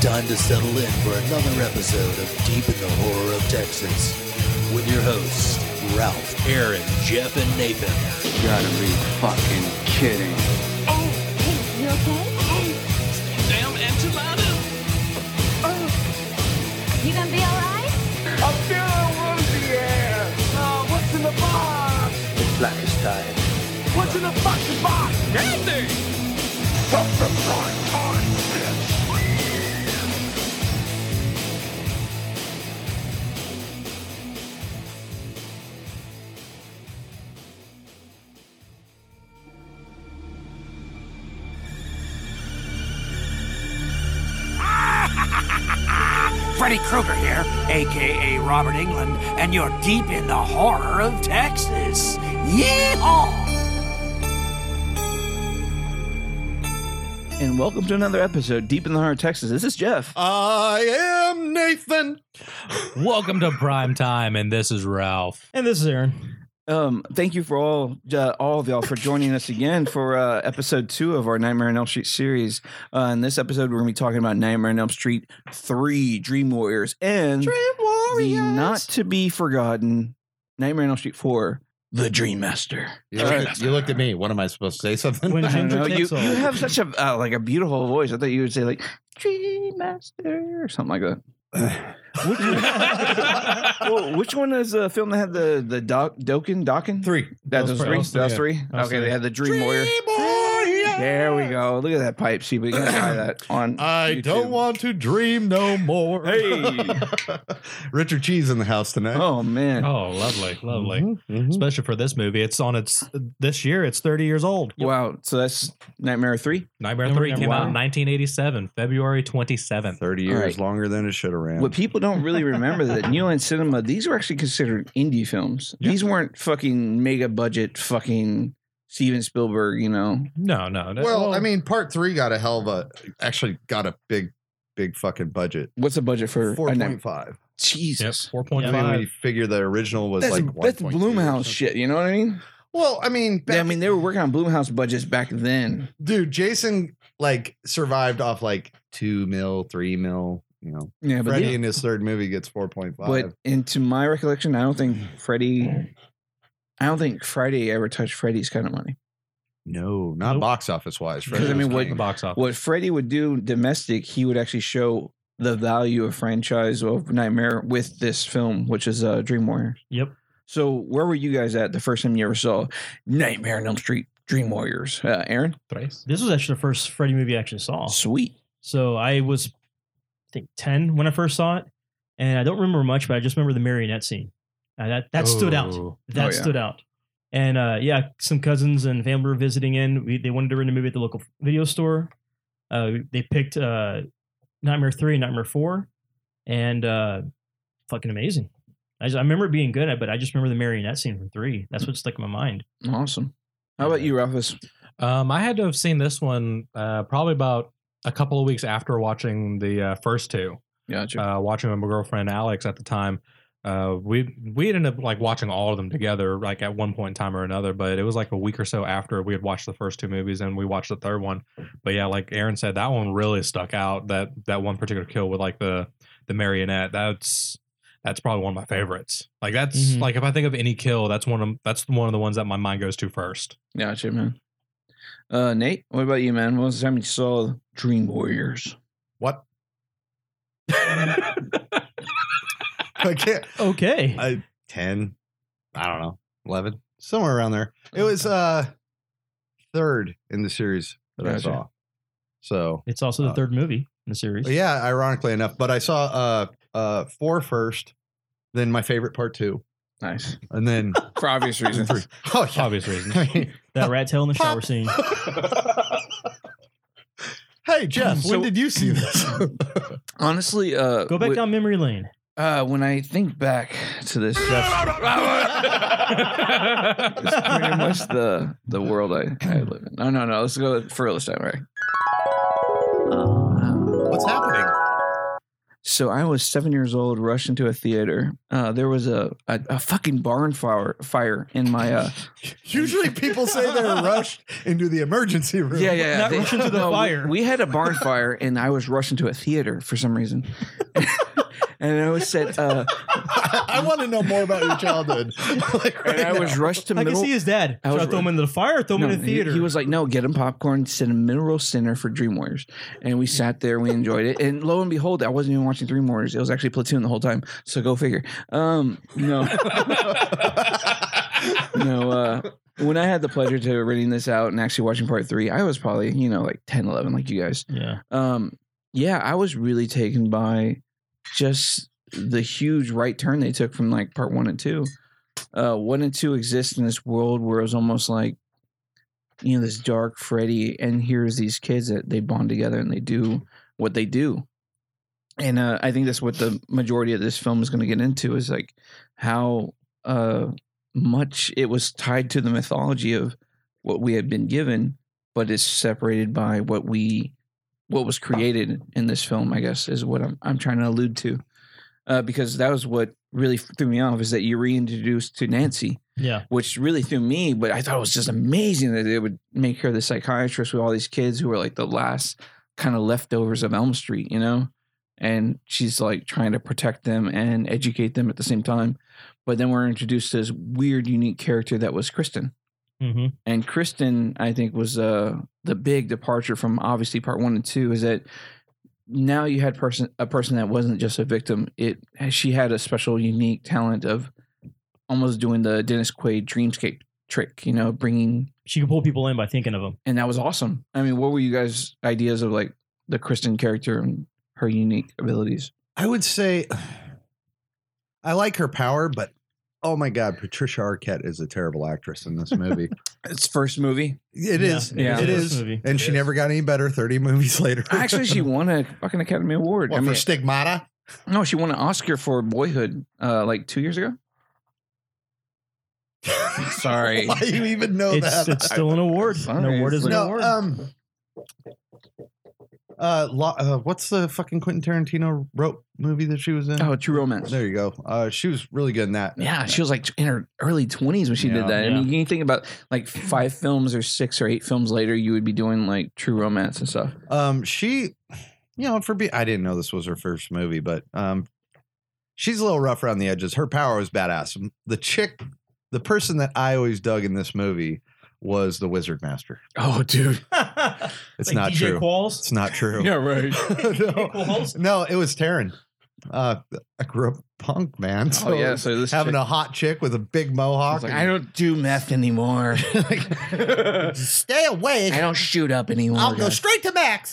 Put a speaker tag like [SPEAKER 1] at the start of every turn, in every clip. [SPEAKER 1] time to settle in for another episode of Deep in the Horror of Texas with your hosts, Ralph, Aaron, Jeff, and Nathan.
[SPEAKER 2] You gotta be fucking kidding.
[SPEAKER 3] Oh, hey, you okay?
[SPEAKER 4] Oh, damn enchilada.
[SPEAKER 3] You gonna be alright?
[SPEAKER 2] It's blackest time.
[SPEAKER 5] Freddy Krueger here, aka Robert England, and you're deep in the horror of Texas. Yeehaw!
[SPEAKER 6] And welcome to another episode, Deep in the Heart of Texas. This is Jeff.
[SPEAKER 7] I am Nathan.
[SPEAKER 8] Welcome to Prime Time, and this is Ralph.
[SPEAKER 9] And this is Aaron.
[SPEAKER 6] Um, thank you for all, uh, all of y'all for joining us again for uh, episode two of our Nightmare on Elm Street series. Uh, in this episode, we're going to be talking about Nightmare on Elm Street three, Dream Warriors, and the not to be forgotten Nightmare on Elm Street four, the Dream Master.
[SPEAKER 7] You looked, you looked at me. What am I supposed to say? Something?
[SPEAKER 9] When
[SPEAKER 6] I don't
[SPEAKER 9] Ginger
[SPEAKER 6] know, You,
[SPEAKER 9] takes
[SPEAKER 6] you
[SPEAKER 9] all.
[SPEAKER 6] have such a uh, like a beautiful voice. I thought you would say like Dream Master or something like that. Which one, well, which one is the film that had the the doc, Dokken Dokken?
[SPEAKER 7] Three.
[SPEAKER 6] That
[SPEAKER 9] That
[SPEAKER 6] was,
[SPEAKER 9] was
[SPEAKER 6] three.
[SPEAKER 9] first,
[SPEAKER 6] That was
[SPEAKER 9] yeah.
[SPEAKER 6] three.
[SPEAKER 9] That was
[SPEAKER 6] okay, they
[SPEAKER 9] three.
[SPEAKER 6] had the Dream Warrior. There we go. Look at that pipe. See, we can try that on.
[SPEAKER 7] I
[SPEAKER 6] YouTube.
[SPEAKER 7] don't want to dream no more.
[SPEAKER 6] Hey.
[SPEAKER 7] Richard Cheese in the house tonight.
[SPEAKER 6] Oh Mm-hmm, man.
[SPEAKER 8] Oh, lovely, lovely.
[SPEAKER 9] Mm-hmm.
[SPEAKER 7] Mhm, mhm.
[SPEAKER 8] Especially for this movie, it's on its this year. It's 30 years old.
[SPEAKER 6] Wow. So that's Nightmare three.
[SPEAKER 8] Nightmare
[SPEAKER 9] Number
[SPEAKER 8] Three came out
[SPEAKER 9] one.
[SPEAKER 8] in 1987, February 27th.
[SPEAKER 7] 30
[SPEAKER 6] All
[SPEAKER 7] years
[SPEAKER 6] right.
[SPEAKER 7] longer than it should have ran.
[SPEAKER 6] What people don't really remember that New Line Cinema. These were actually considered indie films. These weren't fucking mega budget fucking Steven Spielberg. You know.
[SPEAKER 8] No, no, oh. no.
[SPEAKER 10] Well, I mean, part three got a hell of a actually got a big, big fucking budget.
[SPEAKER 6] What's the budget for?
[SPEAKER 10] Four
[SPEAKER 6] a night-
[SPEAKER 10] point five.
[SPEAKER 8] yep,
[SPEAKER 6] Jesus.
[SPEAKER 8] 4.5.
[SPEAKER 10] I mean, we figure the original was
[SPEAKER 6] That's,
[SPEAKER 10] like
[SPEAKER 6] that's
[SPEAKER 10] 1.2 or
[SPEAKER 6] Bloomhouse
[SPEAKER 10] something.
[SPEAKER 6] shit. You know what I mean?
[SPEAKER 10] Well, I mean,
[SPEAKER 6] Yeah, I
[SPEAKER 10] back-
[SPEAKER 6] mean, they were working on Bloomhouse budgets back then.
[SPEAKER 10] dude, Jason like survived off like two mil, three mil. You know,
[SPEAKER 6] Yeah, but
[SPEAKER 10] Freddy in his third movie gets four point
[SPEAKER 6] But
[SPEAKER 10] five.
[SPEAKER 6] into my recollection, I don't think Freddie, I don't think Friday ever touched Freddie's kind of money.
[SPEAKER 10] No, not
[SPEAKER 8] Nope.
[SPEAKER 10] box office wise.
[SPEAKER 6] Because, I mean, what-
[SPEAKER 8] the box office.
[SPEAKER 6] What Freddie would do domestic, he would actually show the value of franchise of Nightmare with this film, which is uh, Dream Warriors.
[SPEAKER 8] Yep.
[SPEAKER 6] So where were you guys at the first time you ever saw Nightmare on Elm Street, Dream Warriors? Uh, Aaron,
[SPEAKER 9] This was actually the first Freddy movie I actually saw.
[SPEAKER 6] sweet.
[SPEAKER 9] So I was, I think, 10 when I first saw it. And I don't remember much, but I just remember the marionette scene. Uh, that that stood out.
[SPEAKER 8] Oh.
[SPEAKER 9] That
[SPEAKER 6] Oh, yeah.
[SPEAKER 9] stood out. And uh, yeah, some cousins and family were visiting in. We, they wanted to rent a movie at the local video store. Uh, they picked uh, Nightmare 3 and Nightmare 4. And uh, fucking amazing. I, just, I remember it being good, but I just remember the marionette scene from 3. That's what stuck in my mind.
[SPEAKER 6] Awesome. How about you, Ralphus?
[SPEAKER 8] Um, I had to have seen this one uh, probably about a couple of weeks after watching the uh, first two.
[SPEAKER 6] Gotcha.
[SPEAKER 8] uh, watching with my girlfriend Alex at the time. Uh, we we ended up like watching all of them together, like at one point in time or another. But it was like a week or so after we had watched the first two movies, and we watched the third one. But yeah, like Aaron said, that one really stuck out. That that one particular kill with like the the marionette. That's that's probably one of my favorites. Like that's
[SPEAKER 9] Mhm.
[SPEAKER 8] like if I think of any kill, that's one of that's one of the ones that my mind goes to first.
[SPEAKER 6] Gotcha, man. Uh, Nate, what about you, man? When was the time you saw Dream Warriors?
[SPEAKER 10] What? I can't.
[SPEAKER 9] Okay.
[SPEAKER 10] I ten, I don't know, eleven, somewhere around there. It was uh third in the series that I
[SPEAKER 6] Gotcha.
[SPEAKER 10] saw. So
[SPEAKER 9] It's also the
[SPEAKER 10] Uh,
[SPEAKER 9] third movie in the series.
[SPEAKER 10] but yeah, ironically enough, but I saw uh uh four first, then my favorite part two,
[SPEAKER 6] Nice.
[SPEAKER 10] and then
[SPEAKER 6] For obvious reasons.
[SPEAKER 10] three. Oh yeah.
[SPEAKER 8] Obvious reasons.
[SPEAKER 10] I mean,
[SPEAKER 9] That rat tail in the
[SPEAKER 10] Pop.
[SPEAKER 9] shower scene.
[SPEAKER 10] hey Jeff,
[SPEAKER 6] So-
[SPEAKER 10] when did you see this?
[SPEAKER 6] Honestly, uh,
[SPEAKER 9] Go back
[SPEAKER 6] wh-
[SPEAKER 9] down memory lane.
[SPEAKER 6] Uh, when I think back to this, that's pretty much the the world I, I live in. No, no, no. Let's
[SPEAKER 9] Uh.
[SPEAKER 6] go for real this time, right?
[SPEAKER 10] What's happening?
[SPEAKER 6] So I was seven years old, rushed into a theater. Uh, there was a, a, a fucking barn fire fire in my uh,
[SPEAKER 7] Usually people say they're rushed into the emergency room.
[SPEAKER 6] yeah yeah
[SPEAKER 9] Not rush into the
[SPEAKER 6] we-
[SPEAKER 9] fire.
[SPEAKER 6] We, had a barn fire, and I was rushed into a theater for some reason. and I was said, uh,
[SPEAKER 7] I want to know more about your childhood. Like,
[SPEAKER 6] and
[SPEAKER 7] right
[SPEAKER 6] I was
[SPEAKER 7] now.
[SPEAKER 6] rushed to
[SPEAKER 9] I
[SPEAKER 6] middle.
[SPEAKER 9] can see his dad.
[SPEAKER 6] I
[SPEAKER 9] Should I
[SPEAKER 6] was-
[SPEAKER 9] throw him into the fire or throw him
[SPEAKER 6] No,
[SPEAKER 9] in the
[SPEAKER 6] he-
[SPEAKER 9] theater?
[SPEAKER 6] He, was like, "No, get him popcorn, sit him Mineral Center for Dream Warriors," and we sat there. We enjoyed it, and lo and behold, I wasn't even watching Dream Warriors. It was actually Platoon the whole time. So go figure. Um, no, no. Uh, when I had the pleasure to reading this out and actually watching part three, I was probably you know like 10, 11, like you guys.
[SPEAKER 9] yeah.
[SPEAKER 6] Um, yeah, I was really taken by just the huge right turn they took from like part one and two. Uh, one and two exist in this world where it was almost like, you know, this dark Freddy, and here's these kids that they bond together and they do what they do. And uh, I think that's what the majority of this film is going to get into is like how uh, much it was tied to the mythology of what we had been given, but it's separated by what we what was created in this film, I guess, is what I'm I'm trying to allude to, uh, because that was what really threw me off is that you reintroduced to Nancy,
[SPEAKER 9] Yeah.
[SPEAKER 6] which really threw me. But I thought it was just amazing that they would make her the psychiatrist with all these kids who were like the last kind of leftovers of Elm Street, you know, and she's like trying to protect them and educate them at the same time. But then we're introduced to this weird, unique character that was Kristen
[SPEAKER 9] Mm-hmm.
[SPEAKER 6] and Kristen, I think, was uh, the big departure from obviously part one and two is that now you had person a person that wasn't just a victim. It she had a special, unique talent of almost doing the Dennis Quaid dreamscape trick. You know, bringing
[SPEAKER 9] She could pull people in by thinking of them.
[SPEAKER 6] and that was awesome. I mean, what were you guys' ideas of like the Kristen character and her unique abilities?
[SPEAKER 10] I would say I like her power, but oh my god, Patricia Arquette is a terrible actress in this movie.
[SPEAKER 6] It's first movie.
[SPEAKER 10] It
[SPEAKER 9] Yeah,
[SPEAKER 10] is,
[SPEAKER 6] yeah.
[SPEAKER 10] it
[SPEAKER 9] This
[SPEAKER 10] is,
[SPEAKER 9] movie.
[SPEAKER 10] and she never got any better. Thirty movies later,
[SPEAKER 6] Actually, she won a fucking Academy Award.
[SPEAKER 7] What,
[SPEAKER 6] I mean,
[SPEAKER 7] for stigmata.
[SPEAKER 6] no, she won an Oscar for Boyhood uh, like two years ago. Sorry.
[SPEAKER 10] Why do you even know
[SPEAKER 9] It's,
[SPEAKER 10] Oh, that?
[SPEAKER 9] it's still an award. An
[SPEAKER 6] Sorry,
[SPEAKER 9] award is
[SPEAKER 6] it's
[SPEAKER 9] an
[SPEAKER 10] no.
[SPEAKER 9] award.
[SPEAKER 10] Um. Uh, lo- uh, what's the fucking Quentin Tarantino wrote movie that she was in?
[SPEAKER 6] Oh, True Romance.
[SPEAKER 10] There you go. Uh, she was really good in that.
[SPEAKER 6] Yeah, she was like in her early twenties when she
[SPEAKER 10] Yeah.
[SPEAKER 6] did that. I
[SPEAKER 9] Yeah.
[SPEAKER 6] mean, you can think about like five films or six or eight films later, you would be doing like True Romance and stuff.
[SPEAKER 10] Um, she, you know, for be I didn't know this was her first movie, but um, she's a little rough around the edges. Her power was badass. The chick, the person that I always dug in this movie was the Wizard Master.
[SPEAKER 6] Oh, dude.
[SPEAKER 10] It's
[SPEAKER 9] Like
[SPEAKER 10] not
[SPEAKER 9] DJ
[SPEAKER 10] true.
[SPEAKER 9] Qualls.
[SPEAKER 10] It's not true.
[SPEAKER 6] right.
[SPEAKER 10] no, no, it was Taryn. Uh, I grew up punk, man. So
[SPEAKER 6] oh yeah. So this
[SPEAKER 10] having
[SPEAKER 6] chick
[SPEAKER 10] a hot chick with a big mohawk.
[SPEAKER 6] was like, I don't do meth anymore.
[SPEAKER 10] don't stay away.
[SPEAKER 6] I don't shoot up anymore.
[SPEAKER 10] I'll go
[SPEAKER 6] guys.
[SPEAKER 10] straight to Max.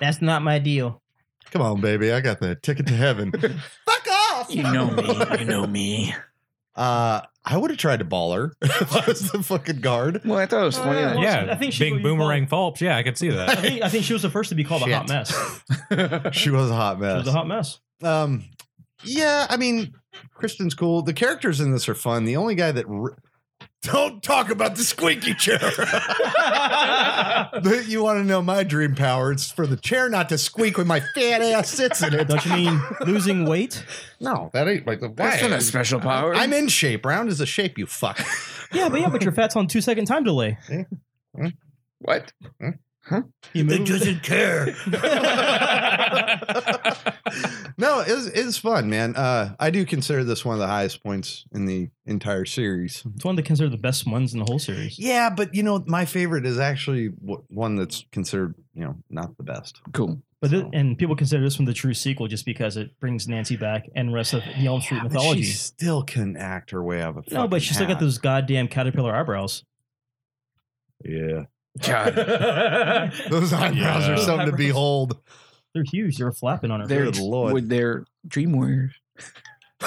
[SPEAKER 9] That's not my deal.
[SPEAKER 10] Come on, baby. I got the ticket to heaven. Fuck off.
[SPEAKER 6] You know me. You know me.
[SPEAKER 10] Uh, I would have tried to ball her if I was the fucking guard.
[SPEAKER 6] Well, I thought it was funny. that-
[SPEAKER 8] yeah,
[SPEAKER 9] I think she-
[SPEAKER 8] big boomerang Phelps. Yeah, I could see
[SPEAKER 9] I
[SPEAKER 8] that.
[SPEAKER 9] think, I think she was the first to be called a
[SPEAKER 10] Shit.
[SPEAKER 9] hot mess. She
[SPEAKER 10] She was a hot mess.
[SPEAKER 9] was a hot mess.
[SPEAKER 10] um, yeah, I mean, Kristen's cool. The characters in this are fun. The only guy that re- don't talk about the squeaky chair. But you want to know my dream power? It's for the chair not to squeak when my fat ass sits in it.
[SPEAKER 9] Don't you mean losing weight?
[SPEAKER 10] No, that ain't like the
[SPEAKER 6] That's not a special power.
[SPEAKER 10] I'm in shape. Round is a shape. You fuck.
[SPEAKER 9] Yeah, but yeah, but your fat's on two second time delay.
[SPEAKER 10] Mm.
[SPEAKER 6] what?
[SPEAKER 9] You moved-
[SPEAKER 10] care. no, it was, it was fun, man. Uh, I do consider this one of the highest points in the entire series.
[SPEAKER 9] It's one of the considered the best ones in the whole series.
[SPEAKER 10] Yeah, but you know, my favorite is actually w- one that's considered, you know, not the best.
[SPEAKER 6] Cool.
[SPEAKER 9] But thi- and people consider this one the true sequel just because it brings Nancy back and rest of the Elm Street
[SPEAKER 10] Yeah, but
[SPEAKER 9] mythology.
[SPEAKER 10] She still couldn't act her way out of a
[SPEAKER 9] no, but
[SPEAKER 10] fucking
[SPEAKER 9] she's still got
[SPEAKER 10] hat.
[SPEAKER 9] those goddamn caterpillar eyebrows.
[SPEAKER 10] Yeah.
[SPEAKER 6] God.
[SPEAKER 10] Those eyebrows are
[SPEAKER 8] Yeah.
[SPEAKER 10] something to
[SPEAKER 9] Eyebrows.
[SPEAKER 10] behold.
[SPEAKER 9] They're huge. They're flapping on her.
[SPEAKER 6] They're
[SPEAKER 10] Good Lord.
[SPEAKER 6] with their dream warriors.
[SPEAKER 9] Do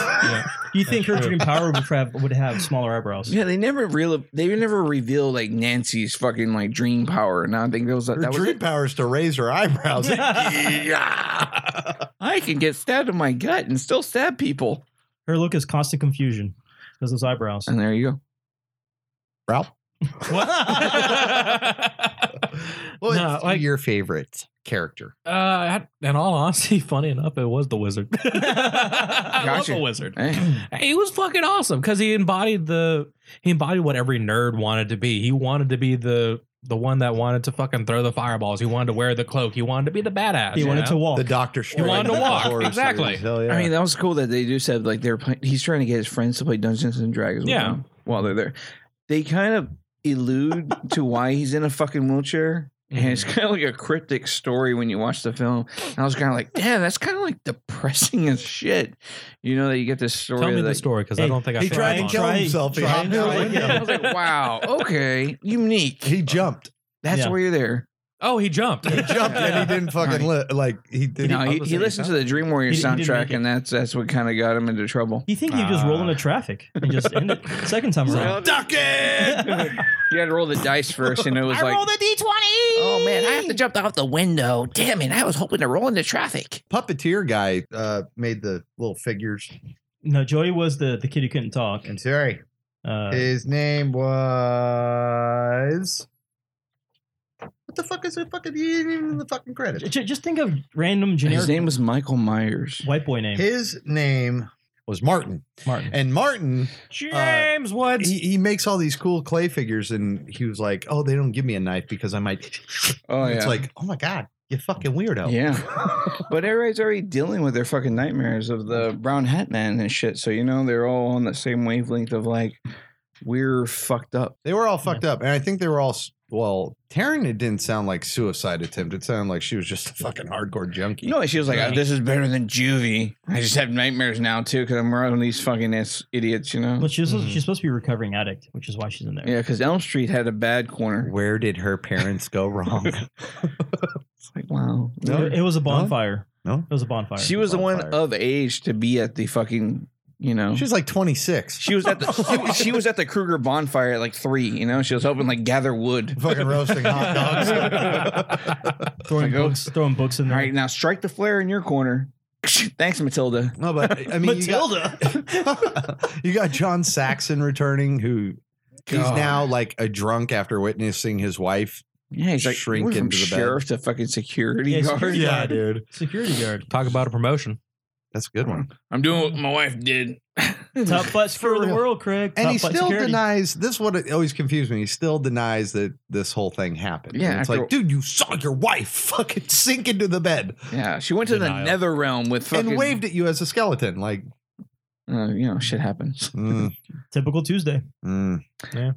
[SPEAKER 9] you think her dream power would have would have smaller eyebrows?
[SPEAKER 6] Yeah, they never real they never reveal like Nancy's fucking like dream power. And I think that was
[SPEAKER 10] Her
[SPEAKER 6] that was
[SPEAKER 10] dream
[SPEAKER 6] it.
[SPEAKER 10] power is to raise her eyebrows. yeah.
[SPEAKER 6] I can get stabbed in my gut and still stab people.
[SPEAKER 9] Her look is constant confusion because those eyebrows.
[SPEAKER 6] And there you go.
[SPEAKER 10] Ralph?
[SPEAKER 8] what?
[SPEAKER 10] What's
[SPEAKER 8] No, like-
[SPEAKER 10] your favorite? character?
[SPEAKER 8] Uh, I- in all honesty, funny enough, it was the wizard. I love
[SPEAKER 6] Gotcha.
[SPEAKER 8] the wizard.
[SPEAKER 6] Hey.
[SPEAKER 8] He was fucking awesome because he embodied the he embodied what every nerd wanted to be. He wanted to be the the one that wanted to fucking throw the fireballs. He wanted to wear the cloak. He wanted to be the badass.
[SPEAKER 9] He
[SPEAKER 8] you
[SPEAKER 9] wanted
[SPEAKER 8] know?
[SPEAKER 9] to walk.
[SPEAKER 10] The Doctor Strange.
[SPEAKER 8] wanted to
[SPEAKER 10] of the
[SPEAKER 8] walk,
[SPEAKER 10] horror
[SPEAKER 8] exactly.
[SPEAKER 10] series. Hell yeah.
[SPEAKER 6] I mean, that was cool that they do said like they're playing. He's trying to get his friends to play Dungeons and Dragons. with
[SPEAKER 8] Yeah.
[SPEAKER 6] him while they're there, they kind of allude to why he's in a fucking wheelchair.
[SPEAKER 8] Mm-hmm.
[SPEAKER 6] And it's kind of like a cryptic story when you watch the film. And I was kind of like, damn, that's kind of like depressing as shit. You know, that you get this story.
[SPEAKER 8] Tell me
[SPEAKER 6] like,
[SPEAKER 8] the story because I
[SPEAKER 9] Hey,
[SPEAKER 8] don't think I
[SPEAKER 7] He
[SPEAKER 8] saw
[SPEAKER 7] tried
[SPEAKER 8] it
[SPEAKER 7] to
[SPEAKER 8] on-
[SPEAKER 7] kill
[SPEAKER 9] Try-
[SPEAKER 7] himself. He
[SPEAKER 9] try-
[SPEAKER 7] hopped out a
[SPEAKER 9] try-
[SPEAKER 7] window.
[SPEAKER 6] I was like, wow, okay, unique.
[SPEAKER 7] He jumped.
[SPEAKER 6] That's
[SPEAKER 9] Yeah.
[SPEAKER 6] why you're there.
[SPEAKER 8] Oh, he jumped.
[SPEAKER 10] he jumped and he didn't fucking li- like he did.
[SPEAKER 6] You know, he,
[SPEAKER 10] publish
[SPEAKER 6] he
[SPEAKER 10] it.
[SPEAKER 6] listened to the Dream Warrior
[SPEAKER 9] He didn't- he didn't
[SPEAKER 6] soundtrack,
[SPEAKER 9] make it.
[SPEAKER 6] and that's that's what kind of got him into trouble.
[SPEAKER 9] You think he'd just roll
[SPEAKER 8] Ah.
[SPEAKER 9] into traffic and just end it second time around?
[SPEAKER 6] duck it! you had to roll the dice first, and it was like,
[SPEAKER 5] the D twenty.
[SPEAKER 6] oh man, I have to jump out the window. Damn it! I was hoping to roll into traffic.
[SPEAKER 10] puppeteer guy uh, made the little figures.
[SPEAKER 9] No, Joey was the, the kid who couldn't talk.
[SPEAKER 10] And sorry,
[SPEAKER 9] Uh,
[SPEAKER 10] his name was. What the fuck is it? Fucking he didn't even in the fucking credits.
[SPEAKER 9] j- just think of random generic
[SPEAKER 6] His name was Michael Myers.
[SPEAKER 9] white boy name.
[SPEAKER 10] His name was Martin,
[SPEAKER 9] Martin.
[SPEAKER 10] and Martin uh,
[SPEAKER 8] James Woods.
[SPEAKER 10] he, he makes all these cool clay figures, and he was like, "Oh, they don't give me a knife because I might."
[SPEAKER 6] Oh yeah,
[SPEAKER 10] It's like, oh my god, you fucking weirdo.
[SPEAKER 6] yeah. but everybody's already dealing with their fucking nightmares of the brown hat man and shit. So you know they're all on the same wavelength of like, we're fucked up.
[SPEAKER 10] They were all fucked up, and I think they were all s- well. Taryn, it didn't sound like suicide attempt. It sounded like she was just a fucking hardcore junkie.
[SPEAKER 6] No, she was like, oh, "This is better than juvie." I just have nightmares now too because I'm around these fucking ass idiots, you know.
[SPEAKER 9] But she's, she's supposed to be a recovering addict, which is why she's in there.
[SPEAKER 6] Yeah, because Elm Street had a bad corner.
[SPEAKER 10] Where did her parents go wrong?
[SPEAKER 6] It's like, wow.
[SPEAKER 10] No.
[SPEAKER 9] It, it was a bonfire.
[SPEAKER 10] No.
[SPEAKER 9] It was a bonfire.
[SPEAKER 6] She was the one
[SPEAKER 10] Bonfire.
[SPEAKER 6] of age to be at the fucking, you know.
[SPEAKER 10] She was like 26.
[SPEAKER 6] She was at the she, was- she was at the Kruger bonfire at like three. You know, she was hoping like gather wood.
[SPEAKER 10] fucking roasting hot dogs.
[SPEAKER 9] throwing,
[SPEAKER 6] I go-
[SPEAKER 9] books, throwing books in
[SPEAKER 6] All
[SPEAKER 9] there.
[SPEAKER 6] right, now strike the flare in your corner. Thanks, Matilda.
[SPEAKER 10] no, but I mean,
[SPEAKER 9] Matilda.
[SPEAKER 10] You got, you got John Saxon returning, who he's
[SPEAKER 6] God.
[SPEAKER 10] now like a drunk after witnessing his wife.
[SPEAKER 6] Yeah, he's like
[SPEAKER 10] Shrink
[SPEAKER 6] we're from
[SPEAKER 10] into the bed.
[SPEAKER 6] sheriff to fucking security
[SPEAKER 9] Yeah,
[SPEAKER 6] guard.
[SPEAKER 9] security guard.
[SPEAKER 10] dude.
[SPEAKER 9] Security guard.
[SPEAKER 8] Talk about a promotion.
[SPEAKER 10] That's a good one.
[SPEAKER 6] I'm doing what my wife did.
[SPEAKER 9] Top butts for, the
[SPEAKER 10] real.
[SPEAKER 9] world, Craig.
[SPEAKER 10] And
[SPEAKER 9] Top
[SPEAKER 10] he
[SPEAKER 9] butt
[SPEAKER 10] still
[SPEAKER 9] security.
[SPEAKER 10] denies this. Is what it always confused me. He still denies that this whole thing happened.
[SPEAKER 6] Yeah,
[SPEAKER 10] And it's
[SPEAKER 6] after-
[SPEAKER 10] like, dude, you saw your wife fucking sink into the bed
[SPEAKER 6] yeah, she went to the
[SPEAKER 8] Denial.
[SPEAKER 6] nether realm with fucking.
[SPEAKER 10] and waved at you as a skeleton. Like,
[SPEAKER 6] Uh, you know, shit happens.
[SPEAKER 10] mm,
[SPEAKER 9] Typical Tuesday.
[SPEAKER 10] mm.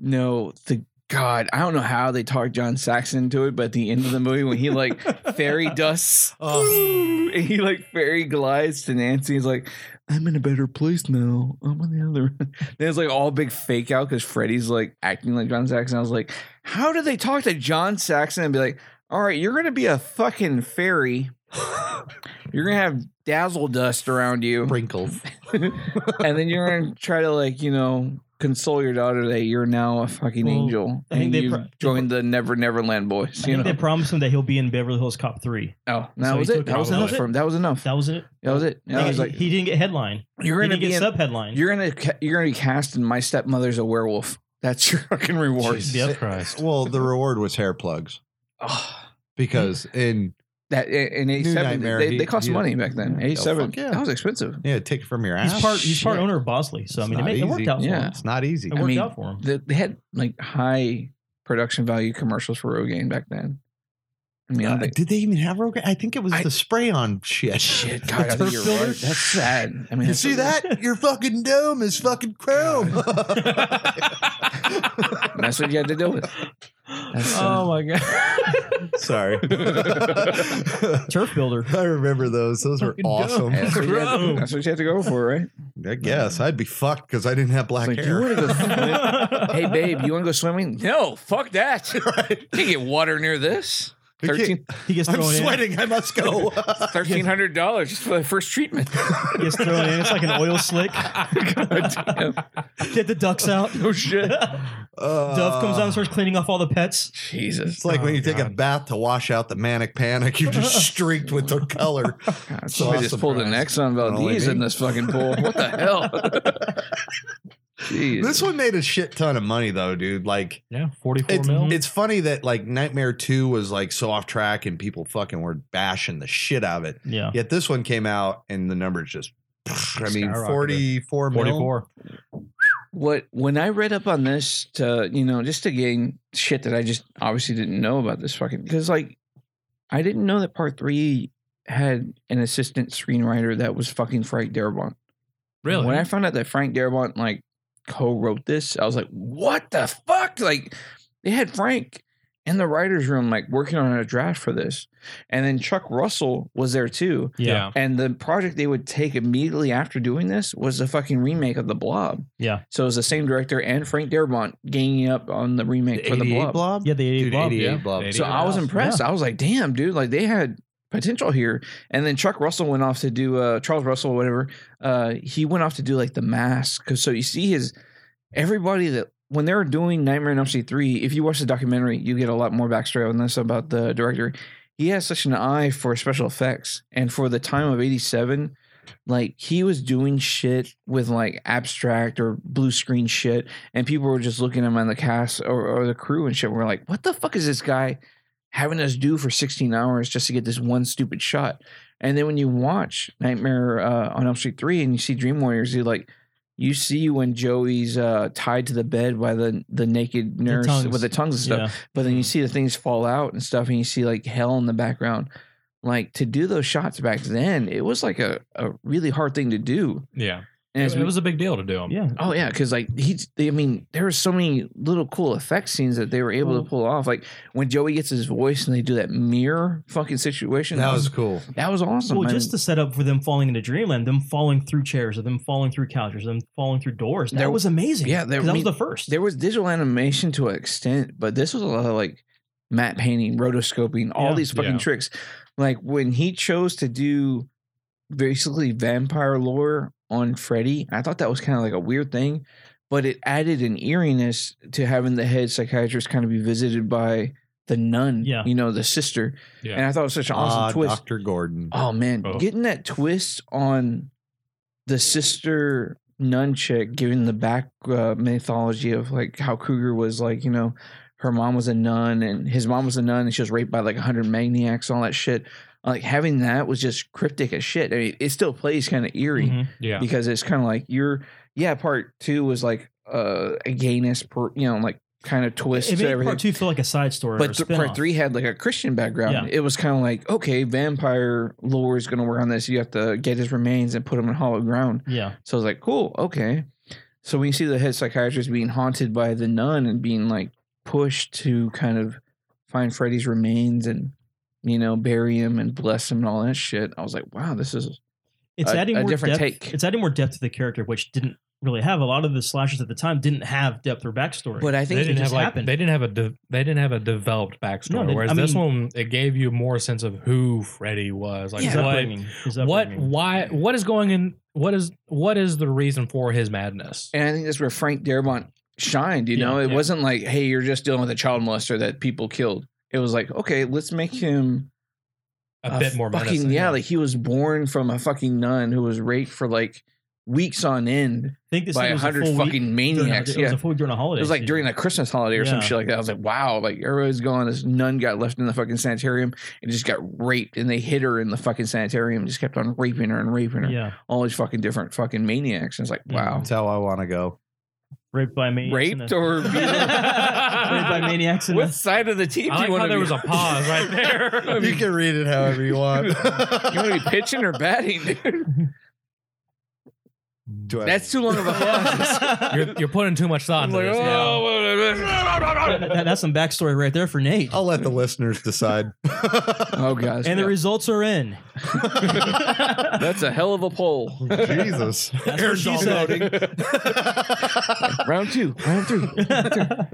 [SPEAKER 6] No, the God, I don't know how they talked John Saxon into it, but at the end of the movie when he like fairy dusts and he like fairy glides to Nancy, he's like, I'm in a better place now. I'm on the other end. Then it's like all big fake out because Freddy's like acting like John Saxon. I was like, how do they talk to John Saxon and be like, all right, you're gonna be a fucking fairy. you're gonna have dazzle dust around you
[SPEAKER 10] sprinkled.
[SPEAKER 6] and then you're gonna try to like you know console your daughter that you're now a fucking
[SPEAKER 9] Well,
[SPEAKER 6] angel
[SPEAKER 9] I think
[SPEAKER 6] and
[SPEAKER 9] they
[SPEAKER 6] you
[SPEAKER 9] pro-
[SPEAKER 6] joined the Never Never Land Boys.
[SPEAKER 9] I
[SPEAKER 6] You
[SPEAKER 9] think
[SPEAKER 6] know,
[SPEAKER 9] they promised him that he'll be in Beverly Hills Cop 3.
[SPEAKER 6] oh, that
[SPEAKER 9] so he
[SPEAKER 6] was
[SPEAKER 9] took
[SPEAKER 6] it.
[SPEAKER 9] it
[SPEAKER 6] That was
[SPEAKER 9] all.
[SPEAKER 6] enough
[SPEAKER 9] That
[SPEAKER 6] for him. That was enough.
[SPEAKER 9] That was it.
[SPEAKER 6] That was it. And I was
[SPEAKER 9] he,
[SPEAKER 6] like,
[SPEAKER 9] he didn't get headline.
[SPEAKER 6] you're
[SPEAKER 9] He
[SPEAKER 6] gonna
[SPEAKER 9] didn't
[SPEAKER 6] be
[SPEAKER 9] get
[SPEAKER 6] in,
[SPEAKER 9] sub headline.
[SPEAKER 6] you're gonna ca- you're gonna be cast in My Stepmother's a Werewolf. That's your fucking reward.
[SPEAKER 9] Jesus. Yep.
[SPEAKER 8] Christ.
[SPEAKER 10] Well, the reward was hair plugs
[SPEAKER 6] Oh,
[SPEAKER 10] because in
[SPEAKER 6] that in A seven
[SPEAKER 10] Nightmare,
[SPEAKER 6] they,
[SPEAKER 10] he-
[SPEAKER 6] they cost
[SPEAKER 10] he-
[SPEAKER 6] money back then.
[SPEAKER 10] Yeah,
[SPEAKER 6] A seven
[SPEAKER 10] fuck yeah.
[SPEAKER 6] that was expensive.
[SPEAKER 10] yeah, take it from your ass.
[SPEAKER 9] He's part. He's part
[SPEAKER 10] Shit.
[SPEAKER 9] owner of Bosley, so I
[SPEAKER 10] It's
[SPEAKER 9] mean, it,
[SPEAKER 10] not
[SPEAKER 9] made, it worked
[SPEAKER 10] easy.
[SPEAKER 9] out for
[SPEAKER 6] Yeah.
[SPEAKER 9] him.
[SPEAKER 10] It's not easy.
[SPEAKER 9] It worked
[SPEAKER 6] mean,
[SPEAKER 9] out for him.
[SPEAKER 6] They, they had like high production value commercials for Rogaine back then. I mean, I
[SPEAKER 10] Uh,
[SPEAKER 6] think
[SPEAKER 10] did they even have Rogaine? I think it was
[SPEAKER 6] I-
[SPEAKER 10] the spray on shit.
[SPEAKER 6] Shit, God, I
[SPEAKER 10] Turf
[SPEAKER 6] think you're
[SPEAKER 10] builder.
[SPEAKER 6] right. That's sad. I mean,
[SPEAKER 10] You
[SPEAKER 6] that's-
[SPEAKER 10] see that? Your fucking dome is fucking chrome.
[SPEAKER 6] That's what you had to do with. That's, uh,
[SPEAKER 8] Oh my god.
[SPEAKER 10] Sorry.
[SPEAKER 9] Turf builder.
[SPEAKER 10] I remember those. Those were
[SPEAKER 8] Fucking dumb.
[SPEAKER 10] awesome.
[SPEAKER 6] that's, what you had to,
[SPEAKER 8] Bro.
[SPEAKER 6] that's what you had to go for, right?
[SPEAKER 10] I guess I'd be fucked because I didn't have black
[SPEAKER 6] It's like, you
[SPEAKER 10] hair.
[SPEAKER 6] want to go? swim- hey, babe, you want to go swimming? No, fuck that. Can't get water near this.
[SPEAKER 10] You can't-
[SPEAKER 6] 13
[SPEAKER 9] He gets
[SPEAKER 10] I'm
[SPEAKER 9] thrown in.
[SPEAKER 10] sweating. I must go.
[SPEAKER 6] Thirteen hundred dollars just for the first treatment.
[SPEAKER 9] He gets thrown in. It's like an oil slick.
[SPEAKER 6] Damn.
[SPEAKER 9] Get the ducks out.
[SPEAKER 6] No shit.
[SPEAKER 9] Dove comes out
[SPEAKER 10] Uh,
[SPEAKER 9] and starts cleaning off all the pets.
[SPEAKER 6] Jesus.
[SPEAKER 10] It's like when
[SPEAKER 8] Oh,
[SPEAKER 10] you take a
[SPEAKER 8] God.
[SPEAKER 10] bath to wash out the manic panic. You're just streaked with their color.
[SPEAKER 6] God,
[SPEAKER 10] So
[SPEAKER 6] somebody
[SPEAKER 10] I'm
[SPEAKER 6] just pulled an
[SPEAKER 10] surprised.
[SPEAKER 6] Exxon
[SPEAKER 10] Only
[SPEAKER 6] Valdez in
[SPEAKER 10] me.
[SPEAKER 6] this fucking pool. What the hell? Jeez.
[SPEAKER 10] This one made a shit ton of money though, dude. Like
[SPEAKER 8] Yeah, forty-four
[SPEAKER 10] it's,
[SPEAKER 8] mil.
[SPEAKER 10] it's funny that like Nightmare 2 was like so off track and people fucking were bashing the shit out of it.
[SPEAKER 9] Yeah.
[SPEAKER 10] Yet this one came out and the numbers just I mean
[SPEAKER 8] Skyrocketed.
[SPEAKER 10] 44 mil.
[SPEAKER 8] forty-four.
[SPEAKER 6] what when I read up on this to you know just to gain shit that I just obviously didn't know about this fucking because like I didn't know that part three had an assistant screenwriter that was fucking Frank Darabont.
[SPEAKER 8] Really?
[SPEAKER 6] When I found out that Frank Darabont like co-wrote this, I was like, what the fuck? Like they had Frank in the writer's room like working on a draft for this. And then Chuck Russell was there too.
[SPEAKER 8] yeah.
[SPEAKER 9] Yeah.
[SPEAKER 6] And the project they would take immediately after doing this was a fucking remake of The Blob.
[SPEAKER 9] Yeah.
[SPEAKER 6] So it was the same director and Frank Darabont ganging up on the remake for The Blob.
[SPEAKER 9] Yeah, the 88
[SPEAKER 10] Dude,
[SPEAKER 9] Blob.
[SPEAKER 10] 88
[SPEAKER 8] yeah.
[SPEAKER 10] Blob.
[SPEAKER 8] Eighty-
[SPEAKER 6] So I was impressed. I was like, damn, dude, like they had potential here. And then Chuck Russell went off to do uh Charles Russell, whatever. Uh he went off to do like the mask. 'Cause so you see his everybody that when they were doing Nightmare on Elm Street 3, if you watch the documentary, you get a lot more backstory on this about the director. He has such an eye for special effects. And for the time of 87, like he was doing shit with like abstract or blue screen shit and people were just looking at him on the cast or, or the crew and shit. and We're like, what the fuck is this guy having us do for 16 hours just to get this one stupid shot? And then when you watch Nightmare uh, on Elm Street 3 and you see Dream Warriors, you like, you see when Joey's uh, tied to the bed by the, the naked nurse
[SPEAKER 9] tongues.
[SPEAKER 6] with the tongues and stuff
[SPEAKER 9] Yeah.
[SPEAKER 6] but then you see the things fall out and stuff and you see like hell in the background like to do those shots back then it was like a, a really hard thing to do
[SPEAKER 8] Yeah.
[SPEAKER 6] and as
[SPEAKER 8] it,
[SPEAKER 6] we-
[SPEAKER 8] was a big deal to do them.
[SPEAKER 9] Yeah.
[SPEAKER 6] oh yeah because like he's they- i mean there are so many little cool effect scenes that they were able
[SPEAKER 9] Well-
[SPEAKER 6] to pull off like when joey gets his voice and they do that mirror fucking situation
[SPEAKER 10] That was cool.
[SPEAKER 6] that was awesome
[SPEAKER 9] Well,
[SPEAKER 6] I
[SPEAKER 9] just
[SPEAKER 6] mean,
[SPEAKER 9] the setup for them falling into dreamland, them falling through chairs, or them falling through couches, them falling through doors. That
[SPEAKER 6] There-
[SPEAKER 9] was amazing.
[SPEAKER 6] yeah, there-
[SPEAKER 9] 'Cause that
[SPEAKER 6] I mean,
[SPEAKER 9] was the first.
[SPEAKER 6] there was digital animation to an extent but this was a lot of like matte painting rotoscoping all
[SPEAKER 9] Yeah.
[SPEAKER 6] these fucking
[SPEAKER 8] Yeah.
[SPEAKER 6] tricks like when he chose to do basically vampire lore on Freddy. I thought that was kind of like a weird thing, but it added an eeriness to having the head psychiatrist kind of be visited by the nun,
[SPEAKER 9] Yeah.
[SPEAKER 6] you know, the sister.
[SPEAKER 8] Yeah.
[SPEAKER 6] And I thought it was such an awesome
[SPEAKER 10] Ah,
[SPEAKER 6] twist.
[SPEAKER 10] Dr. Gordon.
[SPEAKER 6] Oh man,
[SPEAKER 8] Oh.
[SPEAKER 6] getting that twist on the sister nun chick, given the back uh, mythology of like how Cougar was like, you know, her mom was a nun and his mom was a nun and she was raped by like hundred maniacs and all that shit. Like having that was just cryptic as shit. I mean, it still plays kind of eerie
[SPEAKER 9] Mhm.
[SPEAKER 8] Yeah.
[SPEAKER 6] because it's kind of like you're, yeah. Part two was like uh, a gayness, per, you know, like kind of twist
[SPEAKER 9] It
[SPEAKER 6] to
[SPEAKER 9] made
[SPEAKER 6] everything
[SPEAKER 9] part two feel like a side story. or a
[SPEAKER 6] but th- part
[SPEAKER 9] spin-off.
[SPEAKER 6] three had like a Christian background.
[SPEAKER 9] Yeah.
[SPEAKER 6] It was kind of like, okay, vampire lore is going to work on this. You have to get his remains and put him in hollow ground.
[SPEAKER 9] Yeah.
[SPEAKER 6] So I was like, cool, okay. So when you see the head psychiatrist being haunted by the nun and being like pushed to kind of find Freddy's remains and you know bury him and bless him and all that shit, I was like, wow, this is
[SPEAKER 9] It's
[SPEAKER 6] a-
[SPEAKER 9] adding
[SPEAKER 6] a
[SPEAKER 9] more
[SPEAKER 6] different
[SPEAKER 9] depth.
[SPEAKER 6] take.
[SPEAKER 9] It's adding more depth to the character, which didn't really have a lot of the slashers at the time didn't have depth or backstory.
[SPEAKER 6] But I
[SPEAKER 8] They
[SPEAKER 6] think
[SPEAKER 8] didn't
[SPEAKER 9] it
[SPEAKER 8] have
[SPEAKER 9] just
[SPEAKER 8] like
[SPEAKER 9] happened.
[SPEAKER 8] they didn't have a de- they didn't have a developed backstory.
[SPEAKER 9] No, they-
[SPEAKER 8] whereas
[SPEAKER 9] I
[SPEAKER 8] this
[SPEAKER 9] mean-
[SPEAKER 8] one, it gave you more sense of who Freddy was. Like
[SPEAKER 9] his
[SPEAKER 8] what
[SPEAKER 9] upbringing, his
[SPEAKER 8] what
[SPEAKER 9] upbringing.
[SPEAKER 8] why what is going in what is what is the reason for his madness
[SPEAKER 6] and I think that's where Frank Darabont shined. You
[SPEAKER 9] Yeah,
[SPEAKER 6] know, it
[SPEAKER 9] yeah.
[SPEAKER 6] wasn't like, hey, you're just dealing with a child molester that people killed. It was like, okay, let's make him
[SPEAKER 8] a bit more
[SPEAKER 6] fucking
[SPEAKER 8] menacing,
[SPEAKER 6] yeah, like he was born from a fucking nun who was raped for like weeks on end
[SPEAKER 9] I think this
[SPEAKER 6] by
[SPEAKER 9] thing
[SPEAKER 6] a
[SPEAKER 9] was
[SPEAKER 6] hundred
[SPEAKER 9] full week
[SPEAKER 6] fucking
[SPEAKER 9] during a-
[SPEAKER 6] maniacs.
[SPEAKER 9] It
[SPEAKER 6] yeah,
[SPEAKER 9] was a full week during a holiday.
[SPEAKER 6] it was like
[SPEAKER 9] season.
[SPEAKER 6] during a Christmas holiday or some
[SPEAKER 9] Yeah.
[SPEAKER 6] shit like that. I was like, wow, like everybody's gone. This nun got left in the fucking sanitarium and just got raped, and they hit her in the fucking sanitarium. and Just kept on raping her and raping her.
[SPEAKER 9] yeah,
[SPEAKER 6] All these fucking different fucking maniacs. And it's like,
[SPEAKER 9] Mhm.
[SPEAKER 6] wow,
[SPEAKER 10] That's how I want to go.
[SPEAKER 9] raped by maniacs. in
[SPEAKER 6] raped
[SPEAKER 9] a-
[SPEAKER 6] or
[SPEAKER 9] raped by maniacs. In a-
[SPEAKER 6] what side of the team?
[SPEAKER 8] I
[SPEAKER 6] do
[SPEAKER 8] like
[SPEAKER 6] you want
[SPEAKER 8] how
[SPEAKER 6] to
[SPEAKER 8] there
[SPEAKER 6] be?
[SPEAKER 8] was a pause right there.
[SPEAKER 10] You can read it however you want.
[SPEAKER 6] you want to be pitching or batting, dude?
[SPEAKER 10] Do I-
[SPEAKER 6] That's too long of a pause.
[SPEAKER 8] you're, you're putting too much thought
[SPEAKER 6] I'm
[SPEAKER 8] into
[SPEAKER 6] like, "Oh,
[SPEAKER 8] this. now.
[SPEAKER 9] That- that- that's some backstory right there for Nate.
[SPEAKER 10] I'll let the listeners decide.
[SPEAKER 6] Oh gosh.
[SPEAKER 9] and the results are in.
[SPEAKER 6] That's a hell of a poll.
[SPEAKER 10] Jesus.
[SPEAKER 9] That's what she said.
[SPEAKER 6] round two, round three.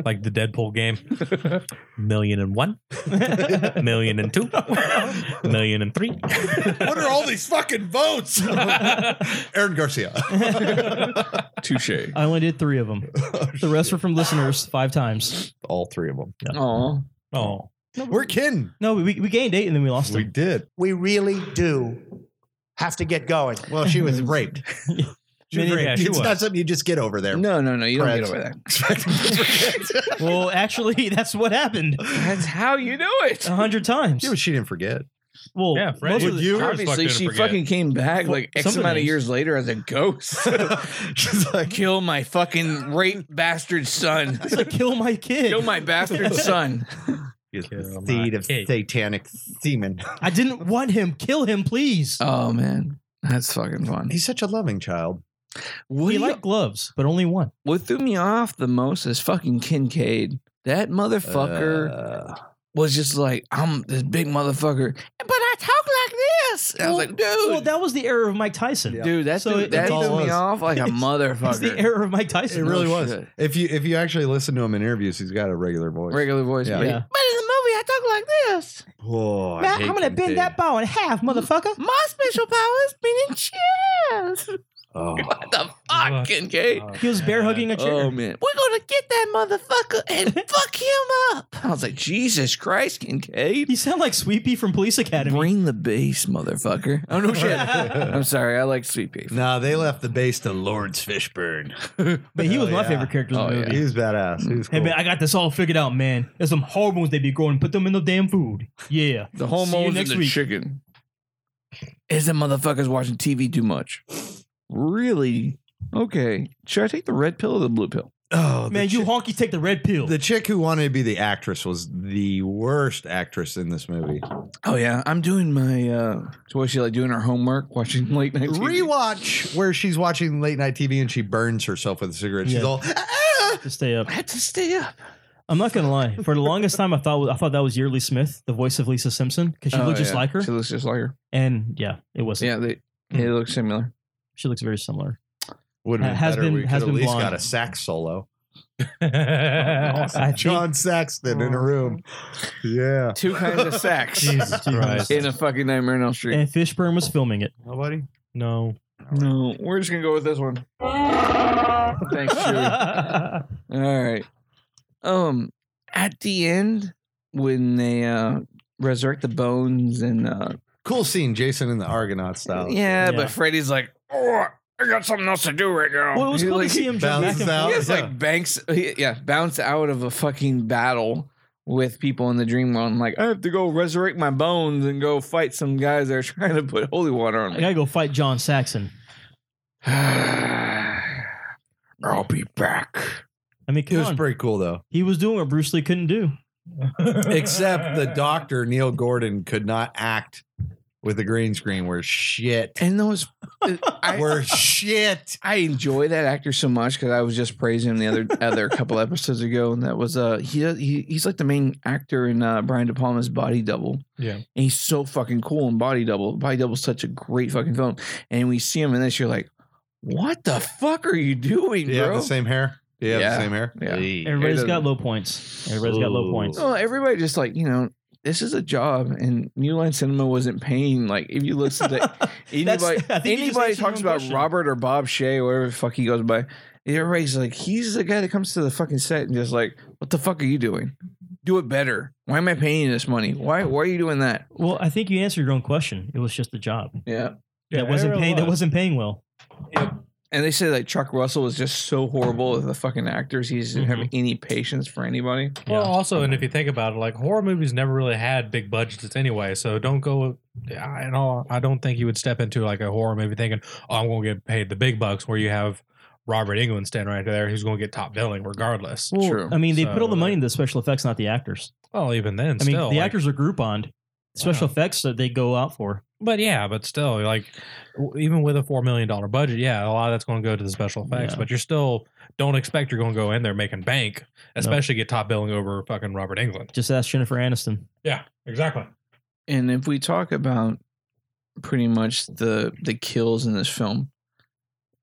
[SPEAKER 8] Like the Deadpool game. Million and one, million and two, million and three.
[SPEAKER 10] What are all these fucking votes? Aaron Garcia.
[SPEAKER 6] Touche.
[SPEAKER 9] I only did three of them. The rest were from listeners five times.
[SPEAKER 10] all three of them.
[SPEAKER 6] Oh,
[SPEAKER 8] Oh,
[SPEAKER 10] We're kin.
[SPEAKER 9] No, we, we gained eight and then we lost
[SPEAKER 10] We
[SPEAKER 9] them.
[SPEAKER 10] did.
[SPEAKER 11] We really do have to get going.
[SPEAKER 10] Well, she was raped.
[SPEAKER 9] Many-
[SPEAKER 8] yeah, she
[SPEAKER 10] it's
[SPEAKER 8] was.
[SPEAKER 10] not something you just get over there.
[SPEAKER 6] No, no, no. You don't get
[SPEAKER 10] Correct.
[SPEAKER 6] over that.
[SPEAKER 9] well, actually, that's what happened
[SPEAKER 6] That's how you do it.
[SPEAKER 9] a hundred times.
[SPEAKER 10] yeah, but she didn't forget.
[SPEAKER 9] Well,
[SPEAKER 8] Yeah, Fred
[SPEAKER 9] most of
[SPEAKER 8] would-
[SPEAKER 9] the-
[SPEAKER 8] you-
[SPEAKER 6] Obviously,
[SPEAKER 8] Fuck,
[SPEAKER 6] she
[SPEAKER 8] didn't forget.
[SPEAKER 6] fucking came back like X
[SPEAKER 9] some of
[SPEAKER 6] amount of
[SPEAKER 9] these-
[SPEAKER 6] years later as a ghost.
[SPEAKER 10] She's like,
[SPEAKER 6] Kill my fucking rape bastard son.
[SPEAKER 9] it's like kill my kid.
[SPEAKER 6] Kill my bastard son.
[SPEAKER 10] "He's the
[SPEAKER 8] Kill my
[SPEAKER 10] seed of
[SPEAKER 8] cake."
[SPEAKER 10] satanic semen.
[SPEAKER 9] I didn't want him. Kill him, please.
[SPEAKER 6] Oh man, that's fucking fun.
[SPEAKER 10] He's such a loving child.
[SPEAKER 6] What,
[SPEAKER 9] he
[SPEAKER 6] do you-
[SPEAKER 9] liked gloves, but only one.
[SPEAKER 6] what threw me off the most is fucking Kincaid. That motherfucker
[SPEAKER 10] Uh,
[SPEAKER 6] was just like, I'm this big motherfucker, but I talk like this. And I was like, dude,
[SPEAKER 9] Well, that was the era of Mike Tyson.
[SPEAKER 6] dude, that,
[SPEAKER 9] So
[SPEAKER 6] threw-
[SPEAKER 9] it-
[SPEAKER 6] that
[SPEAKER 9] it's all
[SPEAKER 6] threw me
[SPEAKER 9] us.
[SPEAKER 6] off like a
[SPEAKER 9] It's- It's
[SPEAKER 6] motherfucker.
[SPEAKER 9] the era of Mike Tyson.
[SPEAKER 10] it really
[SPEAKER 6] no
[SPEAKER 10] was.
[SPEAKER 6] shit.
[SPEAKER 10] If you if you actually listen to him in interviews, he's got a regular voice.
[SPEAKER 6] Regular voice.
[SPEAKER 10] Yeah.
[SPEAKER 6] but-
[SPEAKER 9] Yeah.
[SPEAKER 6] But in the movie, I talk like this.
[SPEAKER 10] Oh, I hate Kincaid.
[SPEAKER 9] ball in half, motherfucker.
[SPEAKER 6] My special powers meaning cheers.
[SPEAKER 10] Oh.
[SPEAKER 6] What the fuck,
[SPEAKER 8] Fuck.
[SPEAKER 6] Kincaid?
[SPEAKER 9] He was bear hugging a chair.
[SPEAKER 6] Oh man, we're gonna get that motherfucker and fuck him up. I was like, Jesus Christ, Kincaid.
[SPEAKER 9] You sound like Sweepy from Police Academy.
[SPEAKER 6] Bring the bass, motherfucker. Oh no shit. I'm sorry, I like sweet beef.
[SPEAKER 10] No, they left the base to Lawrence Fishburne.
[SPEAKER 9] But he was
[SPEAKER 10] Hell
[SPEAKER 9] my
[SPEAKER 10] yeah.
[SPEAKER 9] favorite character in the
[SPEAKER 6] Oh,
[SPEAKER 9] movie.
[SPEAKER 6] yeah.
[SPEAKER 10] He was badass. He was
[SPEAKER 9] Hey
[SPEAKER 10] cool.
[SPEAKER 9] man, I got this all figured out, man. There's some hormones they be growing. Put them in the damn food. Yeah.
[SPEAKER 6] The
[SPEAKER 9] See you
[SPEAKER 6] hormones and
[SPEAKER 9] next
[SPEAKER 6] the
[SPEAKER 9] week.
[SPEAKER 6] chicken. Is the motherfuckers watching TV too much? Really? Okay. Should I take the red pill or the blue pill?
[SPEAKER 10] oh, the
[SPEAKER 9] Man, you
[SPEAKER 10] chick-
[SPEAKER 9] honky take the red pill.
[SPEAKER 10] The chick who wanted to be the actress was the worst actress in this movie.
[SPEAKER 6] Oh yeah, I'm doing my. uh So was she like doing her homework, watching late night? TV?
[SPEAKER 10] Rewatch where she's watching late night TV and she burns herself with a cigarette. She's
[SPEAKER 9] Yeah.
[SPEAKER 10] all, "Ah!"
[SPEAKER 9] to stay up.
[SPEAKER 6] I had to stay up.
[SPEAKER 9] I'm not gonna lie. For the longest time, I thought I thought that was Yearly Smith, the voice of Lisa Simpson, because she
[SPEAKER 6] Oh,
[SPEAKER 9] looked just
[SPEAKER 6] yeah.
[SPEAKER 9] like her. Hmm.
[SPEAKER 6] She looks just like her.
[SPEAKER 9] and yeah, it was.
[SPEAKER 6] Yeah, they they look similar.
[SPEAKER 9] She looks very similar.
[SPEAKER 10] would have been
[SPEAKER 9] Has
[SPEAKER 10] better.
[SPEAKER 9] been-
[SPEAKER 10] we could
[SPEAKER 9] has
[SPEAKER 10] at
[SPEAKER 9] been
[SPEAKER 10] least
[SPEAKER 9] blonde.
[SPEAKER 10] got a sax solo.
[SPEAKER 9] I think-
[SPEAKER 10] John Saxton in a room. Yeah.
[SPEAKER 6] Two kinds of sex
[SPEAKER 8] Jesus Christ.
[SPEAKER 6] in a fucking Nightmare on Elm Street.
[SPEAKER 9] and Fishburne was filming it.
[SPEAKER 8] Nobody? No.
[SPEAKER 6] No, we're just gonna go with this one. Thanks, Chewie. All right. Um, at the end when they uh resurrect the bones and uh
[SPEAKER 10] Cool scene, Jason in the Argonaut style.
[SPEAKER 6] yeah,
[SPEAKER 9] Yeah.
[SPEAKER 6] but Freddy's like, oh, I got something else to do right now.
[SPEAKER 9] well, it was
[SPEAKER 6] He,
[SPEAKER 9] cool
[SPEAKER 6] like,
[SPEAKER 9] to see him jump back
[SPEAKER 10] bounces
[SPEAKER 9] and
[SPEAKER 10] out.
[SPEAKER 6] He
[SPEAKER 9] forth.
[SPEAKER 6] just like banks, he- yeah, bounce out of a fucking battle with people in the dream world. And like, I have to go resurrect my bones and go fight some guys that are trying to put holy water on
[SPEAKER 9] I
[SPEAKER 6] me.
[SPEAKER 9] gotta go fight John Saxon.
[SPEAKER 6] I'll be back.
[SPEAKER 9] I mean,
[SPEAKER 10] It
[SPEAKER 9] come
[SPEAKER 10] was
[SPEAKER 9] on.
[SPEAKER 10] pretty cool though.
[SPEAKER 9] he was doing what Bruce Lee couldn't do.
[SPEAKER 10] Except the doctor, Neil Gordon, could not act with the green screen where shit.
[SPEAKER 6] And those, I,
[SPEAKER 10] Where shit.
[SPEAKER 6] I enjoy that actor so much because I was just praising him the other other couple episodes ago, and that was uh he, he he's like the main actor in uh, Brian De Palma's Body Double.
[SPEAKER 8] Yeah.
[SPEAKER 6] and he's so fucking cool in Body Double. Body Double's such a great fucking film, and we see him in this, you're like, what the fuck are you doing,
[SPEAKER 10] Do you have
[SPEAKER 6] bro?
[SPEAKER 10] the same hair? Do you have
[SPEAKER 6] Yeah.
[SPEAKER 10] the same hair?
[SPEAKER 6] Yeah.
[SPEAKER 10] Hey.
[SPEAKER 9] Everybody's
[SPEAKER 6] doesn't-
[SPEAKER 9] got low points. Everybody's got low
[SPEAKER 10] Ooh.
[SPEAKER 9] points.
[SPEAKER 6] Well, everybody just like you know. This is a job, and New Line Cinema wasn't paying. Like, if you listen to anybody,
[SPEAKER 9] I think you just
[SPEAKER 6] anybody
[SPEAKER 9] answered your
[SPEAKER 6] talks
[SPEAKER 9] own
[SPEAKER 6] about
[SPEAKER 9] question.
[SPEAKER 6] Robert or Bob Shea, whatever the fuck he goes by, everybody's like, he's the guy that comes to the fucking set and just like, what the fuck are you doing? Do it better. Why am I paying you this money? Why why are you doing that?
[SPEAKER 9] Well, I think you answered your own question. It was just a job
[SPEAKER 6] Yeah.
[SPEAKER 9] that wasn't
[SPEAKER 8] Ariel
[SPEAKER 9] paying. That
[SPEAKER 8] was.
[SPEAKER 9] wasn't paying well.
[SPEAKER 6] And they say like Chuck Russell was just so horrible with the fucking actors. He just didn't have
[SPEAKER 8] Mhm.
[SPEAKER 9] Mm-hmm.
[SPEAKER 6] any patience for anybody.
[SPEAKER 8] Well, also, and if you think about it, like horror movies never really had big budgets anyway, so don't go. I don't. I don't think you would step into like a horror movie thinking, "Oh, I'm going to get paid the big bucks," where you have Robert England standing right there, who's going to get top billing regardless.
[SPEAKER 9] Well,
[SPEAKER 6] True.
[SPEAKER 9] I mean, they put all the
[SPEAKER 8] So-
[SPEAKER 9] money into the special effects, not the actors.
[SPEAKER 8] Well, even then,
[SPEAKER 9] I mean,
[SPEAKER 8] still,
[SPEAKER 9] the
[SPEAKER 8] like-
[SPEAKER 9] actors are Grouponed. Special effects that they go out for.
[SPEAKER 8] But yeah, but still, like w- even with a four million dollar budget, yeah, a lot of that's going to go to the special effects.
[SPEAKER 9] Yeah.
[SPEAKER 8] But you're still don't expect you're going to go in there making bank, especially get top billing over fucking Robert England.
[SPEAKER 9] Just ask Jennifer Aniston.
[SPEAKER 8] Yeah, exactly.
[SPEAKER 6] And if we talk about pretty much the the kills in this film,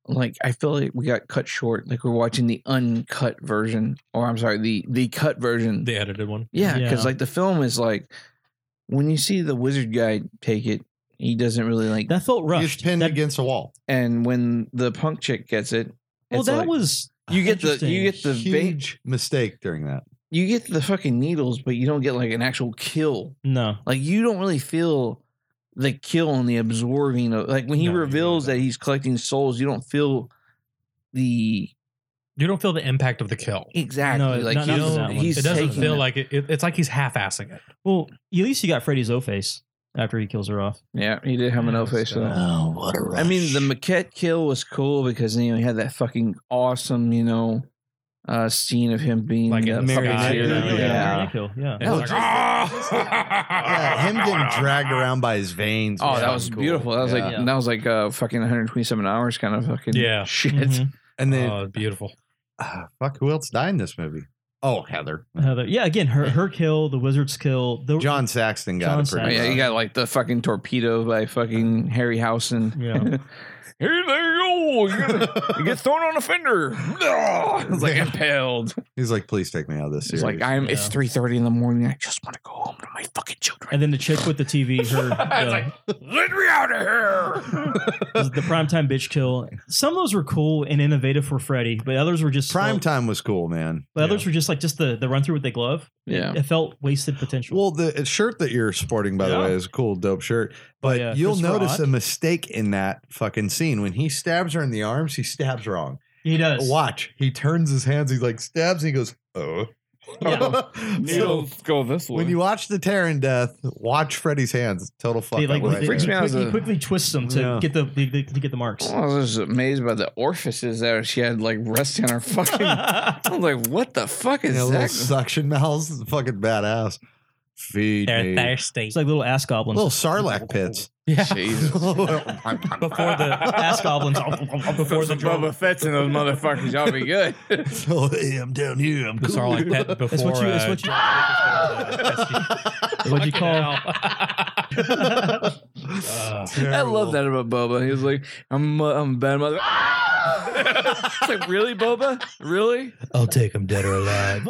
[SPEAKER 6] like I feel like we got cut short. Like we're watching the uncut version, or I'm sorry, the the cut version
[SPEAKER 8] The edited one.
[SPEAKER 6] Yeah, because
[SPEAKER 9] Yeah.
[SPEAKER 6] like the film is like when you see the wizard guy take it, he doesn't really like.
[SPEAKER 9] That felt
[SPEAKER 10] He's
[SPEAKER 9] rushed.
[SPEAKER 10] pinned
[SPEAKER 9] that,
[SPEAKER 10] against a wall.
[SPEAKER 6] and when the punk chick gets it,
[SPEAKER 9] well,
[SPEAKER 6] it's
[SPEAKER 9] that
[SPEAKER 6] like-
[SPEAKER 9] was
[SPEAKER 6] you get the you get the ba-
[SPEAKER 10] Huge mistake during that.
[SPEAKER 6] you get the fucking needles, but you don't get like an actual kill.
[SPEAKER 9] no.
[SPEAKER 6] Like you don't really feel the kill and the absorbing of like when he
[SPEAKER 8] No, you really
[SPEAKER 6] reveals that
[SPEAKER 8] don't.
[SPEAKER 6] he's collecting souls, you don't feel the
[SPEAKER 8] You don't feel the impact of the kill.
[SPEAKER 6] exactly
[SPEAKER 9] No,
[SPEAKER 6] like
[SPEAKER 9] not-
[SPEAKER 8] not
[SPEAKER 6] he's,
[SPEAKER 8] that
[SPEAKER 9] one.
[SPEAKER 6] he's
[SPEAKER 8] it doesn't
[SPEAKER 6] taking
[SPEAKER 8] feel like it, it- It's like he's half-assing it.
[SPEAKER 9] Well, at least you got Freddy's O face after he kills her off.
[SPEAKER 6] yeah he did have an
[SPEAKER 8] Yeah,
[SPEAKER 6] O face for
[SPEAKER 8] so-
[SPEAKER 6] that.
[SPEAKER 7] Oh, what a
[SPEAKER 6] I mean, the maquette kill was cool because you know he had that fucking awesome, you know, uh, scene of him being
[SPEAKER 8] Like
[SPEAKER 6] the
[SPEAKER 8] in
[SPEAKER 6] married
[SPEAKER 8] Married
[SPEAKER 6] to-
[SPEAKER 8] Yeah,
[SPEAKER 9] yeah,
[SPEAKER 8] yeah.
[SPEAKER 9] yeah. Kill, yeah.
[SPEAKER 8] And it's
[SPEAKER 10] No,
[SPEAKER 8] like, "Oh!"
[SPEAKER 9] "Ah."
[SPEAKER 10] Yeah, him getting dragged around by his veins.
[SPEAKER 6] Oh, that was
[SPEAKER 10] fucking cool.
[SPEAKER 6] beautiful. That was
[SPEAKER 10] Yeah.
[SPEAKER 6] like that was like uh, fucking 127 hours kind of fucking
[SPEAKER 8] Yeah.
[SPEAKER 6] shit.
[SPEAKER 9] Mhm.
[SPEAKER 10] and then
[SPEAKER 8] Oh, beautiful.
[SPEAKER 10] ah, fuck, who else died in this movie? Oh, Heather.
[SPEAKER 9] Heather- yeah, again, her her kill, the wizard's kill, the
[SPEAKER 10] John Saxton got
[SPEAKER 9] John
[SPEAKER 10] it
[SPEAKER 6] Oh,
[SPEAKER 10] pretty.
[SPEAKER 6] yeah,
[SPEAKER 10] rough.
[SPEAKER 6] you got like the fucking torpedo by fucking Harry Housen.
[SPEAKER 9] Yeah.
[SPEAKER 6] Here there you go. You get, you get thrown on a fender. it's like impaled.
[SPEAKER 10] He's like, please take me out of this
[SPEAKER 6] It's
[SPEAKER 10] series.
[SPEAKER 6] like I'm. It's
[SPEAKER 9] Yeah.
[SPEAKER 6] 3:30 in the morning. I just want to go home to my fucking children.
[SPEAKER 9] and then the chick with the TV, her
[SPEAKER 8] It's
[SPEAKER 9] the,
[SPEAKER 8] like,
[SPEAKER 6] Let me out of here.
[SPEAKER 9] was the primetime bitch kill. Some of those were cool and innovative for Freddy, but others were just
[SPEAKER 10] Prime
[SPEAKER 9] well,
[SPEAKER 10] time was cool, man.
[SPEAKER 9] But others were just like just the the run through with the glove.
[SPEAKER 6] Yeah.
[SPEAKER 9] It felt wasted potential.
[SPEAKER 10] Well, the uh, shirt that you're sporting, by the
[SPEAKER 9] Yeah.
[SPEAKER 10] way, is a cool, dope shirt. But
[SPEAKER 9] yeah,
[SPEAKER 10] you'll
[SPEAKER 9] Christopher
[SPEAKER 10] notice
[SPEAKER 9] Ott.
[SPEAKER 10] a mistake in that fucking scene. When he stabs her in the arms, he stabs wrong.
[SPEAKER 9] he does.
[SPEAKER 10] Watch. He turns his hands. He like stabs. And he goes, oh.
[SPEAKER 9] Yeah.
[SPEAKER 10] so
[SPEAKER 6] go this way.
[SPEAKER 10] when you watch the Terran death, watch Freddy's hands. Total fuck
[SPEAKER 9] They, like,
[SPEAKER 10] up right
[SPEAKER 9] they,
[SPEAKER 10] there.
[SPEAKER 6] freaks me out
[SPEAKER 9] quick-
[SPEAKER 6] as
[SPEAKER 9] he
[SPEAKER 6] a-
[SPEAKER 9] quickly twists them to
[SPEAKER 10] Yeah.
[SPEAKER 9] get the, the, the- to get the marks.
[SPEAKER 6] Oh, I was just amazed by the orifices that she had like resting on her fucking. I was like, what the fuck is
[SPEAKER 10] You know, little
[SPEAKER 6] that?
[SPEAKER 10] suction mouths. It's Fucking badass. Feed me.
[SPEAKER 8] thirsty.
[SPEAKER 9] it's like little ass goblins.
[SPEAKER 10] Little sarlacc pits.
[SPEAKER 6] Jesus.
[SPEAKER 8] Before the
[SPEAKER 9] ass goblins.
[SPEAKER 8] before the
[SPEAKER 6] Boba Fett's and those motherfuckers, y'all be good.
[SPEAKER 10] oh, hey, I'm down here. I'm
[SPEAKER 8] the
[SPEAKER 10] cool.
[SPEAKER 8] Sarlacc pit before.
[SPEAKER 9] That's what you. That's
[SPEAKER 8] uh,
[SPEAKER 9] what you. that's what you call.
[SPEAKER 8] uh,
[SPEAKER 6] I love that about Boba. He was like, I'm, uh, I'm a bad mother. it's like, really, Boba? Really?
[SPEAKER 5] I'll take him dead or alive.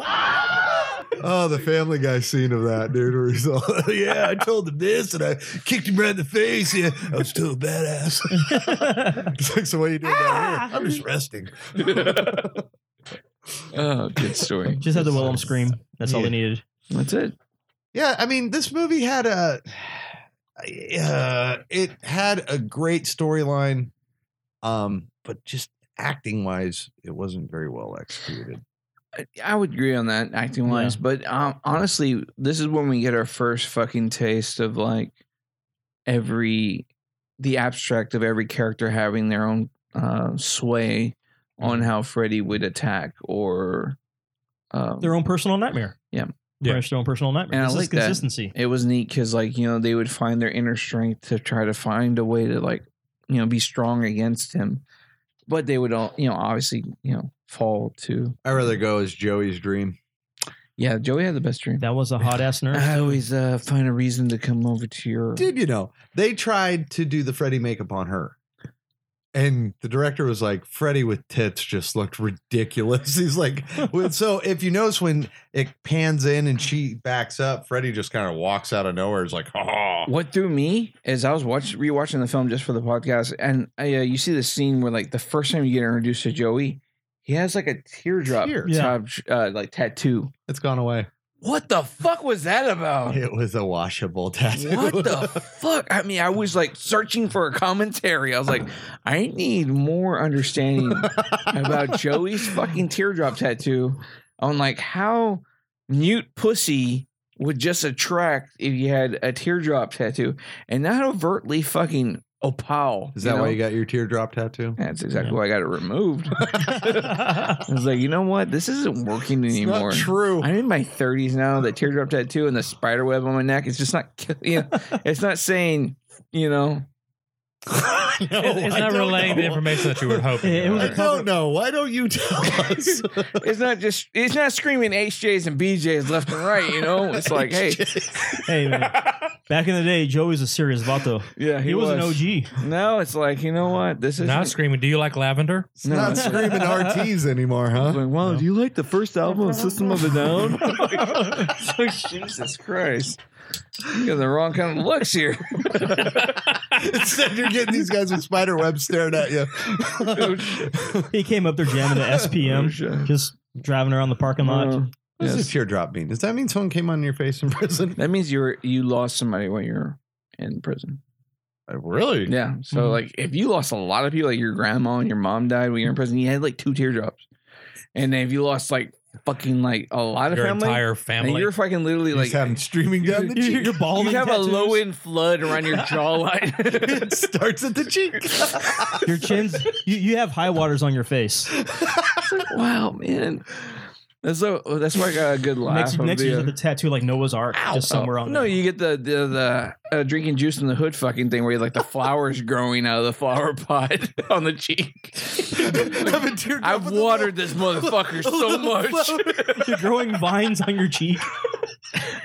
[SPEAKER 10] Oh, the Family Guy scene of that dude, where he's all, "Yeah, I told him this, and I kicked him right in the face. Yeah, I'm still a badass." it's like, so what are you doing down here? I'm just resting.
[SPEAKER 6] Oh, good story.
[SPEAKER 9] Just had the Willem scream. That's all they needed.
[SPEAKER 6] That's it.
[SPEAKER 10] Yeah, I mean, this movie had a, uh, it had a great storyline, um, but just acting wise, it wasn't very well executed.
[SPEAKER 6] I- I would agree on that acting wise, but um, honestly, this is when we get our first fucking taste of like every the abstract of every character having their own uh, sway on
[SPEAKER 9] Mm-hmm.
[SPEAKER 6] how Freddy would attack or um,
[SPEAKER 9] Their own personal nightmare.
[SPEAKER 6] Yeah.
[SPEAKER 8] Yeah.
[SPEAKER 9] Pretty much Their own personal nightmare.
[SPEAKER 6] And I
[SPEAKER 9] This is
[SPEAKER 6] like that.
[SPEAKER 9] consistency.
[SPEAKER 6] It was neat because like you know they would find their inner strength to try to find a way to like you know be strong against him, but they would all you know obviously you know fall to
[SPEAKER 10] I'd rather go as Joey's dream.
[SPEAKER 6] yeah. Joey had the best dream.
[SPEAKER 9] That was a hot ass nerd.
[SPEAKER 6] I always uh, find a reason to come over to your.
[SPEAKER 10] Did you know they tried to do the Freddy makeup on her? And the director was like, Freddy with tits just looked ridiculous. He's like, well, so if you notice when it pans in and she backs up, Freddy just kind of walks out of nowhere. Is like, oh,
[SPEAKER 6] What threw me is I was watch rewatching the film just for the podcast, and I, uh, you see the scene where like the first time you get introduced to Joey, he has like a teardrop
[SPEAKER 10] Tear.
[SPEAKER 9] Yeah.
[SPEAKER 6] top, uh, like tattoo.
[SPEAKER 10] it's gone away.
[SPEAKER 6] What the fuck was that about?
[SPEAKER 10] It was a washable tattoo.
[SPEAKER 6] What the fuck? I mean, I was like searching for a commentary. I was like, I need more understanding about Joey's fucking teardrop tattoo on like how mute pussy would just attract if you had a teardrop tattoo and not overtly fucking opal.
[SPEAKER 10] Is that
[SPEAKER 6] know?
[SPEAKER 10] why you got your teardrop tattoo?
[SPEAKER 6] That's exactly why I got it removed. I was like, you know what? This isn't working
[SPEAKER 10] It's
[SPEAKER 6] anymore.
[SPEAKER 10] not true.
[SPEAKER 6] I'm in my 30s now. The teardrop tattoo and the spider web on my neck. It's just not, kill- you know, it's not saying, you know,
[SPEAKER 10] No,
[SPEAKER 8] it- it's
[SPEAKER 10] I
[SPEAKER 8] not
[SPEAKER 10] don't
[SPEAKER 8] relaying the
[SPEAKER 10] know.
[SPEAKER 8] information that you were hoping.
[SPEAKER 9] It- it was
[SPEAKER 10] I
[SPEAKER 9] a
[SPEAKER 8] for.
[SPEAKER 10] don't know. Why don't you tell us?
[SPEAKER 6] it's not just, it's not screaming HJs and BJs left and right. You know, it's like, hey,
[SPEAKER 9] hey man, back in the day, Joey's a serious vato.
[SPEAKER 6] yeah,
[SPEAKER 9] He, was, an OG.
[SPEAKER 6] No, it's like, you know what? This is
[SPEAKER 8] now it's screaming, "Do you like lavender?"
[SPEAKER 10] It's not screaming RTs anymore, huh?
[SPEAKER 6] Like, wow, do you like the first album of System of a Down? It's like, Jesus Christ. You got the wrong kind of looks here.
[SPEAKER 10] Instead, you're getting these guys with spider webs staring at you. Oh,
[SPEAKER 9] He came up there jamming to
[SPEAKER 6] Oh,
[SPEAKER 9] SPM,
[SPEAKER 6] shit.
[SPEAKER 9] just driving around the parking lot.
[SPEAKER 6] Uh,
[SPEAKER 10] What does
[SPEAKER 6] Yes.
[SPEAKER 10] a teardrop mean? Does that mean someone came on your face in prison?
[SPEAKER 6] That means you were you lost somebody when you're in prison.
[SPEAKER 10] Like, Uh, really?
[SPEAKER 6] Yeah. So
[SPEAKER 9] Mhm.
[SPEAKER 6] like if you lost a lot of people, like your grandma and your mom died when you were in prison, you had like two teardrops. And then if you lost like fucking like a lot of
[SPEAKER 8] Your
[SPEAKER 6] family,
[SPEAKER 8] entire
[SPEAKER 6] and
[SPEAKER 8] family.
[SPEAKER 6] you're fucking literally
[SPEAKER 7] He's
[SPEAKER 6] like
[SPEAKER 7] having streaming down the cheek.
[SPEAKER 9] Your ball
[SPEAKER 6] you
[SPEAKER 9] and
[SPEAKER 6] have
[SPEAKER 9] tattoos,
[SPEAKER 6] a low end flood around your jawline.
[SPEAKER 10] it starts at the cheek.
[SPEAKER 9] Your chins. You, you have high waters on your face.
[SPEAKER 6] It's like, wow, man. That's so oh, that's why I got a good laugh.
[SPEAKER 9] Next,
[SPEAKER 6] of
[SPEAKER 9] next
[SPEAKER 6] the,
[SPEAKER 9] year's
[SPEAKER 6] uh,
[SPEAKER 9] with the tattoo like Noah's Ark,
[SPEAKER 6] Ow. oh.
[SPEAKER 9] just somewhere on.
[SPEAKER 6] No,
[SPEAKER 9] there.
[SPEAKER 6] you get the the, the uh, drinking juice in the hood fucking thing where you like the flowers growing out of the flower pot on the cheek.
[SPEAKER 10] Have a teardrop
[SPEAKER 6] I've
[SPEAKER 10] with a
[SPEAKER 6] watered this motherfucker so much.
[SPEAKER 9] You're growing vines on your cheek.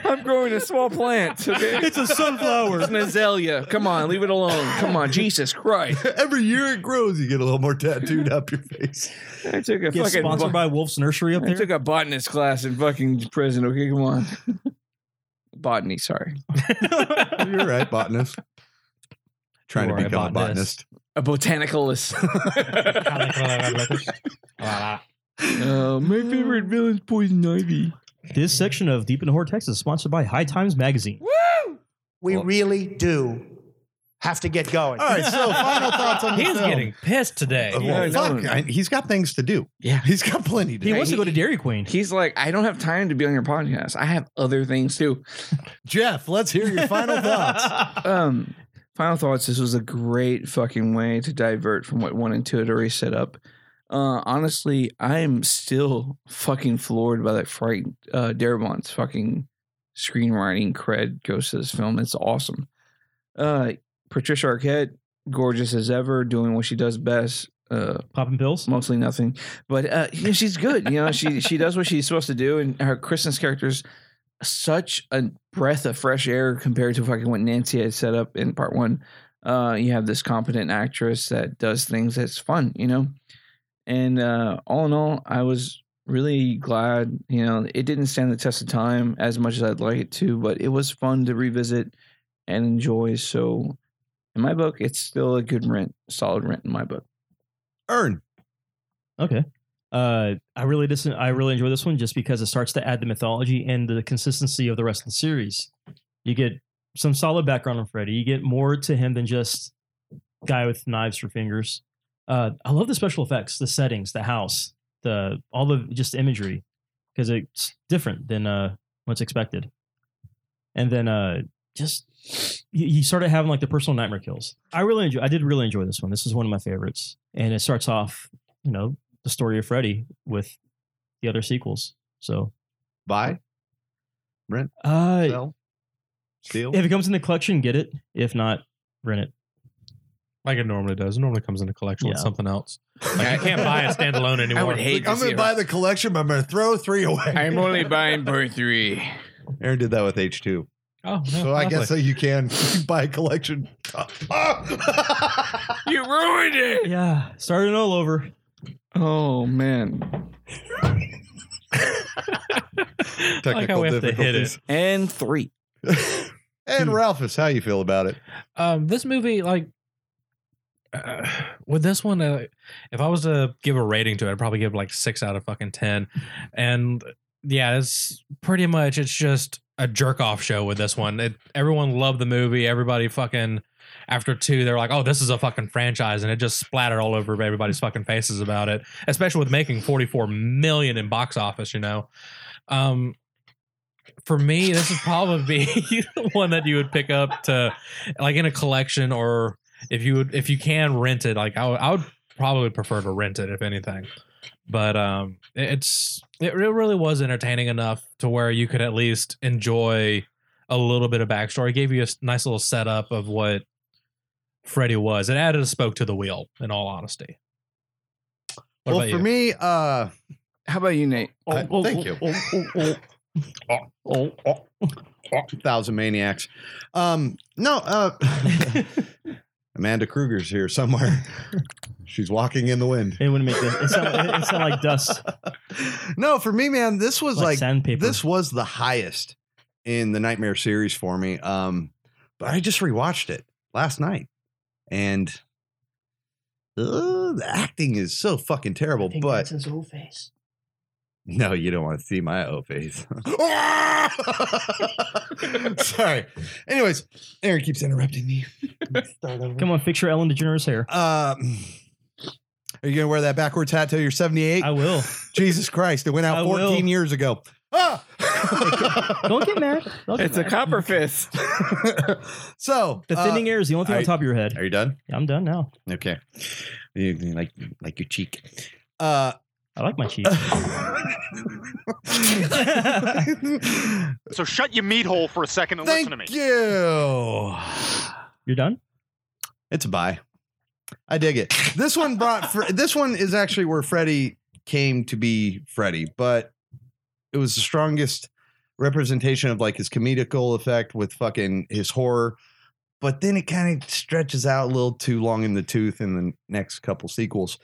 [SPEAKER 6] I'm growing a small plant. Okay,
[SPEAKER 9] It's a sunflower.
[SPEAKER 6] it's an azalea. Come on, leave it alone. Come on, Jesus Christ!
[SPEAKER 10] little- Every year it grows, you get a little more tattooed up your face.
[SPEAKER 6] I took a
[SPEAKER 9] Get
[SPEAKER 6] fucking
[SPEAKER 9] sponsored
[SPEAKER 6] bo-
[SPEAKER 9] by Wolf's Nursery up
[SPEAKER 6] I
[SPEAKER 9] there.
[SPEAKER 6] took a botanist class in fucking prison. Okay, come on. Botany, sorry.
[SPEAKER 10] You're right, botanist. Trying
[SPEAKER 8] You
[SPEAKER 10] to
[SPEAKER 8] are a
[SPEAKER 10] become a botanist.
[SPEAKER 8] botanist.
[SPEAKER 6] A botanicalist. Uh, my favorite villain's poison ivy.
[SPEAKER 9] This section of Deep in the Horror, Texas, is sponsored by High Times Magazine.
[SPEAKER 11] We really do have to get going.
[SPEAKER 10] All right, so final thoughts on the
[SPEAKER 8] He's
[SPEAKER 9] Oh.
[SPEAKER 10] film.
[SPEAKER 8] getting pissed today.
[SPEAKER 10] Uh,
[SPEAKER 6] Yeah,
[SPEAKER 10] well,
[SPEAKER 6] no.
[SPEAKER 10] fuck, I- he's got things to do.
[SPEAKER 6] Yeah.
[SPEAKER 10] He's got plenty to
[SPEAKER 9] He
[SPEAKER 10] do.
[SPEAKER 9] wants to go to Dairy Queen.
[SPEAKER 6] He's like, I don't have time to be on your podcast. I have other things too.
[SPEAKER 10] Jeff, let's hear your final thoughts.
[SPEAKER 6] Um, final thoughts. This was a great fucking way to divert from what one and two had already set up. Uh, honestly, I am still fucking floored by that fright. Uh, Darabont's fucking screenwriting cred goes to this film. It's awesome. Uh, Patricia Arquette, gorgeous as ever, doing what she does best. Uh,
[SPEAKER 9] Popping pills.
[SPEAKER 6] mostly nothing. But uh, you know, she's good. You know, she she does what she's supposed to do, and her Kristen's character's such a breath of fresh air compared to fucking what Nancy had set up in part one. Uh, you have this competent actress that does things that's fun, you know. And uh, all in all, I was really glad. You know, it didn't stand the test of time as much as I'd like it to, but it was fun to revisit and enjoy. So. In my book, it's still a good rent, solid rent in my book.
[SPEAKER 10] Earn.
[SPEAKER 9] Okay. Uh, I really dis- I really enjoy this one just because it starts to add the mythology and the consistency of the rest of the series. You get some solid background on Freddy. You get more to him than just guy with knives for fingers. Uh, I love the special effects, the settings, the house, the all the just imagery because it's different than uh, what's expected. And then uh, just you, you started having like the personal nightmare kills. I really enjoy. I did really enjoy this one. This is one of my favorites, and it starts off, you know, the story of Freddy with the other sequels. So,
[SPEAKER 10] Buy,
[SPEAKER 9] uh,
[SPEAKER 10] sell, steal.
[SPEAKER 9] if it comes in the collection, get it. If not, rent it.
[SPEAKER 8] like it normally does. It normally comes in a collection with
[SPEAKER 9] Yeah.
[SPEAKER 8] something else. Like you can't buy a standalone anymore.
[SPEAKER 7] Like, I'm going to buy the collection, but I'm going to throw three away.
[SPEAKER 6] I'm only buying part three.
[SPEAKER 10] Aaron did that with H2.
[SPEAKER 8] Oh, no,
[SPEAKER 10] So I guess
[SPEAKER 8] lovely.
[SPEAKER 10] that you can buy a collection. Ah!
[SPEAKER 6] You ruined it.
[SPEAKER 9] Yeah, starting all over.
[SPEAKER 6] Oh man.
[SPEAKER 8] I like how we have to hit it.
[SPEAKER 6] And three.
[SPEAKER 10] difficulties.
[SPEAKER 9] Hmm.
[SPEAKER 10] and Ralphus, how you feel about it?
[SPEAKER 8] um this movie like uh, with this one uh, if i was to give a rating to it i'd probably give like six out of fucking ten and yeah it's pretty much it's just a jerk off show with this one it, everyone loved the movie everybody fucking after two they're like oh this is a fucking franchise and it just splattered all over everybody's fucking faces about it especially with making 44 million in box office you know um for me this would probably be the one that you would pick up to like in a collection or if you would if you can rent it like I would- I would probably prefer to rent it if anything but um it- it's it re- really was entertaining enough to where you could at least enjoy a little bit of backstory it gave you a s- nice little setup of what freddy was it added a spoke to the wheel in all honesty
[SPEAKER 10] well,
[SPEAKER 8] what about
[SPEAKER 10] for
[SPEAKER 8] you?
[SPEAKER 10] me, uh,
[SPEAKER 6] How about you, Nate?
[SPEAKER 8] Oh,
[SPEAKER 10] I- thank you.
[SPEAKER 8] oh.
[SPEAKER 10] Thousand Maniacs. Um, no, uh, Amanda Kruger's here somewhere. She's walking in the wind.
[SPEAKER 9] It wouldn't make the, it sound it, it sound like dust,
[SPEAKER 10] no, for me, man, this was
[SPEAKER 9] like,
[SPEAKER 10] like,
[SPEAKER 9] sandpaper.
[SPEAKER 10] this was the highest in the Nightmare series for me. Um, but I just rewatched it last night, and uh, the acting is so fucking terrible. But
[SPEAKER 9] his whole face.
[SPEAKER 10] No, you don't want to see my O face. Sorry. Anyways, Aaron keeps interrupting me.
[SPEAKER 9] Come on, fix your Ellen DeGeneres hair.
[SPEAKER 10] Um, are you gonna wear that backwards hat till you're 78?
[SPEAKER 9] I will.
[SPEAKER 10] Jesus Christ! It went out
[SPEAKER 9] I
[SPEAKER 10] 14
[SPEAKER 9] will.
[SPEAKER 10] years ago. Ah!
[SPEAKER 9] Don't get mad. Don't get
[SPEAKER 6] It's a
[SPEAKER 9] mad.
[SPEAKER 6] copper fist.
[SPEAKER 10] so
[SPEAKER 9] The
[SPEAKER 10] uh,
[SPEAKER 9] thinning hair is the only thing
[SPEAKER 10] I-
[SPEAKER 9] on top of your head.
[SPEAKER 10] Are you done?
[SPEAKER 9] I'm done now.
[SPEAKER 10] Okay. You- you like like your cheek. Uh,
[SPEAKER 9] I like my cheeks.
[SPEAKER 12] So shut your meat hole for a second and
[SPEAKER 10] Thank
[SPEAKER 12] listen to me.
[SPEAKER 10] you.
[SPEAKER 9] You're done?
[SPEAKER 10] It's a bye. I dig it. This one brought. Fre- this one is actually where Freddy came to be Freddy, but it was the strongest representation of like his comedical effect with fucking his horror. But then it kind of stretches out a little too long in the tooth in the next couple sequels.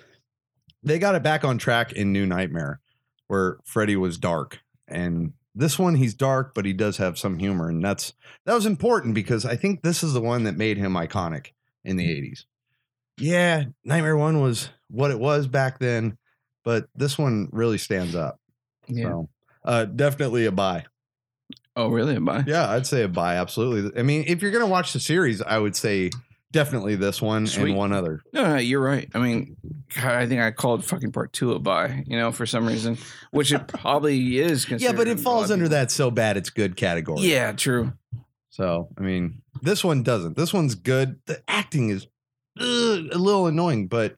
[SPEAKER 10] They got it back on track in New Nightmare, where Freddy was dark, and this one he's dark, but he does have some humor, and that's that was important because I think this is the one that made him iconic in the 80s. Yeah, Nightmare 1 was what it was back then, but this one really stands up.
[SPEAKER 6] Yeah.
[SPEAKER 10] So, uh, definitely a buy.
[SPEAKER 6] Oh, really? Am I?
[SPEAKER 10] Yeah, I'd say a buy. Absolutely. I mean, if you're going to watch the series, I would say definitely this one
[SPEAKER 6] Sweet.
[SPEAKER 10] and one other.
[SPEAKER 6] No, no, you're right. I mean, God, I think I called fucking part two a buy, you know, for some reason, which it probably is.
[SPEAKER 10] Yeah, but
[SPEAKER 6] considering
[SPEAKER 10] it
[SPEAKER 6] a
[SPEAKER 10] falls
[SPEAKER 6] lot of
[SPEAKER 10] under
[SPEAKER 6] people-
[SPEAKER 10] that so bad it's good category.
[SPEAKER 6] Yeah, true.
[SPEAKER 10] So, I mean, this one doesn't. This one's good. The acting is ugh, a little annoying, but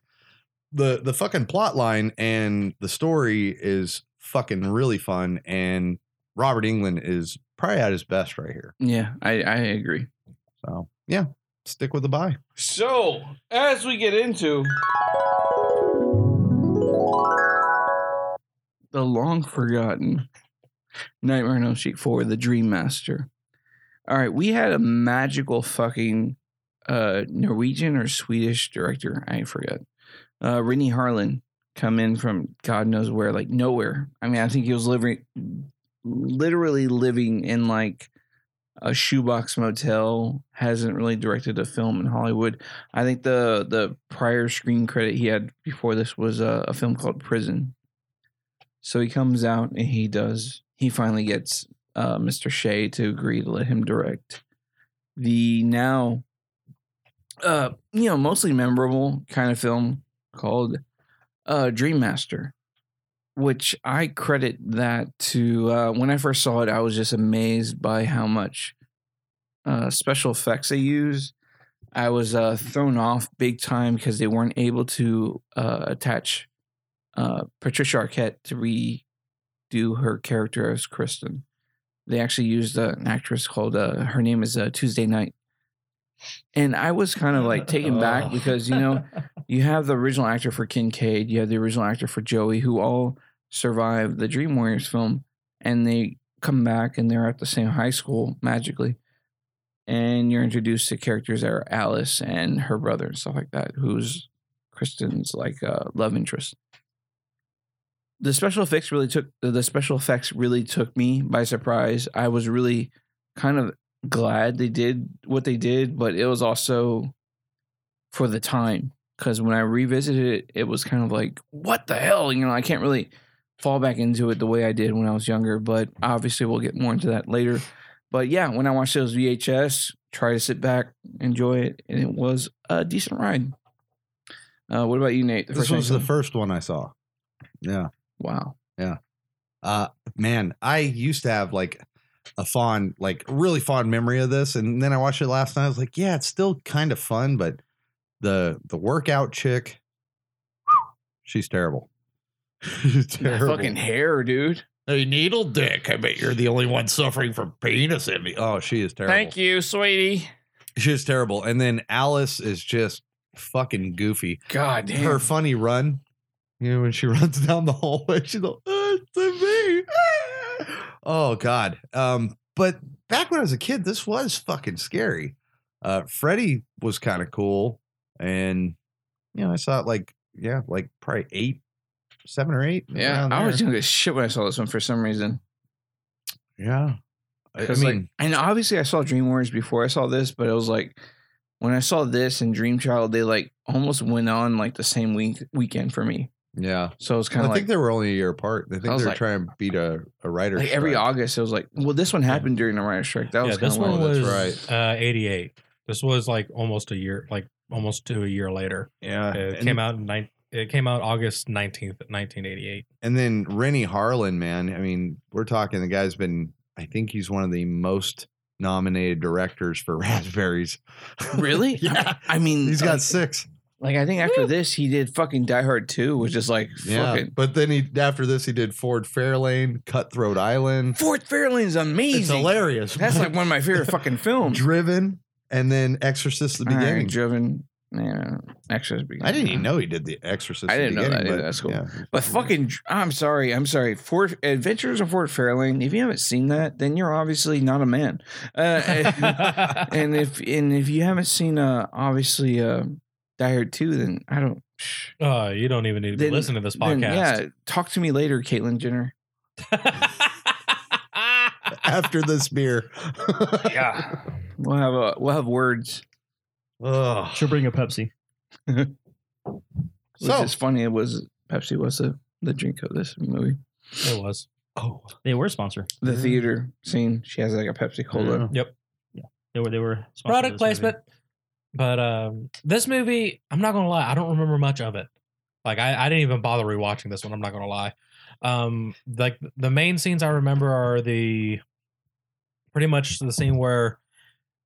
[SPEAKER 10] the the fucking plot line and the story is fucking really fun. And Robert England is probably at his best right here.
[SPEAKER 6] Yeah, I, I agree.
[SPEAKER 10] So, yeah, stick with the buy.
[SPEAKER 6] So, as we get into the long forgotten Nightmare on Elm Street 4, The Dream Master. All right, we had a magical fucking uh, Norwegian or Swedish director, I forget, uh, Rennie Harlan, come in from God knows where, like nowhere. I mean, I think he was living, literally living in like a shoebox motel hasn't really directed a film in hollywood i think the the prior screen credit he had before this was a, a film called prison so he comes out and he does he finally gets uh, mr shea to agree to let him direct the now uh you know mostly memorable kind of film called uh dream master which I credit that to uh, when I first saw it, I was just amazed by how much uh, special effects they use. I was uh, thrown off big time because they weren't able to uh, attach uh, Patricia Arquette to redo her character as Kristen. They actually used uh, an actress called uh, her name is uh, Tuesday Night, and I was kind of like taken
[SPEAKER 9] Oh.
[SPEAKER 6] back because you know you have the original actor for Kincaid, you have the original actor for Joey, who all survived the Dream Warriors film, and they come back and they're at the same high school magically. And you're introduced to characters that are Alice and her brother and stuff like that, who's Kristen's like uh, love interest. The special effects really took the special effects really took me by surprise. I was really kind of glad they did what they did, but it was also for the time because when I revisited it, it was kind of like, what the hell? You know, I can't really fall back into it the way I did when I was younger, but obviously we'll get more into that later. But yeah, when I watched those VHS, try to sit back, enjoy it, and it was a decent ride. Uh, what about you, Nate? The
[SPEAKER 10] This
[SPEAKER 6] time
[SPEAKER 10] was
[SPEAKER 6] you saw
[SPEAKER 10] the
[SPEAKER 6] it?
[SPEAKER 10] first one I saw. Yeah.
[SPEAKER 6] Wow.
[SPEAKER 10] Uh man, I used to have like a fond, like really fond memory of this. And then I watched it last night. I was like, yeah, it's still kind of fun, but the the workout chick, she's terrible. she's
[SPEAKER 6] That
[SPEAKER 10] terrible.
[SPEAKER 6] fucking hair, dude.
[SPEAKER 10] Hey, needle dick. I bet you're the only one suffering from penis envy. Oh, she is terrible.
[SPEAKER 6] Thank you, sweetie.
[SPEAKER 10] She is terrible. And then Alice is just fucking goofy.
[SPEAKER 6] God damn.
[SPEAKER 10] Her funny run, you know, when she runs down the hallway, she's like, "Ah, it's a me. Ah." Oh God. Um, but back when I was a kid, this was fucking scary. Uh Freddy was kind of cool. And you know, I saw it like, yeah, like probably eight, seven or eight.
[SPEAKER 6] yeah,
[SPEAKER 10] around
[SPEAKER 6] I was
[SPEAKER 10] there.
[SPEAKER 6] doing this shit when I saw this one for some reason.
[SPEAKER 10] Yeah. I, I
[SPEAKER 6] Because
[SPEAKER 10] mean,
[SPEAKER 6] like, and obviously I saw Dream Warriors before I saw this, but it was like when I saw this and Dream Child, they like almost went on like the same week weekend for me.
[SPEAKER 10] Yeah.
[SPEAKER 6] So it's kind of
[SPEAKER 10] I
[SPEAKER 6] like
[SPEAKER 10] think they were only a year apart. I think
[SPEAKER 6] I was
[SPEAKER 10] they were
[SPEAKER 6] like-
[SPEAKER 10] trying to beat a, a writer.
[SPEAKER 6] like every
[SPEAKER 10] strike.
[SPEAKER 6] August, it was like, well, this one happened during the writer strike. That was
[SPEAKER 8] yeah,
[SPEAKER 6] kind
[SPEAKER 8] this
[SPEAKER 6] of
[SPEAKER 8] one
[SPEAKER 6] one.
[SPEAKER 8] was
[SPEAKER 10] right.
[SPEAKER 8] uh, 88. This was like almost a year, like almost to a year later.
[SPEAKER 6] Yeah,
[SPEAKER 8] It
[SPEAKER 10] and-
[SPEAKER 8] came out in nine. It came out August 19th, 1988.
[SPEAKER 10] And then Rennie Harlan, man. I mean, we're talking the guy's been, I think he's one of the most nominated directors for Raspberries.
[SPEAKER 6] Really?
[SPEAKER 10] yeah.
[SPEAKER 6] I mean,
[SPEAKER 10] He's got
[SPEAKER 6] like-
[SPEAKER 10] six.
[SPEAKER 6] Like I think after this, he did fucking Die Hard Two, which is like
[SPEAKER 10] Yeah.
[SPEAKER 6] fucking
[SPEAKER 10] But then he after this he did Ford Fairlane, Cutthroat Island.
[SPEAKER 6] Fort Fairlane's amazing.
[SPEAKER 10] It's hilarious.
[SPEAKER 6] That's like one of my favorite fucking films.
[SPEAKER 10] Driven and then Exorcist the
[SPEAKER 6] All right,
[SPEAKER 10] beginning.
[SPEAKER 6] driven. Yeah, actually, it's beginning.
[SPEAKER 10] I didn't even know he did the Exorcist.
[SPEAKER 6] I
[SPEAKER 10] the
[SPEAKER 6] didn't know that
[SPEAKER 10] beginning,
[SPEAKER 6] either.
[SPEAKER 10] but
[SPEAKER 6] That's cool.
[SPEAKER 10] yeah.
[SPEAKER 6] But fucking, I'm sorry, I'm sorry. Fort Adventures of Fort Fairlane. If you haven't seen that, then you're obviously not a man. Uh, and if and if you haven't seen, uh, obviously, uh, Die Hard Two, then I don't.
[SPEAKER 8] Oh, you don't even need to be
[SPEAKER 6] Then-
[SPEAKER 8] listening to this
[SPEAKER 6] then,
[SPEAKER 8] podcast.
[SPEAKER 6] yeah, talk to me later, Caitlyn Jenner.
[SPEAKER 10] After this beer.
[SPEAKER 6] yeah,
[SPEAKER 8] Ah.
[SPEAKER 6] we'll have a we'll have words.
[SPEAKER 10] Ugh.
[SPEAKER 9] She'll bring a Pepsi.
[SPEAKER 6] Which
[SPEAKER 10] So-
[SPEAKER 6] is funny. It was Pepsi was the the drink of this movie.
[SPEAKER 8] It was.
[SPEAKER 10] Oh.
[SPEAKER 9] They were a sponsor.
[SPEAKER 6] The
[SPEAKER 10] Yeah.
[SPEAKER 6] theater scene. She has like a Pepsi Cola.
[SPEAKER 8] Yep.
[SPEAKER 9] They were. They were a sponsor for
[SPEAKER 8] Product
[SPEAKER 9] this movie.
[SPEAKER 8] placement. But um, this movie, I'm not gonna lie, I don't remember much of it. Like I, I didn't even bother rewatching this one. I'm not gonna lie. Um, like the main scenes I remember are the pretty much the scene where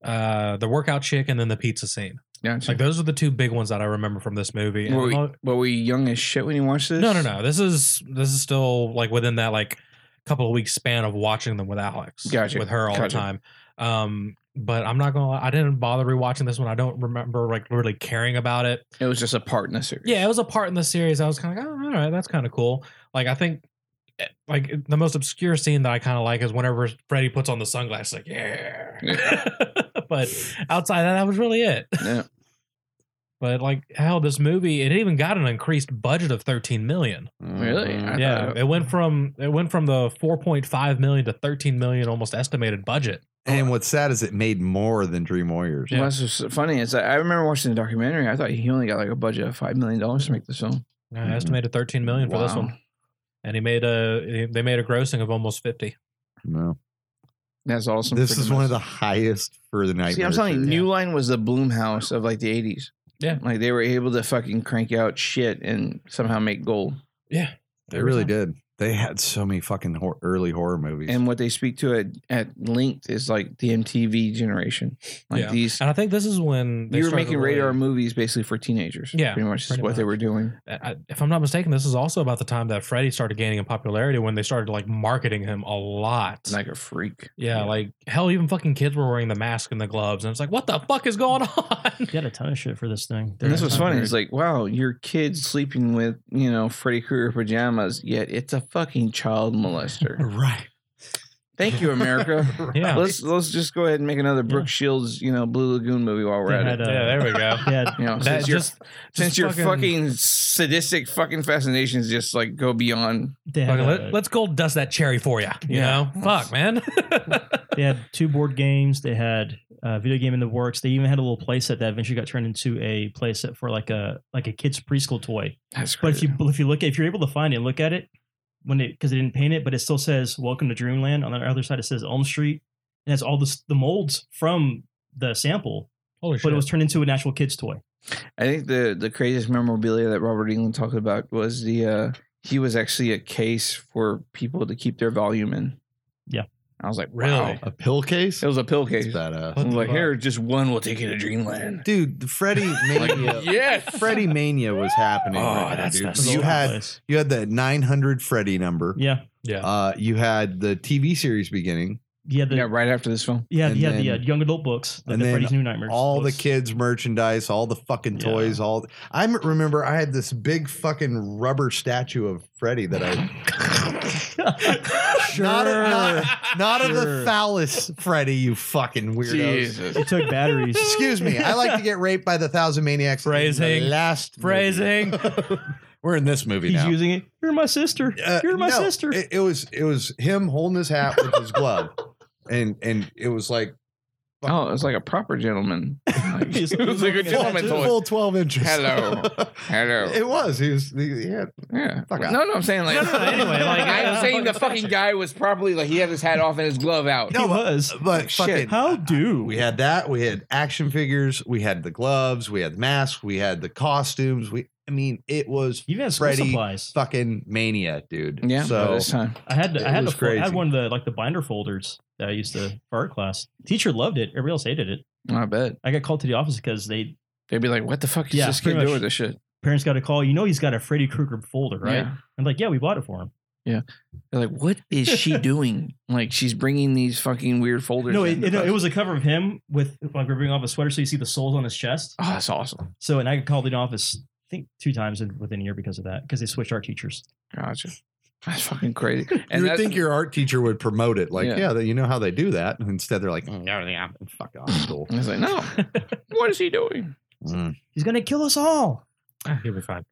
[SPEAKER 8] uh the workout chick and then the pizza scene.
[SPEAKER 6] Yeah.
[SPEAKER 8] Like those are the two big ones that I remember from this movie. And
[SPEAKER 6] were, we,
[SPEAKER 8] mo-
[SPEAKER 6] were we young as shit when you watched this?
[SPEAKER 8] No, no, no. This is this is still like within that like couple of weeks span of watching them with Alex.
[SPEAKER 6] Gotcha.
[SPEAKER 8] With her all
[SPEAKER 6] Gotcha.
[SPEAKER 8] the time. Um, but I'm not gonna lie, I didn't bother rewatching this one. I don't remember like really caring about it.
[SPEAKER 6] It was just a part in the series.
[SPEAKER 8] Yeah, it was a part in the series. I was kind of like, oh, all right, that's kind of cool. Like I think eh, like the most obscure scene that I kind of like is whenever Freddy puts on the sunglasses, like yeah. but outside of that, that was really it.
[SPEAKER 6] Yeah.
[SPEAKER 8] But like hell, this movie it even got an increased budget of 13 million
[SPEAKER 6] Really?
[SPEAKER 10] Mm.
[SPEAKER 6] I
[SPEAKER 8] yeah,
[SPEAKER 6] thought-
[SPEAKER 8] it went from it went from the 4.5 million to 13 million almost estimated budget.
[SPEAKER 10] And what's sad is it made more than Dream Warriors.
[SPEAKER 8] Yeah.
[SPEAKER 6] Well, that's what's funny is that I remember watching the documentary. I thought he only got like a budget of five million dollars to make this film.
[SPEAKER 8] Uh, Estimated 13 million for this
[SPEAKER 6] Mm-hmm. Wow.
[SPEAKER 8] one, and he made a they made a grossing of almost 50.
[SPEAKER 10] No.
[SPEAKER 6] That's awesome.
[SPEAKER 10] This
[SPEAKER 6] freaking
[SPEAKER 10] is one of the
[SPEAKER 6] mess.
[SPEAKER 10] highest for the night.
[SPEAKER 6] See, I'm telling you, New Line was the Bloomhouse of like the '80s.
[SPEAKER 8] Yeah.
[SPEAKER 6] like they were able to fucking crank out shit and somehow make gold.
[SPEAKER 8] Yeah,
[SPEAKER 10] They really did. They had so many fucking hor- early horror movies.
[SPEAKER 6] And what they speak to at, at Linked is like the MTV generation. Like
[SPEAKER 8] Yeah.
[SPEAKER 6] these,
[SPEAKER 8] And I think this is when they
[SPEAKER 6] you were
[SPEAKER 8] started
[SPEAKER 6] making
[SPEAKER 8] to really-
[SPEAKER 6] radar movies basically for teenagers.
[SPEAKER 8] Yeah,
[SPEAKER 6] pretty much is
[SPEAKER 8] pretty
[SPEAKER 6] what they
[SPEAKER 8] much.
[SPEAKER 6] were doing.
[SPEAKER 8] I- if I'm not mistaken, this is also about the time that Freddy started gaining in popularity when they started like marketing him a lot.
[SPEAKER 6] Like a freak.
[SPEAKER 8] yeah, like hell, even fucking kids were wearing the mask and the gloves, and it's like, what the fuck is going on?
[SPEAKER 9] Got a ton of shit for this thing.
[SPEAKER 6] And that's what's funny. It's like, wow, your kid's sleeping with you know Freddy Krueger pajamas, yet it's a fucking child molester.
[SPEAKER 8] right.
[SPEAKER 6] Thank you, America.
[SPEAKER 8] Yeah.
[SPEAKER 6] Let's let's just go ahead and make another Brooke
[SPEAKER 9] Yeah.
[SPEAKER 6] Shields, you know, Blue Lagoon movie while we're
[SPEAKER 9] They
[SPEAKER 6] at
[SPEAKER 9] had
[SPEAKER 6] it.
[SPEAKER 9] a-
[SPEAKER 8] yeah, there we go.
[SPEAKER 9] yeah,
[SPEAKER 6] You know,
[SPEAKER 8] That
[SPEAKER 6] since your
[SPEAKER 8] just-
[SPEAKER 6] since
[SPEAKER 8] just
[SPEAKER 6] your fucking, sadistic fucking fascinations just like go beyond.
[SPEAKER 9] they had,
[SPEAKER 8] Fucking
[SPEAKER 9] uh,
[SPEAKER 8] let, us go dust that cherry for you. You
[SPEAKER 6] Yeah.
[SPEAKER 8] know, fuck, man.
[SPEAKER 9] they had two board games. They had a video game in the works. They even had a little playset that eventually got turned into a playset for like a like a kid's preschool toy.
[SPEAKER 6] That's
[SPEAKER 9] But
[SPEAKER 6] crazy.
[SPEAKER 9] if you if you look if you're able to find it, look at it when it because they didn't paint it, but it still says "Welcome to Dreamland." On the other side, it says Elm Street, and that's all the s- the molds from the sample.
[SPEAKER 8] Holy
[SPEAKER 9] But it was turned into an actual kid's toy.
[SPEAKER 6] I think the the craziest memorabilia that Robert England talked about was the uh he was actually a case for people to keep their volume in.
[SPEAKER 9] Yeah.
[SPEAKER 6] I was like,
[SPEAKER 8] Really?
[SPEAKER 6] wow.
[SPEAKER 10] a pill case?
[SPEAKER 6] It was a pill
[SPEAKER 10] It's
[SPEAKER 6] case.
[SPEAKER 10] badass.
[SPEAKER 6] I'm
[SPEAKER 8] What the
[SPEAKER 6] like,
[SPEAKER 8] fuck?
[SPEAKER 6] here, just one will take you to Dreamland.
[SPEAKER 10] Dude, the Freddy Mania.
[SPEAKER 6] yes.
[SPEAKER 10] Freddy Mania was happening.
[SPEAKER 6] Oh,
[SPEAKER 10] right now,
[SPEAKER 6] that's-
[SPEAKER 10] dude.
[SPEAKER 6] that's
[SPEAKER 10] you
[SPEAKER 6] so
[SPEAKER 10] had
[SPEAKER 9] nice.
[SPEAKER 10] you had the 900 Freddy number.
[SPEAKER 9] Yeah,
[SPEAKER 8] yeah.
[SPEAKER 10] Uh, you had the TV series beginning.
[SPEAKER 9] yeah, the
[SPEAKER 6] Yeah,
[SPEAKER 9] yeah,
[SPEAKER 6] right after this film.
[SPEAKER 9] yeah,
[SPEAKER 10] and
[SPEAKER 9] the uh,
[SPEAKER 10] then-
[SPEAKER 9] young adult books, the,
[SPEAKER 10] and
[SPEAKER 9] the
[SPEAKER 10] then
[SPEAKER 9] Freddy's New Nightmares,
[SPEAKER 10] all the
[SPEAKER 9] books.
[SPEAKER 10] kids merchandise, all the fucking
[SPEAKER 9] Yeah.
[SPEAKER 10] toys, all I m- remember I had this big fucking rubber statue of Freddy that I not, not, not of the
[SPEAKER 9] Sure.
[SPEAKER 10] phallus Freddy, you fucking weirdos.
[SPEAKER 9] it took batteries.
[SPEAKER 10] Excuse me. I like to get raped by the thousand maniacs. in the
[SPEAKER 8] Phrasing.
[SPEAKER 10] Last movie.
[SPEAKER 8] Phrasing.
[SPEAKER 10] We're in this movie
[SPEAKER 9] He's
[SPEAKER 10] now.
[SPEAKER 9] using it. You're my sister.
[SPEAKER 10] Uh,
[SPEAKER 9] You're my
[SPEAKER 10] no,
[SPEAKER 9] sister.
[SPEAKER 10] It, it was it was him holding his hat with his glove, and and it was like
[SPEAKER 6] Oh, it was like a proper gentleman. Like,
[SPEAKER 9] He's-
[SPEAKER 6] it was like a gentleman toy.
[SPEAKER 7] Full 12 inches.
[SPEAKER 6] Hello, hello.
[SPEAKER 10] It was. He was. He, he had,
[SPEAKER 6] yeah.
[SPEAKER 10] Fuck off.
[SPEAKER 6] No, no, I'm saying like.
[SPEAKER 9] No, no, no, anyway, like,
[SPEAKER 6] I'm
[SPEAKER 9] uh,
[SPEAKER 6] saying the
[SPEAKER 9] fucking
[SPEAKER 6] fucking guy was probably like he had his hat off and his glove out.
[SPEAKER 9] he was.
[SPEAKER 6] shit.
[SPEAKER 10] But fucking,
[SPEAKER 9] How do
[SPEAKER 10] we had that. We had action figures. We had the gloves. We had masks. We had the costumes. We. I mean, it was
[SPEAKER 9] even had school
[SPEAKER 10] Freddy
[SPEAKER 9] supplies?
[SPEAKER 10] fucking mania, dude.
[SPEAKER 6] Yeah. by
[SPEAKER 10] So
[SPEAKER 6] this time.
[SPEAKER 9] I had
[SPEAKER 10] It
[SPEAKER 9] I had
[SPEAKER 10] was
[SPEAKER 9] the fo- I had
[SPEAKER 10] crazy.
[SPEAKER 9] one of the like the binder folders that I used to for art class. Teacher loved it. Everybody else hated it.
[SPEAKER 6] I bet
[SPEAKER 9] I got called to the office because they
[SPEAKER 6] they'd be like, "What the fuck is
[SPEAKER 9] Yeah,
[SPEAKER 6] this kid
[SPEAKER 9] pretty much.
[SPEAKER 6] doing with this shit?"
[SPEAKER 9] parents got a call. You know he's got a Freddy Krueger folder, right?
[SPEAKER 6] Yeah.
[SPEAKER 9] I'm like, yeah, we bought it for him.
[SPEAKER 6] They're like, "What is she doing? Like, she's bringing these fucking weird folders."
[SPEAKER 9] no,
[SPEAKER 6] in
[SPEAKER 9] it, it,
[SPEAKER 6] the
[SPEAKER 9] it was a cover of him with like ripping off a sweater, so you see the soles on his chest.
[SPEAKER 6] Oh, that's awesome.
[SPEAKER 9] So, and I got called in office, I think two times in, within a year because of that, because they switched art teachers.
[SPEAKER 6] Gotcha. That's fucking crazy.
[SPEAKER 10] you would
[SPEAKER 6] that's-
[SPEAKER 10] think your art teacher would promote it, like,
[SPEAKER 6] Yeah.
[SPEAKER 10] yeah, that- you know how they do that. And instead, they're like, mm, no, yeah, fuck off, school.
[SPEAKER 6] I was like, "No, what is he doing?"
[SPEAKER 10] Mm.
[SPEAKER 9] He's gonna kill us all.
[SPEAKER 8] Ah, He'll be fine.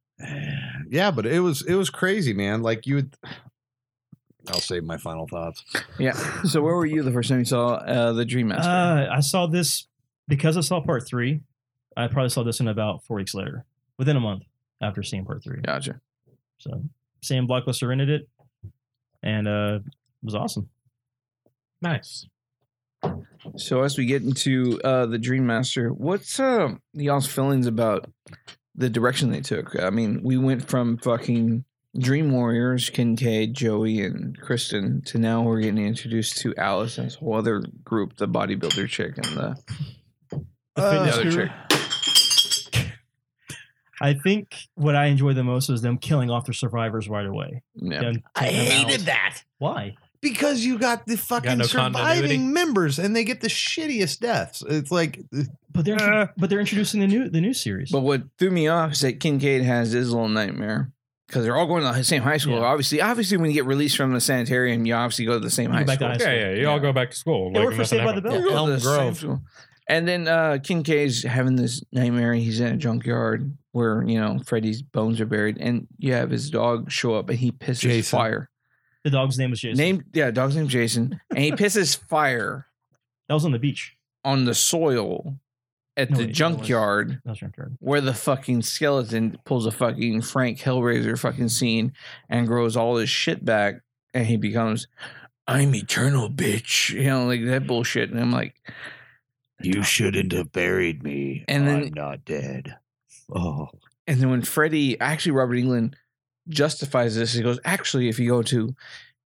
[SPEAKER 10] Yeah, but it was it was crazy, man. Like you would. I'll save my final thoughts.
[SPEAKER 6] Yeah. So, where were you the first time you saw uh, the Dream Master?
[SPEAKER 9] Uh, I saw this because I saw part three. I probably saw this in about four weeks later, within a month after seeing part three.
[SPEAKER 6] gotcha.
[SPEAKER 9] So, Sam Blockbuster rented it, and uh, it was awesome.
[SPEAKER 8] Nice.
[SPEAKER 6] So as we get into uh, the Dream Master, what's uh, y'all's feelings about the direction they took? I mean, we went from fucking Dream Warriors, Kincaid, Joey, and Kristen to now we're getting introduced to Alice and this whole other group, the bodybuilder chick and the,
[SPEAKER 9] The
[SPEAKER 10] Uh,
[SPEAKER 9] fitness
[SPEAKER 6] the other
[SPEAKER 9] guru.
[SPEAKER 6] chick.
[SPEAKER 9] I think what I enjoyed the most was them killing off their survivors right away.
[SPEAKER 6] Yeah.
[SPEAKER 9] Them
[SPEAKER 10] I
[SPEAKER 9] taking them out.
[SPEAKER 10] hated that
[SPEAKER 9] Why?
[SPEAKER 10] because you got the fucking
[SPEAKER 8] no
[SPEAKER 10] surviving
[SPEAKER 8] continuity.
[SPEAKER 10] members, and they get the shittiest deaths. It's like,
[SPEAKER 9] But
[SPEAKER 6] Uh.
[SPEAKER 9] they're but they're introducing the new the new series.
[SPEAKER 6] But what threw me off is that Kincaid has his little nightmare. Because they're all going to the same high school.
[SPEAKER 9] Yeah.
[SPEAKER 6] Obviously, obviously, when you get released from the sanitarium, you obviously go to the same
[SPEAKER 9] You
[SPEAKER 6] high
[SPEAKER 9] go back
[SPEAKER 6] school.
[SPEAKER 9] to high
[SPEAKER 8] Yeah,
[SPEAKER 9] school.
[SPEAKER 8] yeah. You all
[SPEAKER 6] Yeah.
[SPEAKER 8] go back to school.
[SPEAKER 9] They work for
[SPEAKER 8] nothing
[SPEAKER 9] Saved by the
[SPEAKER 8] happened.
[SPEAKER 9] Bell.
[SPEAKER 6] Yeah,
[SPEAKER 10] Elm
[SPEAKER 6] the same
[SPEAKER 10] Grove.
[SPEAKER 6] school. And then uh, Kincaid's having this nightmare. He's in a junkyard where you know Freddy's bones are buried, and you have his dog show up, and he pisses
[SPEAKER 10] Jason.
[SPEAKER 6] fire.
[SPEAKER 9] The dog's name was Jason.
[SPEAKER 6] Name yeah, dog's name Jason, and he pisses fire
[SPEAKER 9] that was on the beach. on
[SPEAKER 6] on the soil at
[SPEAKER 9] No,
[SPEAKER 6] the
[SPEAKER 9] wait, no, it
[SPEAKER 6] junkyard
[SPEAKER 9] That was junkyard.
[SPEAKER 6] where the fucking skeleton pulls a fucking Frank Hellraiser fucking scene and grows all his shit back, and he becomes. I'm eternal, bitch. You know, like that bullshit. And I'm like,
[SPEAKER 2] You shouldn't have buried me.
[SPEAKER 6] And then-
[SPEAKER 2] I'm not dead. Oh.
[SPEAKER 6] And then when Freddie, actually Robert England justifies this, he goes, actually, if you go to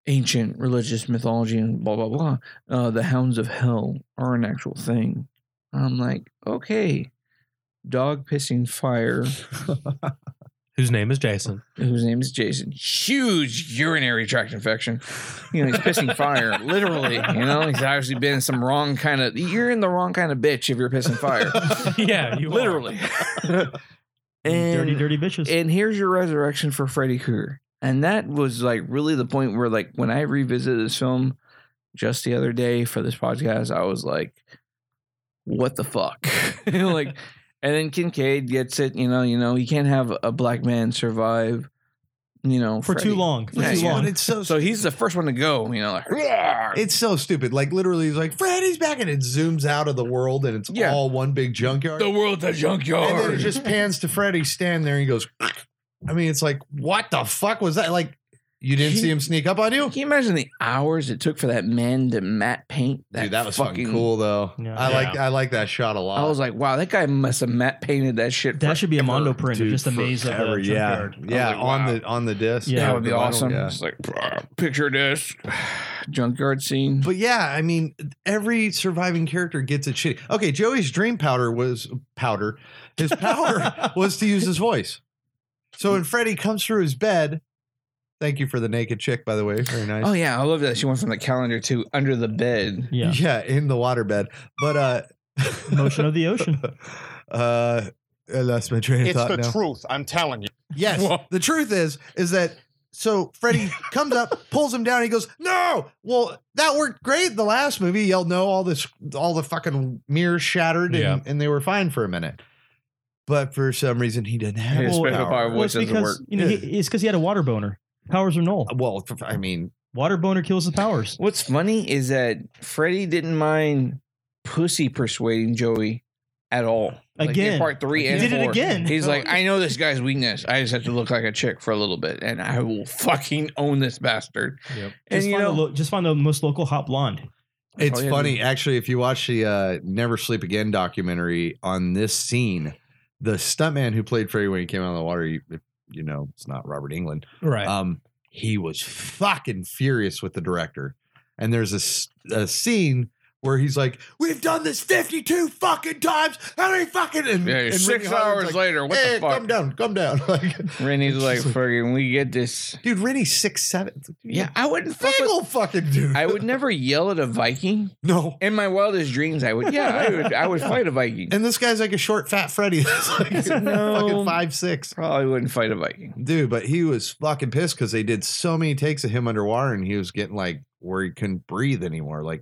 [SPEAKER 6] ancient religious mythology and blah blah blah, uh, the hounds of hell are an actual thing. I'm like, okay, dog pissing fire,
[SPEAKER 8] Whose name is Jason?
[SPEAKER 6] whose name is Jason, huge urinary tract infection. You know, he's pissing fire, literally. You know, he's obviously been some wrong kind of. You're in the wrong kind of bitch if you're pissing fire,
[SPEAKER 8] yeah, you are.
[SPEAKER 6] literally. and
[SPEAKER 9] dirty, dirty bitches.
[SPEAKER 6] and here's your resurrection for Freddy Krueger. And that was like really the point where, like, when I revisited this film just the other day for this podcast, I was like, what the fuck? you know, like, and then Kincaid gets it, you know, you know, you can't have a black man survive, you know,
[SPEAKER 9] for
[SPEAKER 6] Freddy.
[SPEAKER 9] too long. For
[SPEAKER 6] Yeah,
[SPEAKER 9] too
[SPEAKER 6] yeah.
[SPEAKER 9] long.
[SPEAKER 10] but it's so
[SPEAKER 6] So he's the first one to go, you know, like, "Rawr."
[SPEAKER 10] It's so stupid. Like literally, he's like, Freddy's back, and it zooms out of the world, and it's
[SPEAKER 6] Yeah.
[SPEAKER 10] all one big junkyard.
[SPEAKER 6] the world's a
[SPEAKER 10] and then it
[SPEAKER 6] junkyard.
[SPEAKER 10] just pans to Freddy standing there, and he goes. I mean, it's like, what the fuck was that? Like, you didn't see him sneak up on you?
[SPEAKER 6] Can you imagine the hours it took for that man to matte paint that?
[SPEAKER 10] Dude, that was fucking, cool though.
[SPEAKER 9] Yeah.
[SPEAKER 10] I like I like that shot a lot.
[SPEAKER 6] I was like, wow, that guy must have matte painted that shit.
[SPEAKER 9] that should be a Mondo print of
[SPEAKER 10] Dude,
[SPEAKER 9] just a maze of
[SPEAKER 10] forever,
[SPEAKER 9] the
[SPEAKER 10] yeah,
[SPEAKER 9] junkyard.
[SPEAKER 10] yeah,
[SPEAKER 6] I was like,
[SPEAKER 10] on
[SPEAKER 6] wow.
[SPEAKER 10] the on the disc.
[SPEAKER 9] Yeah,
[SPEAKER 6] that would be
[SPEAKER 10] I don't-
[SPEAKER 6] awesome.
[SPEAKER 10] yeah.
[SPEAKER 6] It's like "Bruh, picture disc, junkyard scene.
[SPEAKER 10] But yeah, I mean, every surviving character gets it shitty. Okay, Joey's dream powder was powder. His power was to use his voice. So when Freddy comes through his bed, thank you for the naked chick, by the way. Very nice.
[SPEAKER 6] oh yeah, I love that she went from the calendar to under the bed.
[SPEAKER 9] Yeah.
[SPEAKER 10] in the waterbed. But uh
[SPEAKER 9] Motion of the ocean.
[SPEAKER 10] uh I lost my train of
[SPEAKER 12] It's
[SPEAKER 10] thought
[SPEAKER 12] the
[SPEAKER 10] now.
[SPEAKER 12] truth. I'm telling you.
[SPEAKER 10] Yes.
[SPEAKER 8] Whoa.
[SPEAKER 10] The truth is, is that so Freddy comes up, pulls him down, and he goes, No! Well, that worked great the last movie. He yelled no, all this all the fucking mirrors shattered and,
[SPEAKER 8] Yeah.
[SPEAKER 10] and they were fine for a minute. But for some reason he didn't have
[SPEAKER 6] His
[SPEAKER 10] a
[SPEAKER 6] special
[SPEAKER 10] power.
[SPEAKER 6] power
[SPEAKER 9] Well, it's
[SPEAKER 6] voice doesn't
[SPEAKER 9] because
[SPEAKER 6] work.
[SPEAKER 9] you know he, it's because he had a water boner. Powers are null.
[SPEAKER 10] Well, f- I mean,
[SPEAKER 9] Water boner kills the powers.
[SPEAKER 6] What's funny is that Freddy didn't mind pussy persuading Joey at all. Like, in
[SPEAKER 9] Again.
[SPEAKER 6] part three
[SPEAKER 9] He
[SPEAKER 6] and
[SPEAKER 9] did it
[SPEAKER 6] four,
[SPEAKER 9] again.
[SPEAKER 6] He's like, I know this guy's weakness. I just have to look like a chick for a little bit, and I will fucking own this bastard.
[SPEAKER 8] Yep.
[SPEAKER 6] And
[SPEAKER 9] Just,
[SPEAKER 6] you
[SPEAKER 9] find
[SPEAKER 6] know,
[SPEAKER 9] the lo- just find the most local hot blonde.
[SPEAKER 10] It's
[SPEAKER 9] Oh, yeah,
[SPEAKER 10] funny,
[SPEAKER 9] dude.
[SPEAKER 10] actually, if you watch the uh, Never Sleep Again documentary on this scene, the stuntman who played Freddy when he came out of the water, you, you know, it's not Robert England.
[SPEAKER 8] Right.
[SPEAKER 10] Um, he was fucking furious with the director. And there's a, s- a scene where he's like, We've done this 52 fucking times. How many fucking. And,
[SPEAKER 6] Yeah,
[SPEAKER 10] and
[SPEAKER 6] six
[SPEAKER 10] Rennie Harlan's
[SPEAKER 6] hours
[SPEAKER 10] like,
[SPEAKER 6] later, what the
[SPEAKER 10] "Hey,
[SPEAKER 6] fuck?"
[SPEAKER 10] Calm down, calm down. Like,
[SPEAKER 6] Rennie's like, "Friggin', we get this."
[SPEAKER 10] dude, Rennie's six, seven.
[SPEAKER 6] Yeah, I wouldn't fuck
[SPEAKER 10] Big
[SPEAKER 6] with-
[SPEAKER 10] old fucking dude.
[SPEAKER 6] I would never yell at a Viking.
[SPEAKER 10] No.
[SPEAKER 6] In my wildest dreams, I would. Yeah, I would. I would fight a Viking.
[SPEAKER 10] And this guy's like a short, fat Freddy. That's like
[SPEAKER 6] No.
[SPEAKER 10] fucking five, six.
[SPEAKER 6] Probably wouldn't fight a Viking.
[SPEAKER 10] Dude, but he was fucking pissed because they did so many takes of him underwater and he was getting like where he couldn't breathe anymore, like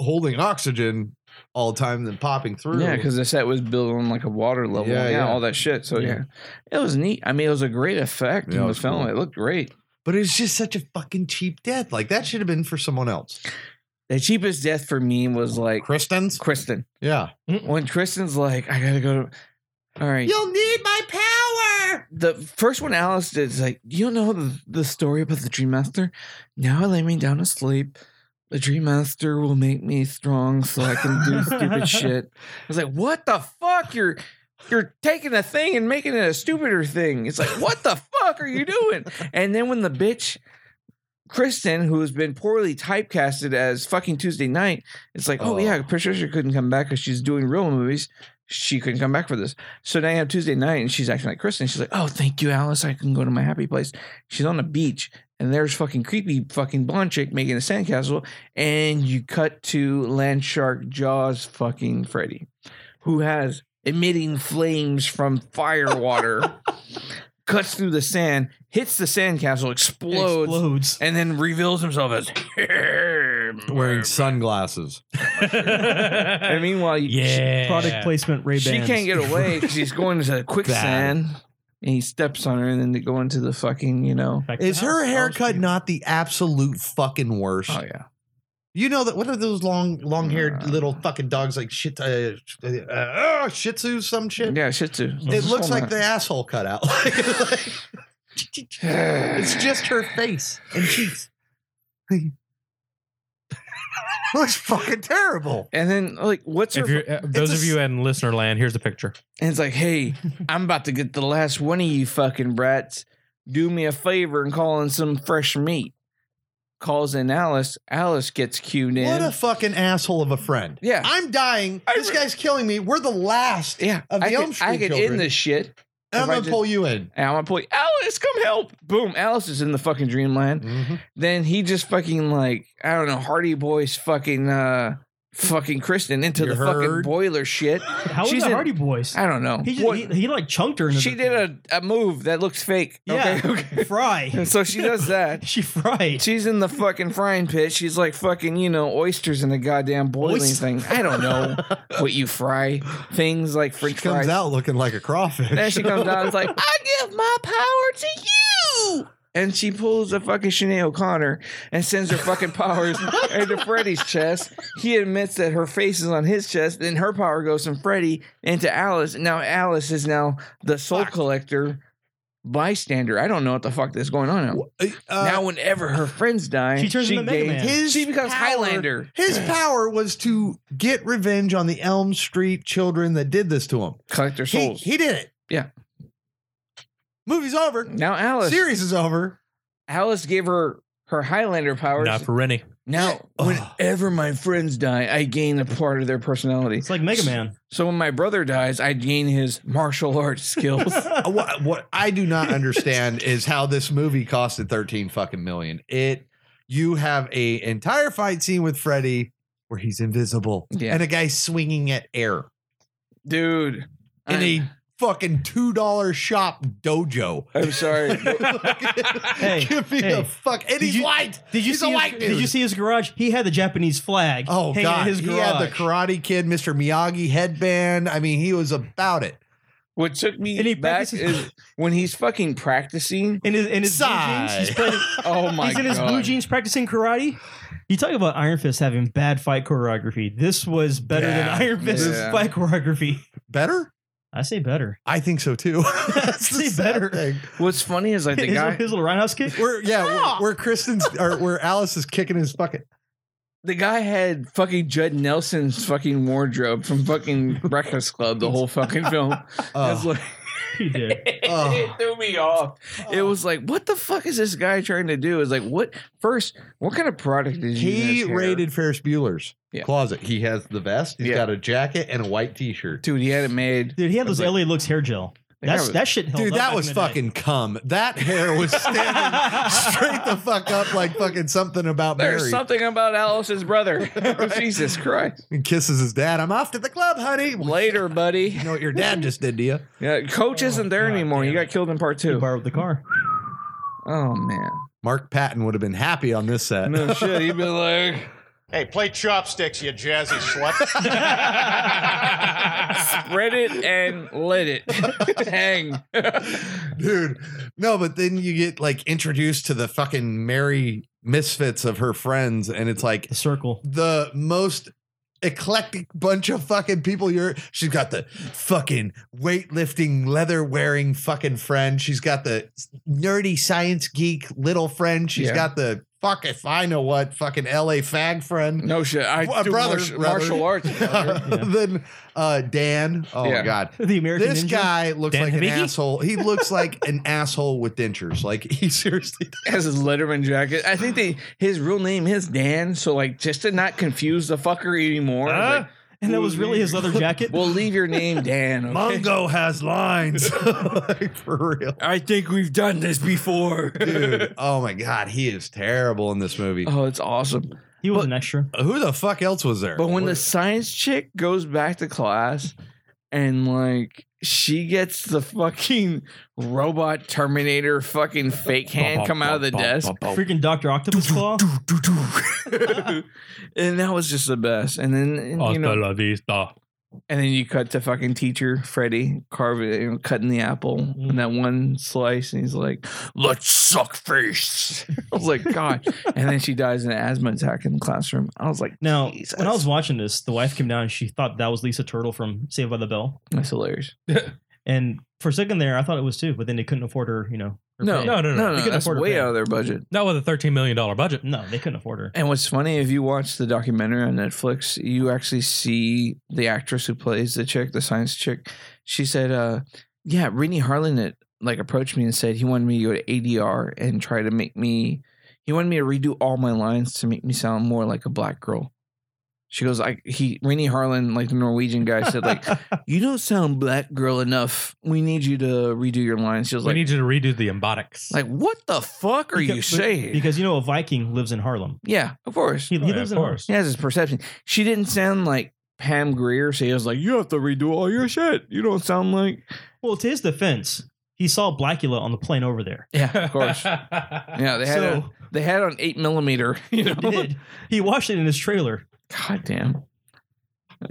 [SPEAKER 10] holding oxygen all the time, then popping through.
[SPEAKER 6] Yeah, because the set was built on like a water level.
[SPEAKER 10] Yeah,
[SPEAKER 6] Yeah,
[SPEAKER 10] yeah.
[SPEAKER 6] all that shit. So yeah. it
[SPEAKER 10] Yeah.
[SPEAKER 6] was neat. I mean, it was a great effect
[SPEAKER 10] Yeah, it
[SPEAKER 6] in the
[SPEAKER 10] was
[SPEAKER 6] film.
[SPEAKER 10] cool.
[SPEAKER 6] It looked great.
[SPEAKER 10] But it was just such a fucking cheap death. Like that should have been for someone else.
[SPEAKER 6] The cheapest death for me was like
[SPEAKER 10] Kristen's?
[SPEAKER 6] Kristen.
[SPEAKER 10] Yeah.
[SPEAKER 6] When Kristen's like, I gotta go to. All right.
[SPEAKER 10] You'll need my power.
[SPEAKER 6] the first one Alice did is like, you know the, the story about the Dream Master? Now I lay me down to sleep. The Dream Master will make me strong so I can do stupid shit. I was like, what the fuck? You're you're taking a thing and making it a stupider thing. It's like, what the fuck are you doing? And then when the bitch Kristen, who has been poorly typecasted as fucking Tuesday night, it's like, oh,
[SPEAKER 10] Oh.
[SPEAKER 6] yeah, Patricia couldn't come back because she's doing real movies. She couldn't come back for this. So now you have Tuesday night and she's acting like Kristen. She's like, oh, thank you, Alice. I can go to my happy place. She's on the beach and there's fucking creepy fucking blonde chick making a sandcastle. And you cut to Land Shark Jaws fucking Freddy, who has emitting flames from fire water. Cuts through the sand, hits the sandcastle, explodes,
[SPEAKER 9] Explodes.
[SPEAKER 6] and then reveals himself as
[SPEAKER 10] Wearing sunglasses.
[SPEAKER 6] and meanwhile you-
[SPEAKER 9] Yeah. Product placement Ray
[SPEAKER 6] she, she can't get away because he's going into quicksand and he steps on her and then they go into the fucking you know
[SPEAKER 10] Is her haircut not the absolute fucking worst?
[SPEAKER 6] oh yeah
[SPEAKER 10] You know that what are those long, long-haired little fucking dogs like shit? Uh, uh, uh, shih Tzu, some shit.
[SPEAKER 6] yeah shit too
[SPEAKER 10] It looks like the asshole cut out. it's just her face and cheeks. looks fucking terrible.
[SPEAKER 6] and then like what's her
[SPEAKER 8] If you're, uh, those of you in listener land, here's the picture.
[SPEAKER 6] and it's like hey i'm about to get the last one of you fucking brats do me a favor and call in some fresh meat calls in alice alice gets cued in
[SPEAKER 10] What a fucking asshole of a friend.
[SPEAKER 6] Yeah.
[SPEAKER 10] I'm dying. this guy's killing me. We're the last
[SPEAKER 6] yeah
[SPEAKER 10] of the
[SPEAKER 6] i
[SPEAKER 10] Elm
[SPEAKER 6] could,
[SPEAKER 10] Street
[SPEAKER 6] I could
[SPEAKER 10] children.
[SPEAKER 6] end this shit if
[SPEAKER 10] And I'm
[SPEAKER 6] I
[SPEAKER 10] gonna
[SPEAKER 6] just-
[SPEAKER 10] pull you in.
[SPEAKER 6] And I'm gonna pull you, Alice, come help. Boom, Alice is in the fucking dreamland.
[SPEAKER 10] Mm-hmm.
[SPEAKER 6] Then he just fucking like, I don't know, Hardy Boys fucking uh fucking Kristen into
[SPEAKER 10] You
[SPEAKER 6] the fucking
[SPEAKER 10] heard?
[SPEAKER 6] boiler shit.
[SPEAKER 9] How was
[SPEAKER 6] She's
[SPEAKER 9] the
[SPEAKER 6] in-
[SPEAKER 9] Hardy Boys?
[SPEAKER 6] I don't know.
[SPEAKER 9] He, just,
[SPEAKER 6] What-
[SPEAKER 9] he, he like chunked her. Into
[SPEAKER 6] she
[SPEAKER 9] the-
[SPEAKER 6] did a, a move that looks fake.
[SPEAKER 9] Yeah.
[SPEAKER 6] Okay. okay.
[SPEAKER 9] fry.
[SPEAKER 6] so she does that.
[SPEAKER 9] she fried.
[SPEAKER 6] She's in the fucking frying pit. She's like fucking, you know, oysters in a goddamn boiling
[SPEAKER 10] Oyster-
[SPEAKER 6] thing. I don't know what you fry. Things like
[SPEAKER 10] She
[SPEAKER 6] French
[SPEAKER 10] comes
[SPEAKER 6] fries.
[SPEAKER 10] out looking like a crawfish.
[SPEAKER 6] Then she comes out and is like, I give my power to you. And she pulls a fucking Sinead O'Connor and sends her fucking powers into Freddy's chest. He admits that her face is on his chest, then her power goes from Freddy into Alice. And now Alice is now the soul collector bystander. I don't know what the fuck is going on now.
[SPEAKER 10] Uh,
[SPEAKER 6] now, whenever her friends die,
[SPEAKER 9] She turns into Mega
[SPEAKER 6] gains-
[SPEAKER 9] Man.
[SPEAKER 10] his
[SPEAKER 6] she becomes
[SPEAKER 10] power-
[SPEAKER 6] Highlander.
[SPEAKER 10] His power was to get revenge on the Elm Street children that did this to him.
[SPEAKER 6] Collect their
[SPEAKER 10] He,
[SPEAKER 6] souls.
[SPEAKER 10] he did it.
[SPEAKER 6] Yeah.
[SPEAKER 10] Movie's over.
[SPEAKER 6] now Alice.
[SPEAKER 10] Series is over.
[SPEAKER 6] Alice gave her her Highlander powers.
[SPEAKER 8] Not for Rennie.
[SPEAKER 6] Now,
[SPEAKER 10] Ugh.
[SPEAKER 6] whenever my friends die, I gain a part of their personality.
[SPEAKER 9] It's like Mega Man.
[SPEAKER 6] So when my brother dies, I gain his martial arts skills.
[SPEAKER 10] Uh, what, what I do not understand is how this movie costed 13 fucking million. It you have a entire fight scene with Freddy where he's invisible
[SPEAKER 6] Yeah.
[SPEAKER 10] and a guy swinging at air
[SPEAKER 6] Dude.
[SPEAKER 10] in
[SPEAKER 6] I,
[SPEAKER 10] a fucking $2 shop dojo.
[SPEAKER 6] I'm sorry.
[SPEAKER 10] hey,
[SPEAKER 9] Hey,
[SPEAKER 10] give me
[SPEAKER 9] hey.
[SPEAKER 10] the fuck. And
[SPEAKER 9] Did
[SPEAKER 10] he's
[SPEAKER 9] you-
[SPEAKER 10] white.
[SPEAKER 9] Did you
[SPEAKER 10] he's
[SPEAKER 9] see?
[SPEAKER 10] a
[SPEAKER 9] his,
[SPEAKER 10] white dude.
[SPEAKER 9] Did you see his garage? He had the Japanese flag.
[SPEAKER 10] Oh
[SPEAKER 9] hanging
[SPEAKER 10] god,
[SPEAKER 9] in his
[SPEAKER 10] he had the
[SPEAKER 9] garage.
[SPEAKER 10] Karate Kid, Mr. Miyagi headband. I mean, he was about it.
[SPEAKER 6] What took me back is when he's fucking practicing
[SPEAKER 9] in his in his blue jeans, he's playing-
[SPEAKER 6] oh my
[SPEAKER 9] he's in
[SPEAKER 6] god!
[SPEAKER 9] his blue jeans practicing karate. You talk about Iron Fist having bad fight choreography. This was better than
[SPEAKER 10] Yeah,
[SPEAKER 9] Iron Fist
[SPEAKER 10] yeah.
[SPEAKER 9] fight choreography.
[SPEAKER 10] Better?
[SPEAKER 9] I say better.
[SPEAKER 10] I think so too. That's
[SPEAKER 9] I say better.
[SPEAKER 6] What's funny is like the
[SPEAKER 9] his,
[SPEAKER 6] guy,
[SPEAKER 9] his little roundhouse kick.
[SPEAKER 10] Where yeah,
[SPEAKER 6] Ah.
[SPEAKER 10] where, where Kristen's or where Alice is kicking his bucket.
[SPEAKER 6] the guy had fucking Judd Nelson's fucking wardrobe from fucking Breakfast Club the whole fucking film.
[SPEAKER 9] Oh.
[SPEAKER 10] uh,
[SPEAKER 6] It's like-
[SPEAKER 9] He did.
[SPEAKER 6] it threw me off. Oh. It was like, what the fuck is this guy trying to do? Is like, what first? What kind of product is
[SPEAKER 10] He raided Ferris Bueller's
[SPEAKER 6] Yeah.
[SPEAKER 10] closet. He has the vest. He's
[SPEAKER 6] Yeah.
[SPEAKER 10] got a jacket and a white T-shirt.
[SPEAKER 6] Dude, he had it made.
[SPEAKER 9] Dude, he had those LA looks hair gel. That's
[SPEAKER 6] was-
[SPEAKER 9] that shit. Held
[SPEAKER 10] Dude,
[SPEAKER 9] up back
[SPEAKER 10] that
[SPEAKER 9] in
[SPEAKER 10] was
[SPEAKER 9] the day.
[SPEAKER 10] fucking cum. That hair was standing straight the fuck up like fucking something about
[SPEAKER 6] There's
[SPEAKER 10] Mary.
[SPEAKER 6] something about Alice's brother. Jesus Christ!
[SPEAKER 10] And kisses his dad. I'm off to the club, honey.
[SPEAKER 6] Later, buddy.
[SPEAKER 10] You know what your dad just did to you?
[SPEAKER 6] Yeah, Coach isn't there anymore. He got killed in part
[SPEAKER 9] He
[SPEAKER 6] two.
[SPEAKER 9] borrowed the car.
[SPEAKER 6] Oh man.
[SPEAKER 10] Mark Patton would have been happy on this set.
[SPEAKER 6] No shit. He'd be like,
[SPEAKER 13] Hey, play chopsticks, you jazzy slut.
[SPEAKER 6] spread it and let it hang.
[SPEAKER 10] Dude, no, but then you get like introduced to the fucking Mary misfits of her friends, and it's like
[SPEAKER 9] The circle.
[SPEAKER 10] the most eclectic bunch of fucking people you're she's got the fucking weightlifting leather wearing fucking friend she's got the nerdy science geek little friend She's
[SPEAKER 6] Yeah.
[SPEAKER 10] got the fuck if i know what fucking la fag friend
[SPEAKER 9] Mm-hmm.
[SPEAKER 6] No shit. I
[SPEAKER 10] Well,
[SPEAKER 6] do
[SPEAKER 10] brother,
[SPEAKER 6] martial,
[SPEAKER 10] brother.
[SPEAKER 6] martial arts. brother.
[SPEAKER 10] then uh dan oh
[SPEAKER 6] Yeah.
[SPEAKER 10] my god
[SPEAKER 9] The American
[SPEAKER 10] this
[SPEAKER 9] Ninja?
[SPEAKER 10] guy looks
[SPEAKER 9] Dan
[SPEAKER 10] like an
[SPEAKER 9] Hibiki?
[SPEAKER 10] asshole he looks like an asshole with dentures like he seriously
[SPEAKER 6] has his Letterman jacket. I think they his real name is Dan, so like just to not confuse the fucker anymore. I was like,
[SPEAKER 9] and that was really his leather jacket.
[SPEAKER 6] we'll leave your name Dan. okay?
[SPEAKER 10] mongo has lines like for real
[SPEAKER 6] I think we've done this before.
[SPEAKER 10] dude. Oh my god, he is terrible in this movie.
[SPEAKER 6] Oh, it's awesome.
[SPEAKER 9] he was an extra.
[SPEAKER 10] Who the fuck else was there?
[SPEAKER 6] But when the science chick goes back to class and like she gets the fucking robot Terminator fucking fake hand come out of the desk.
[SPEAKER 9] Freaking Doctor Octopus Claw.
[SPEAKER 6] and that was just the best. And then and, you know, And then you cut to fucking teacher Freddy carving, you know, cutting the apple and that one slice, and he's like, "Let's suck face." I was like, "God!" and then she dies in an asthma attack in the classroom. I was like,
[SPEAKER 9] Now,
[SPEAKER 6] Jesus.
[SPEAKER 9] when I was watching this, the wife came down and she thought that was Lisa Turtle from Saved by the Bell.
[SPEAKER 6] that's hilarious."
[SPEAKER 9] And for a second there, I thought it was too, but then they couldn't afford her, you know. her
[SPEAKER 6] No,
[SPEAKER 9] pay.
[SPEAKER 8] No, no,
[SPEAKER 6] No,
[SPEAKER 8] no.
[SPEAKER 9] They
[SPEAKER 6] no,
[SPEAKER 9] couldn't
[SPEAKER 6] that's
[SPEAKER 9] afford to
[SPEAKER 6] way
[SPEAKER 9] pay.
[SPEAKER 6] out of their budget.
[SPEAKER 8] Not with a $13 million budget.
[SPEAKER 9] No, they couldn't afford her.
[SPEAKER 6] And what's funny, if you watch the documentary on Netflix, you actually see the actress who plays the chick, the science chick. She said, uh, yeah, Rennie Harlan had, like approached me and said he wanted me to go to ADR and try to make me he wanted me to redo all my lines to make me sound more like a black girl. She goes, I he Rennie Harlan, like the Norwegian guy, said, like, you don't sound black girl enough. We need you to redo your lines. She was
[SPEAKER 8] we
[SPEAKER 6] like,
[SPEAKER 8] need you to redo the embotics.
[SPEAKER 6] like, what the fuck are you
[SPEAKER 9] Because-
[SPEAKER 6] saying?
[SPEAKER 9] Because you know a Viking lives in Harlem.
[SPEAKER 6] yeah, of course.
[SPEAKER 9] He, he
[SPEAKER 8] Oh, yeah,
[SPEAKER 9] lives
[SPEAKER 8] of
[SPEAKER 9] in Harlem.
[SPEAKER 8] course.
[SPEAKER 6] He has his perception. She didn't sound like Pam Greer, so he was like, "You have to redo all your shit. You don't sound like."
[SPEAKER 9] Well, to his defense, he saw Blackula on the plane over there.
[SPEAKER 6] Yeah, of course. yeah, they had
[SPEAKER 9] so
[SPEAKER 6] a, they had on eight millimeter. You know,
[SPEAKER 9] he did. He watched it in his trailer.
[SPEAKER 6] god damn.
[SPEAKER 9] you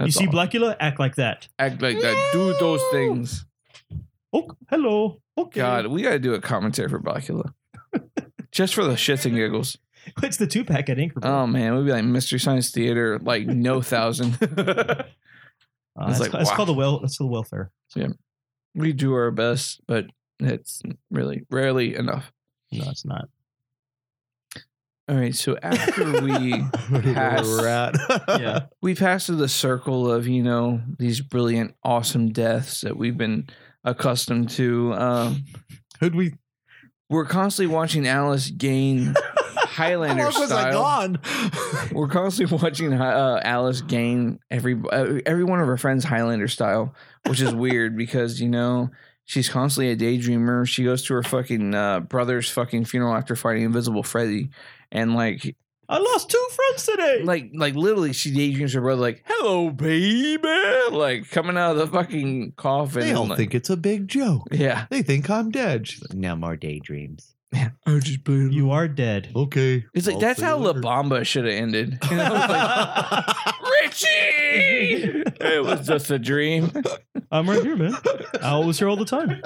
[SPEAKER 6] That's
[SPEAKER 9] see
[SPEAKER 6] all.
[SPEAKER 9] Blackula act like that.
[SPEAKER 6] act like that. Do those things.
[SPEAKER 9] Oh, hello. Okay.
[SPEAKER 6] God, we got to do a commentary for Blackula, just for the shits and giggles.
[SPEAKER 9] It's the two pack at Anchorage.
[SPEAKER 6] Oh man, we'd be like Mystery Science Theater, like no thousand.
[SPEAKER 9] Uh,
[SPEAKER 6] It's
[SPEAKER 9] it's,
[SPEAKER 6] like,
[SPEAKER 9] ca- it's
[SPEAKER 6] wow.
[SPEAKER 9] called the well. That's the welfare.
[SPEAKER 6] we do our best, but it's really rarely enough.
[SPEAKER 9] No, it's not.
[SPEAKER 6] All right, so after we. Pass.
[SPEAKER 9] Yeah.
[SPEAKER 6] we passed through the circle of you know these brilliant awesome deaths that we've been accustomed to um
[SPEAKER 10] Who'd we?
[SPEAKER 6] we're constantly watching alice gain highlander style
[SPEAKER 10] gone?
[SPEAKER 6] we're constantly watching uh, alice gain every uh, every one of her friends highlander style which is weird because you know she's constantly a daydreamer she goes to her fucking uh, brother's fucking funeral after fighting invisible freddy and like
[SPEAKER 9] I lost two friends today.
[SPEAKER 6] like like literally she daydreams her brother like hello baby like coming out of the fucking coffin
[SPEAKER 10] they all
[SPEAKER 6] like,
[SPEAKER 10] think it's a big joke.
[SPEAKER 6] yeah
[SPEAKER 10] They think I'm dead. She's like,
[SPEAKER 2] No more daydreams.
[SPEAKER 10] I'm just playing.
[SPEAKER 9] you are dead.
[SPEAKER 10] okay.
[SPEAKER 6] it's like
[SPEAKER 10] I'll
[SPEAKER 6] that's
[SPEAKER 10] see
[SPEAKER 6] how
[SPEAKER 10] you
[SPEAKER 6] la
[SPEAKER 10] later.
[SPEAKER 6] bamba should have ended You know, it's like, richie it was just a dream
[SPEAKER 9] I'm right here, man. I always here all the time.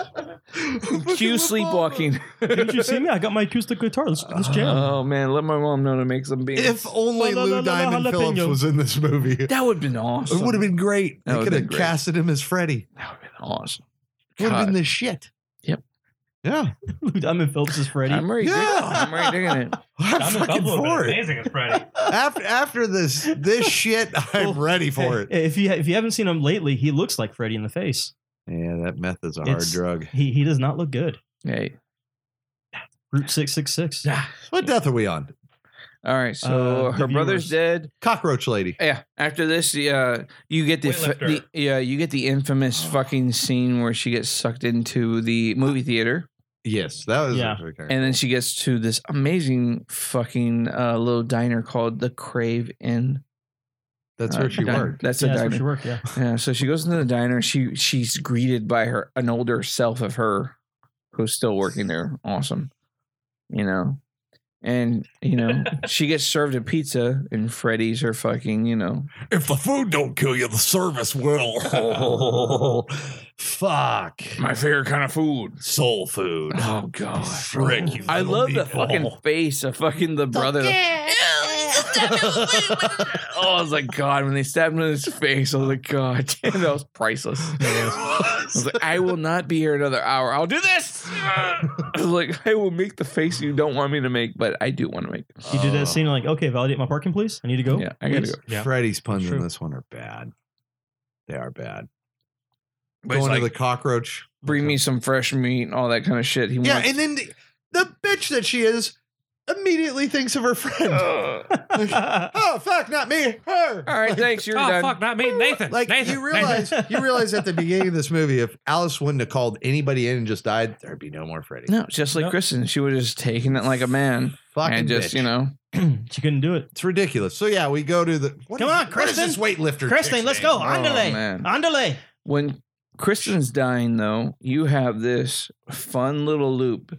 [SPEAKER 6] Cue sleepwalking.
[SPEAKER 9] Didn't you see me? I got my acoustic guitar. Let's, let's jam.
[SPEAKER 6] Oh man, let my mom know to make some beans.
[SPEAKER 10] If only
[SPEAKER 9] La, la, la, la,
[SPEAKER 10] Lou
[SPEAKER 9] la,
[SPEAKER 10] Diamond
[SPEAKER 9] jalapeno.
[SPEAKER 10] Phillips was in this movie. It
[SPEAKER 6] that would have been awesome.
[SPEAKER 10] would have been great.
[SPEAKER 6] That
[SPEAKER 10] They
[SPEAKER 6] would've
[SPEAKER 10] could have
[SPEAKER 6] been great.
[SPEAKER 10] casted him as Freddy.
[SPEAKER 6] That would have been awesome.
[SPEAKER 10] Would
[SPEAKER 6] God.
[SPEAKER 10] have been the shit.
[SPEAKER 6] Yep.
[SPEAKER 10] Yeah.
[SPEAKER 9] Lou Diamond Phillips is Freddy.
[SPEAKER 6] I'm already,
[SPEAKER 10] Yeah.
[SPEAKER 6] digging, I'm already digging it.
[SPEAKER 10] I'm fucking for it.
[SPEAKER 8] amazing as Freddy.
[SPEAKER 10] After after this this shit, I'm ready for it.
[SPEAKER 9] If you if you haven't seen him lately, he looks like Freddy in the face.
[SPEAKER 10] Yeah, that meth is a
[SPEAKER 9] It's-
[SPEAKER 10] drug.
[SPEAKER 9] He he does not look good.
[SPEAKER 6] Hey,
[SPEAKER 9] Route six six six.
[SPEAKER 10] What death are we on?
[SPEAKER 6] all right. So
[SPEAKER 9] Uh, the
[SPEAKER 6] her brother's
[SPEAKER 9] viewers.
[SPEAKER 6] dead.
[SPEAKER 10] Cockroach lady.
[SPEAKER 6] Yeah. After this, the, uh, you get the, f- the
[SPEAKER 8] Weightlifter.
[SPEAKER 6] yeah you get the
[SPEAKER 10] Oh.
[SPEAKER 6] infamous fucking scene where she gets sucked into the movie theater,
[SPEAKER 10] Yes, that was
[SPEAKER 9] Yeah.
[SPEAKER 6] and then she gets to this amazing fucking uh, little diner called the Crave Inn.
[SPEAKER 10] that's
[SPEAKER 6] Uh,
[SPEAKER 10] where she
[SPEAKER 6] diner.
[SPEAKER 10] worked.
[SPEAKER 6] That's a
[SPEAKER 9] Yeah, that's where
[SPEAKER 6] diner.
[SPEAKER 9] she worked. Yeah.
[SPEAKER 6] Yeah, so she goes into the diner. She she's greeted by her an older self of her, who's still working there. Awesome, you know, and you know she gets served a pizza, and Freddy's her fucking you know.
[SPEAKER 10] If the food don't kill you, the service will. Fuck.
[SPEAKER 6] My favorite kind of food.
[SPEAKER 10] Soul food.
[SPEAKER 6] Oh god,
[SPEAKER 10] Frick, you
[SPEAKER 6] I
[SPEAKER 10] little
[SPEAKER 6] love the
[SPEAKER 10] meatball.
[SPEAKER 6] fucking face of fucking the brother. Oh, I was like, God, when they stabbed him in his face, I was like, God, damn, that was priceless. I was like, I will not be here another hour. I'll do this. I was like, I will make the face you don't want me to make, but I do want to make. it.
[SPEAKER 9] He did that scene like, okay, validate my parking, please. I need to go.
[SPEAKER 6] Oh. Yeah, I gotta
[SPEAKER 9] please."
[SPEAKER 6] go.
[SPEAKER 8] Yeah.
[SPEAKER 10] Freddy's puns in
[SPEAKER 9] True.
[SPEAKER 10] this one are bad. They are bad.
[SPEAKER 6] But he's
[SPEAKER 10] Going to
[SPEAKER 6] like,
[SPEAKER 10] the cockroach.
[SPEAKER 6] bring me some fresh meat and all that kind of shit. He
[SPEAKER 10] Yeah,
[SPEAKER 6] wants.
[SPEAKER 10] and then the, the bitch that she is immediately thinks of her friend. oh fuck, not me, her.
[SPEAKER 6] all right, thanks. You're
[SPEAKER 8] oh
[SPEAKER 6] done.
[SPEAKER 8] fuck, not me, Nathan.
[SPEAKER 10] Like
[SPEAKER 8] Nathan,
[SPEAKER 10] you realize, you realize at the beginning of this movie, if Alice wouldn't have called anybody in and just died, there'd be no more Freddy.
[SPEAKER 6] No, just like
[SPEAKER 8] Nope.
[SPEAKER 6] Kristen, she would have just taken it like a man
[SPEAKER 10] Fucking
[SPEAKER 6] and just
[SPEAKER 10] bitch.
[SPEAKER 6] you know.
[SPEAKER 9] she couldn't do it.
[SPEAKER 10] it's ridiculous. So yeah, we go to the what
[SPEAKER 9] Come
[SPEAKER 10] is-
[SPEAKER 9] on,
[SPEAKER 10] what is this weightlifter. chick's name?
[SPEAKER 6] Oh, man.
[SPEAKER 9] Andale.
[SPEAKER 6] When Kristen's dying, though, you have this fun little loop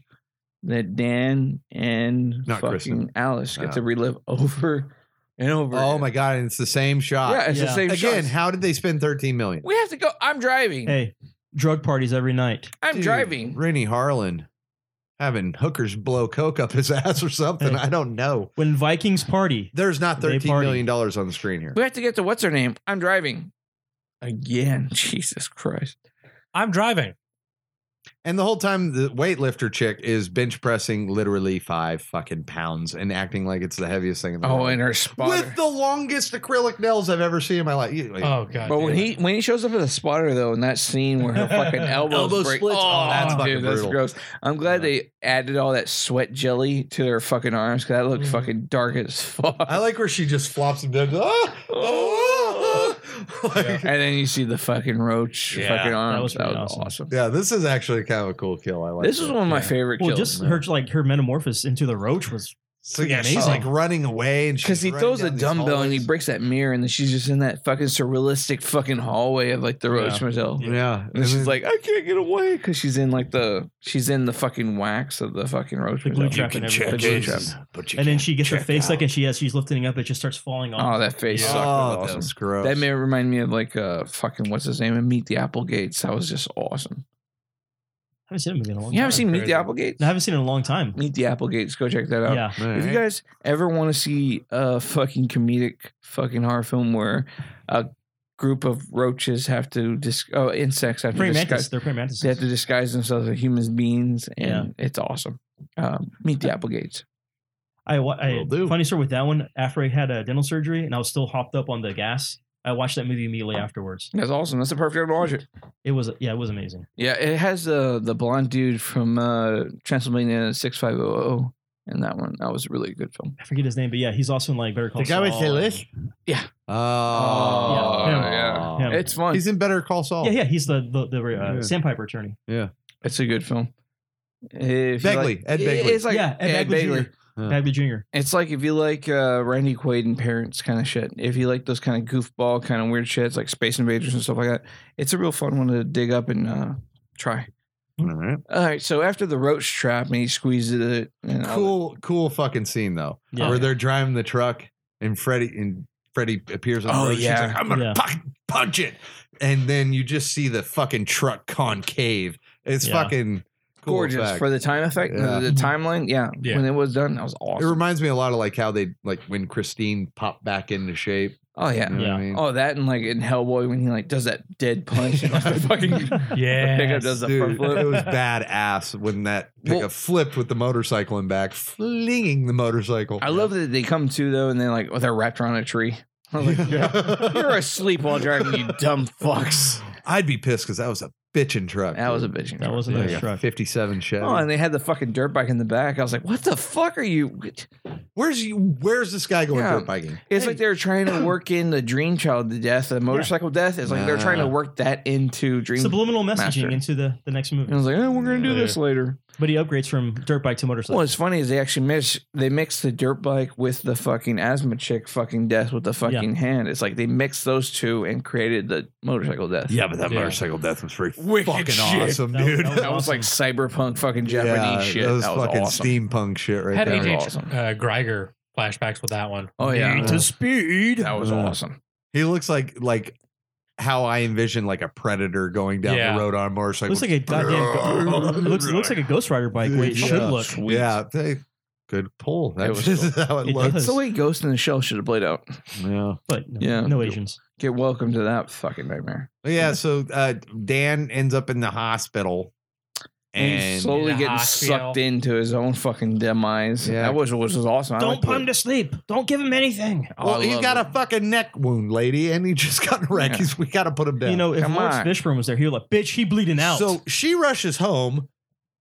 [SPEAKER 6] that Dan and
[SPEAKER 10] Not
[SPEAKER 6] fucking
[SPEAKER 10] Kristen. Oh.
[SPEAKER 6] Alice get
[SPEAKER 10] No.
[SPEAKER 6] to relive over and over.
[SPEAKER 10] Oh
[SPEAKER 6] again.
[SPEAKER 10] my god, and it's the same shot.
[SPEAKER 6] Yeah, it's the
[SPEAKER 9] Yeah.
[SPEAKER 6] same
[SPEAKER 10] Again,
[SPEAKER 6] shots.
[SPEAKER 10] how did they spend 13 million?
[SPEAKER 6] we have to go. I'm driving.
[SPEAKER 9] Hey, drug parties every night.
[SPEAKER 6] I'm
[SPEAKER 10] Dude,
[SPEAKER 6] driving.
[SPEAKER 10] Rennie Harlan having hookers blow coke up his ass or something.
[SPEAKER 9] Hey.
[SPEAKER 10] I don't know.
[SPEAKER 9] When Vikings party,
[SPEAKER 10] There's not
[SPEAKER 9] They
[SPEAKER 10] thirteen million dollars on the screen here.
[SPEAKER 6] We have to get to what's her name. I'm driving. Again, Jesus Christ.
[SPEAKER 8] I'm driving.
[SPEAKER 10] And the whole time, the weightlifter chick is bench pressing literally five fucking pounds and acting like it's the heaviest thing in the
[SPEAKER 6] Oh,
[SPEAKER 10] world.
[SPEAKER 6] and her spotter.
[SPEAKER 10] with the longest acrylic nails I've ever seen in my life. You- like,
[SPEAKER 8] Oh god.
[SPEAKER 6] but when he when he shows up as a spotter though, in that scene where her fucking elbows
[SPEAKER 10] Elbow
[SPEAKER 6] break,
[SPEAKER 10] splits? Oh, that's fucking
[SPEAKER 6] dude, that's
[SPEAKER 10] brutal.
[SPEAKER 6] gross. I'm glad they added all that sweat jelly to her fucking arms because that looked
[SPEAKER 8] Mhm.
[SPEAKER 6] fucking dark as fuck.
[SPEAKER 10] I like where she just flops and does. Oh, oh, oh."
[SPEAKER 8] Yeah.
[SPEAKER 10] Like-
[SPEAKER 6] and then you see the fucking roach
[SPEAKER 10] Yeah,
[SPEAKER 6] fucking
[SPEAKER 10] that
[SPEAKER 6] arms. That was,
[SPEAKER 9] was pretty
[SPEAKER 6] awesome.
[SPEAKER 9] awesome.
[SPEAKER 10] yeah, this is actually kind of a cool kill. I like
[SPEAKER 6] This is
[SPEAKER 10] that.
[SPEAKER 6] one of my
[SPEAKER 8] Yeah.
[SPEAKER 6] favorite
[SPEAKER 9] well,
[SPEAKER 6] kills.
[SPEAKER 9] just her like her metamorphosis into the roach was
[SPEAKER 10] So yeah,
[SPEAKER 9] Pretty
[SPEAKER 10] she's like
[SPEAKER 9] amazing.
[SPEAKER 10] running away and
[SPEAKER 6] because
[SPEAKER 10] she's
[SPEAKER 6] he
[SPEAKER 10] running
[SPEAKER 6] throws a
[SPEAKER 10] down these
[SPEAKER 6] dumbbell and he
[SPEAKER 10] hallways.
[SPEAKER 6] breaks that mirror, and then she's just in that fucking surrealistic fucking hallway of like the roach motel.
[SPEAKER 10] Yeah,
[SPEAKER 6] And she's like, I can't get away because she's in like the she's in the fucking wax of the fucking roach.
[SPEAKER 9] the glue
[SPEAKER 6] motel.
[SPEAKER 9] trap and
[SPEAKER 6] check The glue
[SPEAKER 9] everything.
[SPEAKER 6] trap.
[SPEAKER 10] but
[SPEAKER 9] And then she gets her face like, and she as she's lifting up, it just starts falling off.
[SPEAKER 6] Oh, that face
[SPEAKER 10] oh,
[SPEAKER 6] sucked. That was
[SPEAKER 10] that was
[SPEAKER 6] awesome.
[SPEAKER 10] gross.
[SPEAKER 6] That may remind me of like uh fucking what's his name and Meet the Applegates. That was just awesome.
[SPEAKER 9] I haven't seen a movie in a long
[SPEAKER 6] You
[SPEAKER 9] time.
[SPEAKER 6] haven't seen Meet the
[SPEAKER 8] Crazy.
[SPEAKER 6] Applegates?
[SPEAKER 9] I haven't seen it in a long time.
[SPEAKER 6] Meet the Applegates. Go check that out.
[SPEAKER 9] Yeah.
[SPEAKER 10] All
[SPEAKER 6] If you
[SPEAKER 10] right.
[SPEAKER 6] guys ever want to see a fucking comedic fucking horror film where a group of roaches have to dis- oh insects have to
[SPEAKER 9] Praying
[SPEAKER 6] disguise
[SPEAKER 9] mantis. They're praying mantises.
[SPEAKER 6] they have to disguise themselves as human beings and it's awesome. Um, meet the Applegates.
[SPEAKER 9] I, wa- I
[SPEAKER 10] Will do.
[SPEAKER 9] funny story with that one. After I had a dental surgery and I was still hopped up on the gas, I watched that movie immediately afterwards.
[SPEAKER 6] That's awesome. That's the perfect time to watch it.
[SPEAKER 9] It was yeah, it was amazing.
[SPEAKER 6] Yeah, it has uh, the blonde dude from uh, Transylvania 6500 in that one. That was a really good film.
[SPEAKER 9] I forget his name, but yeah, he's also in like Better Call
[SPEAKER 10] The guy with
[SPEAKER 9] Saul
[SPEAKER 10] the
[SPEAKER 9] and-
[SPEAKER 10] list? Oh,
[SPEAKER 9] Yeah, him, him.
[SPEAKER 6] It's fun.
[SPEAKER 10] He's in Better Call Saul.
[SPEAKER 9] Yeah, yeah, he's the the, the uh,
[SPEAKER 10] Yeah.
[SPEAKER 9] sandpiper attorney.
[SPEAKER 6] It's a good film. If you
[SPEAKER 10] Begley,
[SPEAKER 6] like-
[SPEAKER 10] Ed
[SPEAKER 6] it-
[SPEAKER 10] Begley.
[SPEAKER 6] It's like
[SPEAKER 9] yeah, Ed, Bagley, Jr.
[SPEAKER 10] Yeah.
[SPEAKER 9] Bagley Jr.
[SPEAKER 6] It's like if you like uh, Randy Quaid and parents kind of shit. If you like those kind of goofball kind of weird shits like Space Invaders and stuff like that, it's a real fun one to dig up and uh, try.
[SPEAKER 10] All right.
[SPEAKER 6] All right, so after the roach trap and he squeezes it, and all that-
[SPEAKER 10] Cool, cool fucking scene though,
[SPEAKER 9] Yeah.
[SPEAKER 10] where they're driving the truck and Freddy and Freddy appears on the
[SPEAKER 5] Oh,
[SPEAKER 10] road. She's
[SPEAKER 5] yeah.
[SPEAKER 10] like, I'm gonna
[SPEAKER 5] Yeah.
[SPEAKER 10] punch, punch it, and then you just see the fucking truck concave. It's
[SPEAKER 6] Yeah.
[SPEAKER 10] fucking cool
[SPEAKER 6] Gorgeous
[SPEAKER 10] effect.
[SPEAKER 6] for the time effect,
[SPEAKER 10] Yeah.
[SPEAKER 6] the, the timeline. Yeah,
[SPEAKER 10] Yeah.
[SPEAKER 6] when it was done, that was
[SPEAKER 10] It
[SPEAKER 6] awesome.
[SPEAKER 10] reminds me a lot of like how they like when Christine popped back into shape.
[SPEAKER 6] Oh yeah,
[SPEAKER 10] You know what I mean?
[SPEAKER 6] Oh, that and like in Hellboy when he like does that dead punch and like the fucking
[SPEAKER 8] Yeah.
[SPEAKER 6] pickup does the front
[SPEAKER 10] Dude,
[SPEAKER 6] flip.
[SPEAKER 10] it was badass when that pickup flipped with the motorcycle and back, flinging the motorcycle.
[SPEAKER 6] I love that they come to though, and they like oh, they're wrapped around a tree. I was like, you're asleep while driving, you dumb fucks.
[SPEAKER 10] I'd be pissed because that was a bitching truck.
[SPEAKER 6] That was a bitching. truck.
[SPEAKER 9] was a nice truck.
[SPEAKER 10] Fifty-seven Chevy.
[SPEAKER 6] Oh, and they had the fucking dirt bike in the back. I was like, what the fuck are you?
[SPEAKER 10] Where's you? Where's this guy going
[SPEAKER 6] Yeah.
[SPEAKER 10] dirt biking?
[SPEAKER 6] It's like they were trying to work in the Dream Child the death, the motorcycle death. It's like they're trying to
[SPEAKER 9] Nah.
[SPEAKER 6] work that into Dream.
[SPEAKER 9] Subliminal messaging
[SPEAKER 6] Master.
[SPEAKER 9] into the, the next movie.
[SPEAKER 6] And I was like, oh, we're gonna do this later.
[SPEAKER 9] But he upgrades from dirt bike to motorcycle.
[SPEAKER 6] Well, what's funny is they actually mix they mix the dirt bike with the fucking asthma chick fucking death with the fucking hand. It's like they mixed those two and created the motorcycle death.
[SPEAKER 10] Yeah, but that
[SPEAKER 8] Yeah.
[SPEAKER 10] motorcycle death was pretty
[SPEAKER 6] Wicked
[SPEAKER 10] fucking
[SPEAKER 6] shit.
[SPEAKER 10] awesome,
[SPEAKER 9] That was-
[SPEAKER 10] dude.
[SPEAKER 9] that was
[SPEAKER 6] That was like cyberpunk fucking Japanese shit.
[SPEAKER 10] That was
[SPEAKER 6] that was
[SPEAKER 10] fucking
[SPEAKER 6] awesome.
[SPEAKER 10] steampunk shit right
[SPEAKER 8] Had
[SPEAKER 10] there.
[SPEAKER 8] AJ
[SPEAKER 6] awesome.
[SPEAKER 8] uh, Greiger flashbacks with that one.
[SPEAKER 6] Oh yeah,
[SPEAKER 10] Need to
[SPEAKER 6] speed. That was
[SPEAKER 10] Yeah.
[SPEAKER 6] awesome.
[SPEAKER 10] He looks like like how I envision like a predator going down
[SPEAKER 8] Yeah.
[SPEAKER 10] the road on a motorcycle.
[SPEAKER 9] looks like a goddamn go- looks looks like a Ghost Rider bike. Where it
[SPEAKER 10] Yeah.
[SPEAKER 9] should look.
[SPEAKER 10] Yeah, they, good pull.
[SPEAKER 6] It
[SPEAKER 10] That's
[SPEAKER 6] was
[SPEAKER 10] just how it
[SPEAKER 9] It
[SPEAKER 10] looks.
[SPEAKER 6] It's the way Ghost in the Shell should have played out.
[SPEAKER 10] Yeah.
[SPEAKER 9] But no,
[SPEAKER 6] Yeah.
[SPEAKER 9] no Asians.
[SPEAKER 6] Get welcome to that fucking nightmare.
[SPEAKER 10] Yeah, so uh, Dan ends up in the hospital
[SPEAKER 6] And,
[SPEAKER 10] and
[SPEAKER 6] slowly
[SPEAKER 8] Yeah,
[SPEAKER 6] getting
[SPEAKER 8] I feel-
[SPEAKER 6] sucked into his own fucking demise.
[SPEAKER 10] Yeah.
[SPEAKER 6] That was was was awesome. I liked it.
[SPEAKER 9] to sleep. Don't give him anything.
[SPEAKER 6] Oh,
[SPEAKER 10] well,
[SPEAKER 6] I
[SPEAKER 10] he
[SPEAKER 6] love
[SPEAKER 10] got
[SPEAKER 6] it.
[SPEAKER 10] a fucking neck wound, lady, and he just got wrecked.
[SPEAKER 6] Yeah.
[SPEAKER 10] He's, we got to put him down.
[SPEAKER 9] You know, if
[SPEAKER 6] Come
[SPEAKER 9] Lawrence
[SPEAKER 6] on.
[SPEAKER 9] Fishburne was there, he would like, bitch, he bleeding out.
[SPEAKER 10] So she rushes home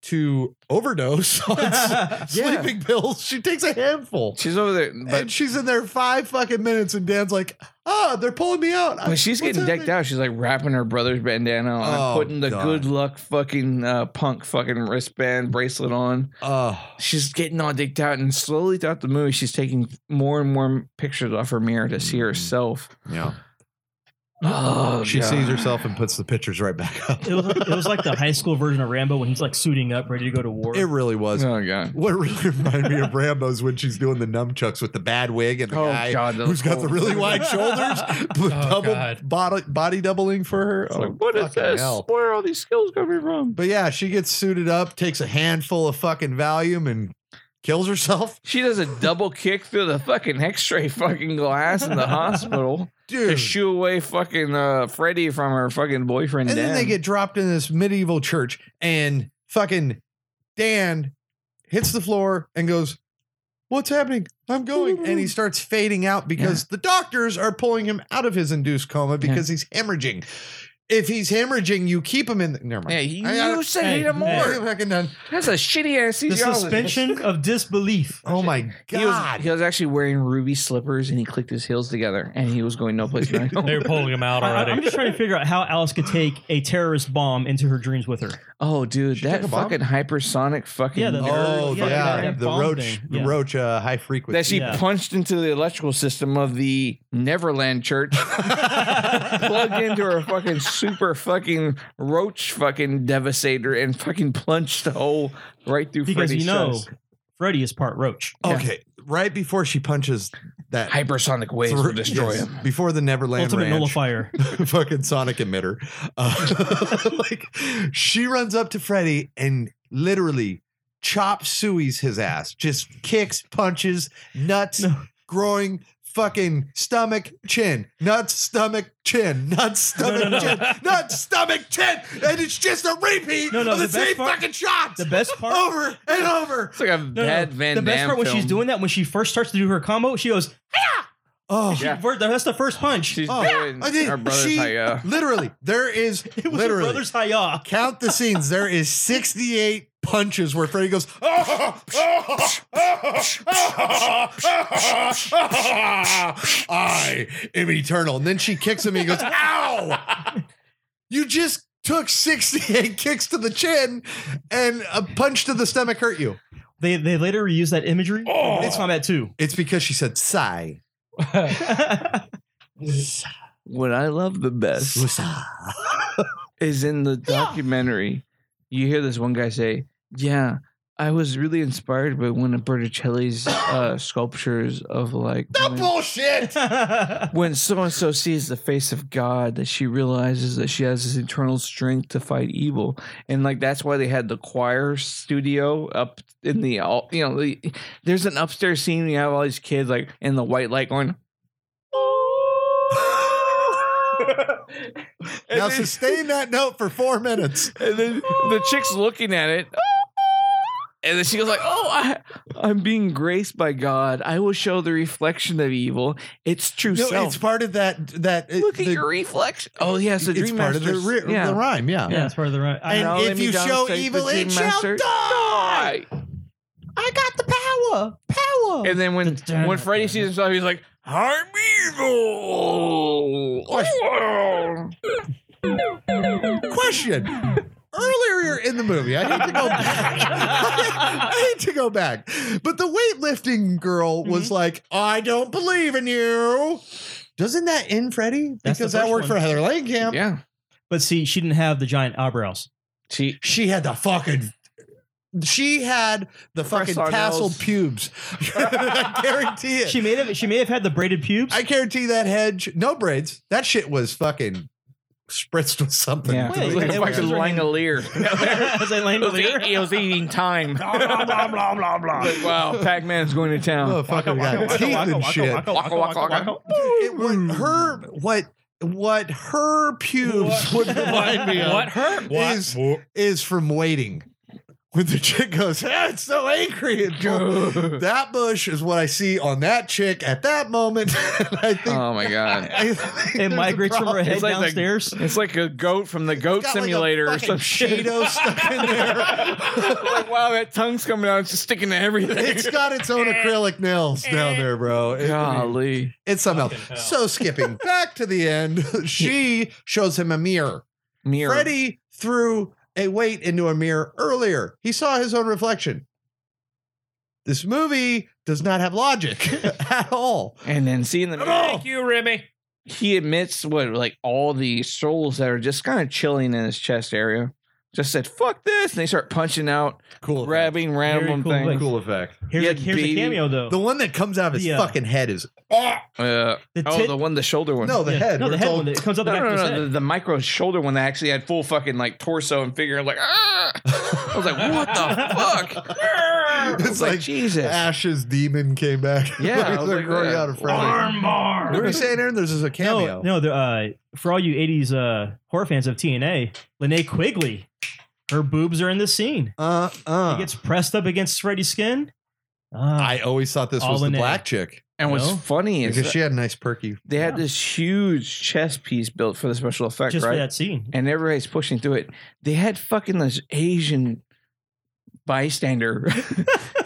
[SPEAKER 10] to overdose on s-
[SPEAKER 6] Yeah.
[SPEAKER 10] sleeping pills. She takes a handful.
[SPEAKER 6] She's over there, but
[SPEAKER 10] and she's in there five fucking minutes, and Dan's like, oh, they're pulling me out.
[SPEAKER 6] But she's getting decked out. She's like wrapping her brother's bandana on,
[SPEAKER 10] Oh,
[SPEAKER 6] putting the
[SPEAKER 10] God.
[SPEAKER 6] good luck fucking uh, punk fucking wristband bracelet on.
[SPEAKER 10] Oh,
[SPEAKER 6] She's getting all decked out, and slowly throughout the movie, she's taking more and more pictures off her mirror to see herself.
[SPEAKER 10] yeah.
[SPEAKER 6] Oh,
[SPEAKER 10] Mm. She
[SPEAKER 6] God.
[SPEAKER 10] sees herself and puts the pictures right back up.
[SPEAKER 9] it was, it was like the high school version of Rambo when he's like suiting up, ready to go to war.
[SPEAKER 10] It really was.
[SPEAKER 6] Oh god.
[SPEAKER 10] What really reminded me of Rambo's when she's doing the nunchucks with the bad wig and the
[SPEAKER 6] Oh,
[SPEAKER 10] guy
[SPEAKER 6] God, that
[SPEAKER 10] who's
[SPEAKER 6] was
[SPEAKER 10] got
[SPEAKER 6] cool.
[SPEAKER 10] the really wide shoulders, with
[SPEAKER 8] Oh,
[SPEAKER 10] double
[SPEAKER 8] God.
[SPEAKER 10] body, body doubling for her.
[SPEAKER 6] It's
[SPEAKER 10] Oh,
[SPEAKER 6] like, what is
[SPEAKER 10] fucking
[SPEAKER 6] this?
[SPEAKER 10] hell.
[SPEAKER 6] Where are all these skills coming from?
[SPEAKER 10] But yeah, she gets suited up, takes a handful of fucking Valium, and kills herself.
[SPEAKER 6] She does a double kick through the fucking X-ray fucking glass in the hospital to
[SPEAKER 10] Dude.
[SPEAKER 6] shoo away fucking uh, Freddy from her fucking boyfriend.
[SPEAKER 10] and then
[SPEAKER 6] Dan.
[SPEAKER 10] they get dropped in this medieval church, and fucking Dan hits the floor and goes, What's happening? I'm going. And he starts fading out because the doctors are pulling him out of his induced coma because he's hemorrhaging. If he's hemorrhaging, you keep him in. The, never mind.
[SPEAKER 6] Yeah, you,
[SPEAKER 10] I gotta-
[SPEAKER 6] you said
[SPEAKER 9] Hey,
[SPEAKER 6] hate him
[SPEAKER 9] hey.
[SPEAKER 10] I'm
[SPEAKER 6] more.
[SPEAKER 10] fucking done.
[SPEAKER 6] That's a shitty ass
[SPEAKER 9] the suspension of disbelief.
[SPEAKER 10] Oh my
[SPEAKER 6] He was,
[SPEAKER 10] god!
[SPEAKER 6] he was actually wearing ruby slippers and he clicked his heels together and he was going no place. near home.
[SPEAKER 8] They were pulling him out
[SPEAKER 9] I,
[SPEAKER 8] already.
[SPEAKER 9] am just trying to figure out how Alice could take a terrorist bomb into her dreams with her.
[SPEAKER 6] oh, dude,
[SPEAKER 10] She
[SPEAKER 6] that
[SPEAKER 10] took a bomb?
[SPEAKER 6] fucking hypersonic fucking
[SPEAKER 9] Yeah, the-
[SPEAKER 10] oh
[SPEAKER 9] Yeah,
[SPEAKER 10] yeah,
[SPEAKER 9] that
[SPEAKER 10] the
[SPEAKER 9] bomb
[SPEAKER 10] roach,
[SPEAKER 9] thing.
[SPEAKER 10] the
[SPEAKER 9] Yeah.
[SPEAKER 10] roach, uh, high frequency.
[SPEAKER 6] that she
[SPEAKER 9] Yeah.
[SPEAKER 6] punched into the electrical system of the Neverland Church, plugged into her fucking super fucking roach fucking devastator, and fucking punched the hole right through
[SPEAKER 9] Because
[SPEAKER 6] Freddy's
[SPEAKER 9] you know,
[SPEAKER 6] chest.
[SPEAKER 9] Freddy is part roach.
[SPEAKER 10] Okay, right before she punches that
[SPEAKER 6] Hypersonic waves
[SPEAKER 10] thro-
[SPEAKER 6] will destroy
[SPEAKER 10] yes,
[SPEAKER 6] him.
[SPEAKER 10] before the Neverland
[SPEAKER 9] Ultimate
[SPEAKER 10] Ranch,
[SPEAKER 9] nullifier.
[SPEAKER 10] fucking sonic emitter. Uh, like she runs up to Freddy and literally chops Suey's his ass. Just kicks, punches, nuts, growing. Fucking stomach, chin, nuts, stomach, chin, nuts, stomach, chin, nuts, stomach, chin, and it's just a repeat
[SPEAKER 9] No, no,
[SPEAKER 10] of the,
[SPEAKER 9] the best
[SPEAKER 10] same
[SPEAKER 9] part-
[SPEAKER 10] fucking shots
[SPEAKER 9] The best part.
[SPEAKER 10] over and over.
[SPEAKER 6] It's like a
[SPEAKER 9] No, no,
[SPEAKER 6] bad Van
[SPEAKER 9] the best
[SPEAKER 6] Damme
[SPEAKER 9] part when she's
[SPEAKER 6] film.
[SPEAKER 9] doing that, when she first starts to do her combo, she goes,
[SPEAKER 10] Oh,
[SPEAKER 6] Yeah.
[SPEAKER 9] "Ver- that's the first punch.
[SPEAKER 6] She's
[SPEAKER 10] Oh,
[SPEAKER 6] doing
[SPEAKER 10] I did.
[SPEAKER 6] her brother's
[SPEAKER 10] she,
[SPEAKER 6] like, uh,
[SPEAKER 10] Literally, there is
[SPEAKER 9] it was her
[SPEAKER 10] literally
[SPEAKER 9] brother's hi-yah.
[SPEAKER 10] count the scenes. There is 68 punches where Freddy goes, "Ah, ah, ah, ah, ah, ah, I am eternal. And then she kicks him and he goes, Ow! You just took 68 kicks to the chin and a punch to the stomach hurt you.
[SPEAKER 9] They they later reuse that imagery. Oh. It's Combat 2.
[SPEAKER 10] It's because she said sigh.
[SPEAKER 6] What I love the best is in the documentary. You hear this one guy say, "Yeah, I was really inspired by one of Berticelli's uh, sculptures of like when-
[SPEAKER 7] bullshit.
[SPEAKER 6] when so and so sees the face of God, that she realizes that she has this internal strength to fight evil, and like that's why they had the choir studio up in the all. You know, the, there's an upstairs scene. You have all these kids like in the white light going. And
[SPEAKER 10] Now
[SPEAKER 6] then-
[SPEAKER 10] sustain that note for four minutes.
[SPEAKER 6] and then the chick's looking at it. And then she goes like, "Oh, I, I'm being graced by God. I will show the reflection of evil. It's true
[SPEAKER 10] No,
[SPEAKER 6] self.
[SPEAKER 10] it's part of that. That uh,
[SPEAKER 6] Look at
[SPEAKER 10] the-
[SPEAKER 6] your reflection. Oh, yes, the
[SPEAKER 10] It's
[SPEAKER 6] dream
[SPEAKER 10] part of the,
[SPEAKER 6] Masters.
[SPEAKER 10] ri-
[SPEAKER 6] Yeah.
[SPEAKER 10] the rhyme. Yeah.
[SPEAKER 9] Yeah, it's part of the right. I,
[SPEAKER 10] And
[SPEAKER 6] Now let
[SPEAKER 10] if
[SPEAKER 6] me
[SPEAKER 10] you show
[SPEAKER 6] demonstrate the
[SPEAKER 10] evil,
[SPEAKER 6] dream
[SPEAKER 10] it shall
[SPEAKER 6] master-
[SPEAKER 10] die.
[SPEAKER 6] die.
[SPEAKER 7] I got the power. Power.
[SPEAKER 6] And then when when Freddy sees himself, he's like, "I'm evil."
[SPEAKER 10] Question. Earlier in the movie, I need to go back. I need to go back. But the weightlifting girl was
[SPEAKER 9] Mm-hmm.
[SPEAKER 10] like, I don't believe in you. Doesn't that end Freddy?
[SPEAKER 9] That's the
[SPEAKER 10] Because that
[SPEAKER 9] first
[SPEAKER 10] worked for
[SPEAKER 9] one.
[SPEAKER 10] Heather Langenkamp.
[SPEAKER 6] yeah,
[SPEAKER 9] But see, she didn't have the giant eyebrows.
[SPEAKER 6] she
[SPEAKER 10] She had the fucking. She had the fucking
[SPEAKER 6] on
[SPEAKER 10] tasseled
[SPEAKER 6] nails.
[SPEAKER 10] pubes. I guarantee it.
[SPEAKER 9] She may have she may have had the braided pubes.
[SPEAKER 10] I guarantee that hedge, no braids. That shit was fucking spritzed with something.
[SPEAKER 6] Yeah.
[SPEAKER 9] Wait,
[SPEAKER 6] It was like a
[SPEAKER 9] it was
[SPEAKER 6] fucking
[SPEAKER 9] her name.
[SPEAKER 6] langolier.
[SPEAKER 9] As I
[SPEAKER 6] It
[SPEAKER 9] land
[SPEAKER 6] was,
[SPEAKER 9] there.
[SPEAKER 6] eat- it was eating time. Like, wow, Pac Man's going to town.
[SPEAKER 10] Motherfucker got teeth and shit.
[SPEAKER 6] Waka, waka, waka.
[SPEAKER 10] It was her what what her pubes would remind me of
[SPEAKER 8] What hurt? What?
[SPEAKER 10] is is from waiting. When the chick goes, ah, it's so angry. and bull-" that bush is what I see on that chick at that moment. I think,
[SPEAKER 6] Oh my god.
[SPEAKER 10] I think
[SPEAKER 9] It
[SPEAKER 10] there's a
[SPEAKER 9] migrates from her
[SPEAKER 10] problem.
[SPEAKER 9] head
[SPEAKER 6] It's like the-
[SPEAKER 9] downstairs.
[SPEAKER 6] It's like a goat from the goat
[SPEAKER 10] Got like a
[SPEAKER 6] simulator or
[SPEAKER 10] fucking
[SPEAKER 6] some shit.
[SPEAKER 10] Cheeto stuck in there.
[SPEAKER 6] like, wow, that tongue's coming out. It's just sticking to everything.
[SPEAKER 10] It's got its own acrylic nails down there, bro. It-
[SPEAKER 6] Golly.
[SPEAKER 10] it's something else.
[SPEAKER 8] Fucking hell.
[SPEAKER 10] So skipping back to the end, she shows him a mirror.
[SPEAKER 6] Mirror.
[SPEAKER 10] Freddy threw a weight into a mirror earlier. He saw his own reflection. This movie does not have logic at all.
[SPEAKER 6] And then seeing the
[SPEAKER 14] Thank you, Remy.
[SPEAKER 6] he admits what like all the souls that are just kind of chilling in his chest area. Just said, fuck this. And they start punching out,
[SPEAKER 10] Cool.
[SPEAKER 6] grabbing random
[SPEAKER 9] cool
[SPEAKER 6] things.
[SPEAKER 9] effect.
[SPEAKER 15] Cool effect.
[SPEAKER 9] Here's,
[SPEAKER 6] Yeah,
[SPEAKER 9] a, here's
[SPEAKER 6] baby.
[SPEAKER 9] a cameo though.
[SPEAKER 10] The one that comes out of his
[SPEAKER 9] Yeah.
[SPEAKER 10] fucking head is
[SPEAKER 6] Uh,
[SPEAKER 9] The
[SPEAKER 6] oh,
[SPEAKER 9] tit-
[SPEAKER 6] the one, the shoulder one.
[SPEAKER 10] no the
[SPEAKER 9] Yeah.
[SPEAKER 10] head.
[SPEAKER 9] No,
[SPEAKER 10] where
[SPEAKER 9] the
[SPEAKER 10] it's
[SPEAKER 9] head
[SPEAKER 10] all-
[SPEAKER 9] one. It comes up
[SPEAKER 6] no,
[SPEAKER 9] the back
[SPEAKER 6] no,
[SPEAKER 9] of his
[SPEAKER 6] no,
[SPEAKER 9] head.
[SPEAKER 6] The, the micro shoulder one that actually had full fucking like torso and figure. Like, ah! I was like, what the fuck? I
[SPEAKER 10] It's
[SPEAKER 6] was like,
[SPEAKER 10] like uh,
[SPEAKER 6] Jesus.
[SPEAKER 10] Ash's demon came back.
[SPEAKER 6] Yeah, I
[SPEAKER 10] Like,
[SPEAKER 6] was
[SPEAKER 10] they're
[SPEAKER 6] like,
[SPEAKER 10] growing
[SPEAKER 6] yeah.
[SPEAKER 10] out of Freddy. What are you saying, Aaron? There's just a cameo.
[SPEAKER 9] No, no. the, Uh, for all you '80s uh, horror fans of TNA, Lene Quigley, her boobs are in this scene.
[SPEAKER 10] Uh, uh.
[SPEAKER 9] He gets pressed up against Freddy's skin. Ah,
[SPEAKER 10] I always thought this
[SPEAKER 9] All
[SPEAKER 10] was the
[SPEAKER 9] in A.
[SPEAKER 10] black chick
[SPEAKER 6] and what's
[SPEAKER 9] No.
[SPEAKER 6] funny is
[SPEAKER 10] because she had nice perky.
[SPEAKER 6] they had this huge chest piece built for the special effect,
[SPEAKER 9] just
[SPEAKER 6] right?
[SPEAKER 9] for that scene.
[SPEAKER 6] and everybody's pushing through it. They had fucking this Asian bystander.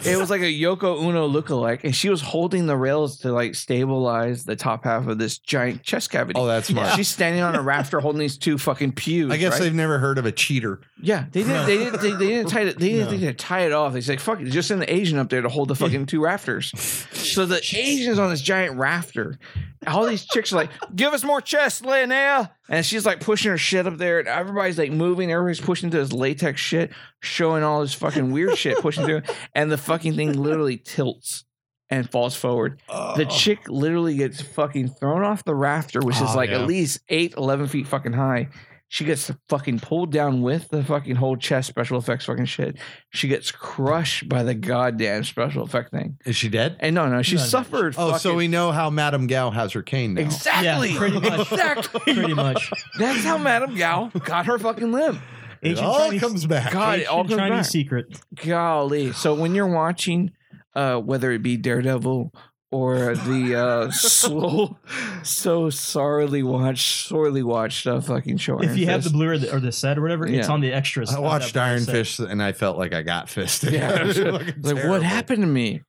[SPEAKER 6] it was like a Yoko Uno lookalike, and she was holding the rails to like stabilize the top half of this giant chest cavity.
[SPEAKER 10] Oh, that's smart.
[SPEAKER 6] She's standing on a rafter holding these two fucking pews.
[SPEAKER 10] I guess
[SPEAKER 6] right?
[SPEAKER 10] they've never heard of a cheater.
[SPEAKER 6] Yeah, they didn't. They didn't. They, they didn't tie it. They didn't think to tie it off. They said, "Fuck it, just send the Asian up there to hold the fucking two rafters." So the Asian's on this giant rafter. All these chicks are like, "Give us more chest, Linnea," and she's like pushing her shit up there, and everybody's like moving. Everybody's pushing through this latex shit, showing all this fucking weird shit pushing through, and the fucking thing literally tilts and falls forward. The chick literally gets fucking thrown off the rafter, which is
[SPEAKER 8] Oh,
[SPEAKER 6] like
[SPEAKER 8] yeah.
[SPEAKER 6] at least eight, 11 feet fucking high. She gets fucking pulled down with the fucking whole chest special effects fucking shit. She gets crushed by the goddamn special effect thing.
[SPEAKER 10] Is she dead?
[SPEAKER 6] And no, no, she
[SPEAKER 9] No, no.
[SPEAKER 6] suffered.
[SPEAKER 10] Oh, so
[SPEAKER 6] fucking-
[SPEAKER 10] we know how Madame Gao has her cane now.
[SPEAKER 6] exactly,
[SPEAKER 9] Yeah, pretty much.
[SPEAKER 6] exactly.
[SPEAKER 9] Pretty much.
[SPEAKER 6] That's how Madame Gao got her fucking limb.
[SPEAKER 10] It
[SPEAKER 9] Ancient
[SPEAKER 10] all
[SPEAKER 9] Chinese,
[SPEAKER 10] comes back.
[SPEAKER 6] God, it all
[SPEAKER 9] ancient
[SPEAKER 6] comes
[SPEAKER 9] Chinese
[SPEAKER 6] back.
[SPEAKER 9] secret.
[SPEAKER 6] Golly. So when you're watching, uh, whether it be Daredevil or the uh, so, so sorely watched, sorely watched uh, fucking show.
[SPEAKER 9] If
[SPEAKER 6] Iron
[SPEAKER 9] you have the
[SPEAKER 6] Fist.
[SPEAKER 9] Blu-ray or the- or the set or whatever, it's
[SPEAKER 6] Yeah.
[SPEAKER 9] on the extras.
[SPEAKER 10] I
[SPEAKER 9] of
[SPEAKER 10] watched
[SPEAKER 9] that
[SPEAKER 10] Iron
[SPEAKER 9] set.
[SPEAKER 10] Fist and I felt like I got fisted.
[SPEAKER 6] Yeah.
[SPEAKER 10] It was fucking
[SPEAKER 6] It's like, what
[SPEAKER 10] terrible.
[SPEAKER 6] happened to me?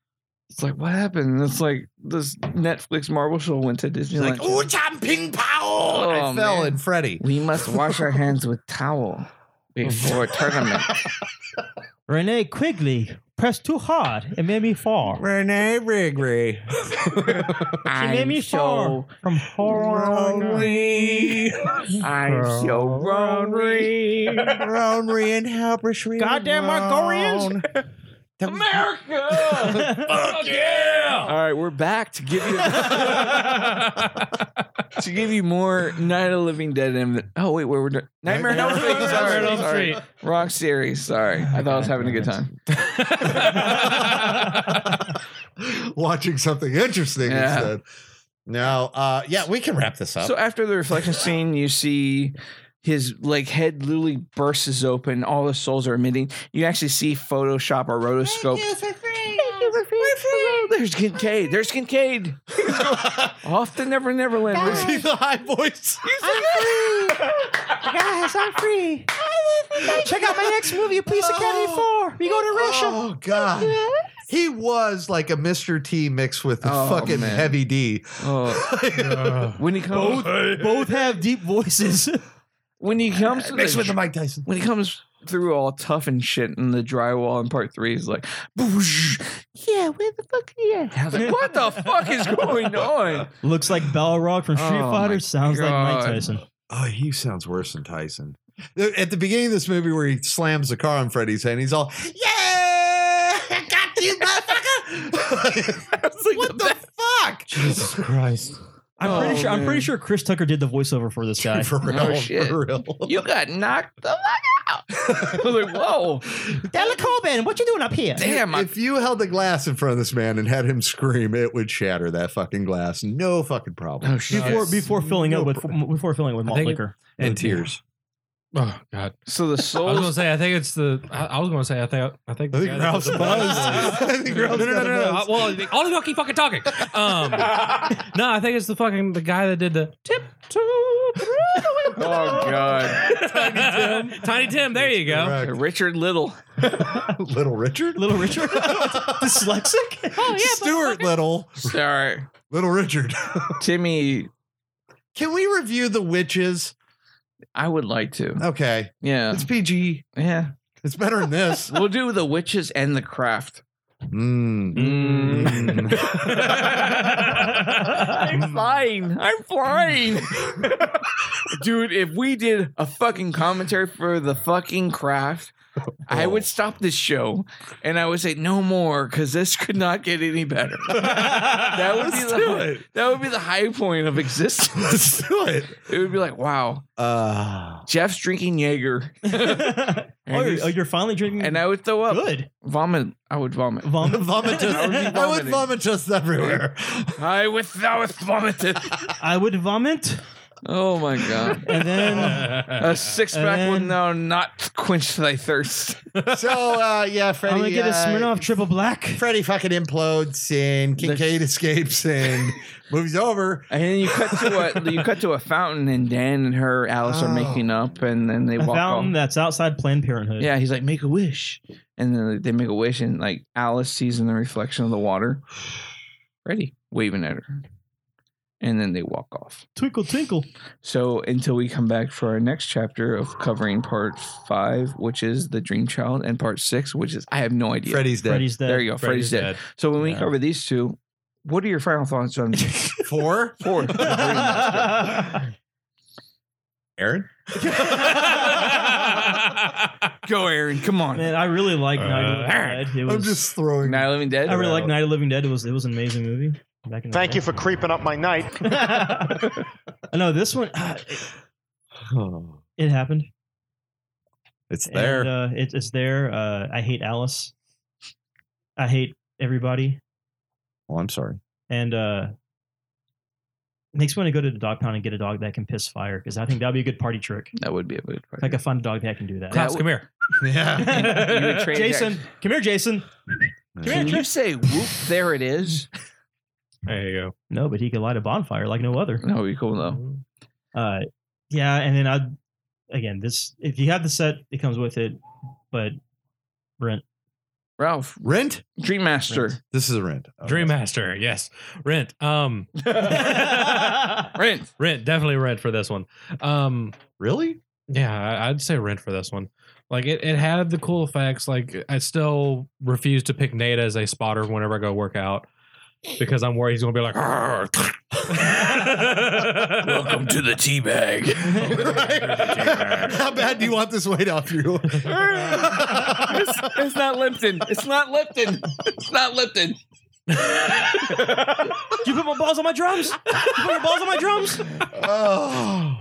[SPEAKER 6] It's like, what happened? And it's like, this Netflix Marvel show went to
[SPEAKER 10] She's
[SPEAKER 6] Disneyland.
[SPEAKER 10] like, ooh, jumping power! I
[SPEAKER 6] Oh,
[SPEAKER 10] fell
[SPEAKER 6] man.
[SPEAKER 10] in Freddy.
[SPEAKER 6] we must wash our hands with towel before tournament.
[SPEAKER 9] Renee Quigley pressed too hard and made me fall.
[SPEAKER 10] Renee Rigri.
[SPEAKER 9] She made me fall from horror.
[SPEAKER 6] lonely. I'm so lonely.
[SPEAKER 10] Ronry and Halbershrew.
[SPEAKER 9] Goddamn Margorians.
[SPEAKER 4] America! Fuck yeah!
[SPEAKER 6] All right, we're back to give you to give you more Night of the Living Dead. And oh wait, where we're doing Nightmare on Elm Street.
[SPEAKER 4] Nightmare on
[SPEAKER 6] sorry,
[SPEAKER 4] Elm
[SPEAKER 6] sorry.
[SPEAKER 4] Street.
[SPEAKER 6] Wrong series. Sorry, I thought I was having a good time.
[SPEAKER 7] watching something interesting
[SPEAKER 6] Yeah.
[SPEAKER 7] instead. Now, uh, yeah, we can wrap this up.
[SPEAKER 6] So after the reflection scene, you see his like head literally bursts open. All the souls are emitting. You actually see Photoshop or rotoscope. There's Kincaid. There's Kincaid. Off to Never Neverland.
[SPEAKER 4] Was he
[SPEAKER 7] the high voice?
[SPEAKER 4] I'm free! Guys, I'm free! Check out my next movie, Police Academy 4! We go to Russia!
[SPEAKER 7] Oh God. He was like a Mr. T mixed with a
[SPEAKER 6] Oh,
[SPEAKER 7] fucking
[SPEAKER 6] man.
[SPEAKER 7] heavy D.
[SPEAKER 6] Uh, when he comes, both, have deep voices. When he comes to
[SPEAKER 7] Mixed with the Mike Tyson.
[SPEAKER 6] When he comes through all tough and shit in the drywall in part three, he's like, "Boosh." Yeah, where the fuck are you? I was like, what the fuck is going on?
[SPEAKER 9] Looks like Balrog from Street
[SPEAKER 6] Oh, my
[SPEAKER 9] Fighter. Sounds like Mike
[SPEAKER 6] God.
[SPEAKER 9] Tyson.
[SPEAKER 10] Oh, he sounds worse than Tyson.
[SPEAKER 7] At the beginning of this movie where he slams the car on Freddy's head, he's all, yeah, I got you, motherfucker. what the, fuck?
[SPEAKER 9] Jesus Christ. I'm
[SPEAKER 6] Oh,
[SPEAKER 9] pretty sure. I'm pretty
[SPEAKER 6] man.
[SPEAKER 9] sure Chris Tucker did the voiceover for this guy.
[SPEAKER 7] For real,
[SPEAKER 6] Oh, shit.
[SPEAKER 7] for real.
[SPEAKER 6] You got knocked the fuck out. I was like, whoa,
[SPEAKER 9] Della Coben, what you doing up here?
[SPEAKER 6] damn. I,
[SPEAKER 7] If you held a glass in front of this man and had him scream, it would shatter that fucking glass. No fucking problem.
[SPEAKER 6] oh, shit.
[SPEAKER 9] Before before filling
[SPEAKER 7] No
[SPEAKER 9] up with before filling with malt
[SPEAKER 8] think-
[SPEAKER 9] liquor.
[SPEAKER 10] And tears.
[SPEAKER 8] Oh God!
[SPEAKER 6] So the
[SPEAKER 8] I was gonna
[SPEAKER 6] souls.
[SPEAKER 8] say I think it's the. I, I was gonna say I think I think.
[SPEAKER 7] I
[SPEAKER 8] the
[SPEAKER 7] think
[SPEAKER 8] guy that
[SPEAKER 7] Ralph's
[SPEAKER 8] put the
[SPEAKER 7] buzzed. I think
[SPEAKER 8] No,
[SPEAKER 7] Ralph's
[SPEAKER 8] no, no, no,
[SPEAKER 7] got a
[SPEAKER 8] no.
[SPEAKER 7] buzz.
[SPEAKER 8] Well, all of y'all keep fucking talking. Um, no, I think it's the fucking the guy that did the tiptoe through the
[SPEAKER 6] Oh god,
[SPEAKER 8] window. Tiny Tim. Tiny Tim. There you go.
[SPEAKER 7] Correct.
[SPEAKER 6] Richard Little.
[SPEAKER 7] Little Richard?
[SPEAKER 9] Little Richard, dyslexic. Oh
[SPEAKER 7] Stuart Little.
[SPEAKER 6] Sorry,
[SPEAKER 7] Little Richard.
[SPEAKER 6] Timmy.
[SPEAKER 7] Can we review The Witches?
[SPEAKER 6] I would like to.
[SPEAKER 7] Okay.
[SPEAKER 6] Yeah,
[SPEAKER 7] Uh, It's PG.
[SPEAKER 6] yeah.
[SPEAKER 7] It's better than this.
[SPEAKER 6] We'll do the witches and the craft.
[SPEAKER 7] Mm.
[SPEAKER 9] Mm.
[SPEAKER 6] I'm flying. I'm flying. Dude, if we did a fucking commentary for the fucking craft, I would stop this show and I would say no more because this could not get any better. that would be
[SPEAKER 7] Let's
[SPEAKER 6] the
[SPEAKER 7] do
[SPEAKER 6] high-
[SPEAKER 7] it.
[SPEAKER 6] that would be the high point of existence.
[SPEAKER 7] Let's do it.
[SPEAKER 6] It would be like, wow,
[SPEAKER 7] Uh,
[SPEAKER 6] Jeff's drinking Jaeger,
[SPEAKER 9] oh, you're, oh, you're finally drinking.
[SPEAKER 6] and I would throw up,
[SPEAKER 9] good.
[SPEAKER 6] vomit. I would vomit.
[SPEAKER 9] Vom-
[SPEAKER 7] vomitous.
[SPEAKER 6] I would be
[SPEAKER 7] I would
[SPEAKER 6] vomiting.
[SPEAKER 7] vomit just everywhere.
[SPEAKER 6] I would, I would vomit.
[SPEAKER 9] I would vomit,
[SPEAKER 6] Oh my god.
[SPEAKER 9] and then
[SPEAKER 6] A six pack will
[SPEAKER 9] And-
[SPEAKER 6] now not quench thy thirst.
[SPEAKER 7] So, uh, yeah, Freddie.
[SPEAKER 9] I'm gonna get a
[SPEAKER 7] uh,
[SPEAKER 9] Smirnoff Triple Black.
[SPEAKER 7] Freddy fucking implodes and Kincaid escapes and movie's over.
[SPEAKER 6] And then you cut to a you cut to a fountain, and Dan and her Alice
[SPEAKER 7] Oh.
[SPEAKER 6] are making up, and then they
[SPEAKER 9] A
[SPEAKER 6] walk
[SPEAKER 9] fountain
[SPEAKER 6] off.
[SPEAKER 9] that's outside Planned Parenthood.
[SPEAKER 6] Yeah, he's like, make a wish, and then they make a wish, and like Alice sees in the reflection of the water, Freddy waving at her, and then they walk off.
[SPEAKER 9] Twinkle twinkle.
[SPEAKER 6] So until we come back for our next chapter of covering part five, which is the Dream Child, and part six, which is I have no idea.
[SPEAKER 7] Freddy's dead.
[SPEAKER 9] Freddy's dead.
[SPEAKER 6] There you go, Freddy's, dead. So when we
[SPEAKER 9] Yeah.
[SPEAKER 6] cover these two, what are your final thoughts on
[SPEAKER 7] Four.
[SPEAKER 6] four?
[SPEAKER 10] Aaron?
[SPEAKER 6] Go, Aaron. Come on.
[SPEAKER 9] Man, I really like
[SPEAKER 6] Uh,
[SPEAKER 9] Night of the Living Dead. It was,
[SPEAKER 7] I'm just throwing.
[SPEAKER 6] Night of the Living Dead.
[SPEAKER 9] I really like Night of the Living Dead. It was it was an amazing movie. Back in the
[SPEAKER 13] Thank
[SPEAKER 9] day.
[SPEAKER 13] you for creeping up my night.
[SPEAKER 9] I know this one. ah, it,
[SPEAKER 10] Oh,
[SPEAKER 9] it happened.
[SPEAKER 10] it's
[SPEAKER 9] And,
[SPEAKER 10] there.
[SPEAKER 9] uh, it, it's there. Uh, I hate Alice. I hate everybody,
[SPEAKER 10] oh, I'm sorry.
[SPEAKER 9] and uh, it makes me want to go to the dog pound and get a dog that can piss fire because I think that'd be a good party trick.
[SPEAKER 6] That would be a good part.
[SPEAKER 9] If I could find a dog that can do that.
[SPEAKER 8] Klaus, come here.
[SPEAKER 7] Yeah.
[SPEAKER 6] You would trade
[SPEAKER 9] Jason, come here, Jason.
[SPEAKER 6] Can you say whoop? There it is.
[SPEAKER 8] There you go.
[SPEAKER 9] No, but he could light a bonfire like no other.
[SPEAKER 6] That would be cool though.
[SPEAKER 9] uh yeah and then i again this if you have the set it comes with it but rent
[SPEAKER 6] Ralph,
[SPEAKER 10] Rent?
[SPEAKER 6] Dream Master.
[SPEAKER 10] This is a rent. Oh,
[SPEAKER 8] Dream Master. Yes. Rent. Um.
[SPEAKER 6] Rent.
[SPEAKER 8] Rent. Definitely rent for this one. Um.
[SPEAKER 10] Really?
[SPEAKER 8] Yeah, I- I'd say rent for this one. Like it, it had the cool effects. Like I still refuse to pick Nate as a spotter whenever I go work out because I'm worried he's gonna be like, "Arr."
[SPEAKER 16] Welcome to the tea bag.
[SPEAKER 10] How bad do you want this weight off you?
[SPEAKER 6] it's, it's not Lipton. It's not Lipton. It's not Lipton.
[SPEAKER 9] you put my balls on my drums. You put my balls on my drums.
[SPEAKER 10] Oh.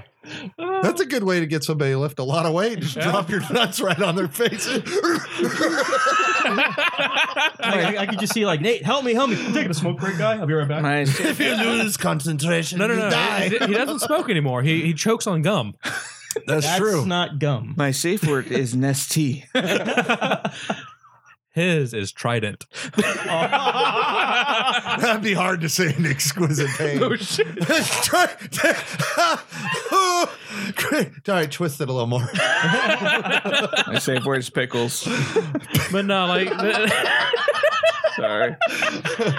[SPEAKER 10] That's a good way to get somebody to lift a lot of weight. Just drop your nuts right on their face.
[SPEAKER 9] I, I could just see like Nate, help me, help me. I'm taking a smoke break, guy. I'll be right back.
[SPEAKER 8] If you lose
[SPEAKER 9] concentration,
[SPEAKER 8] No, no, no. He, he doesn't smoke anymore. He he chokes on gum.
[SPEAKER 6] That's,
[SPEAKER 9] true. not gum.
[SPEAKER 6] My safe word is Nestea.
[SPEAKER 8] His is Trident.
[SPEAKER 10] That'd be hard to say in exquisite pain.
[SPEAKER 8] No shit.
[SPEAKER 10] Try, Sorry, twist it a little more.
[SPEAKER 6] My safe word is pickles.
[SPEAKER 8] But no, like
[SPEAKER 6] Sorry.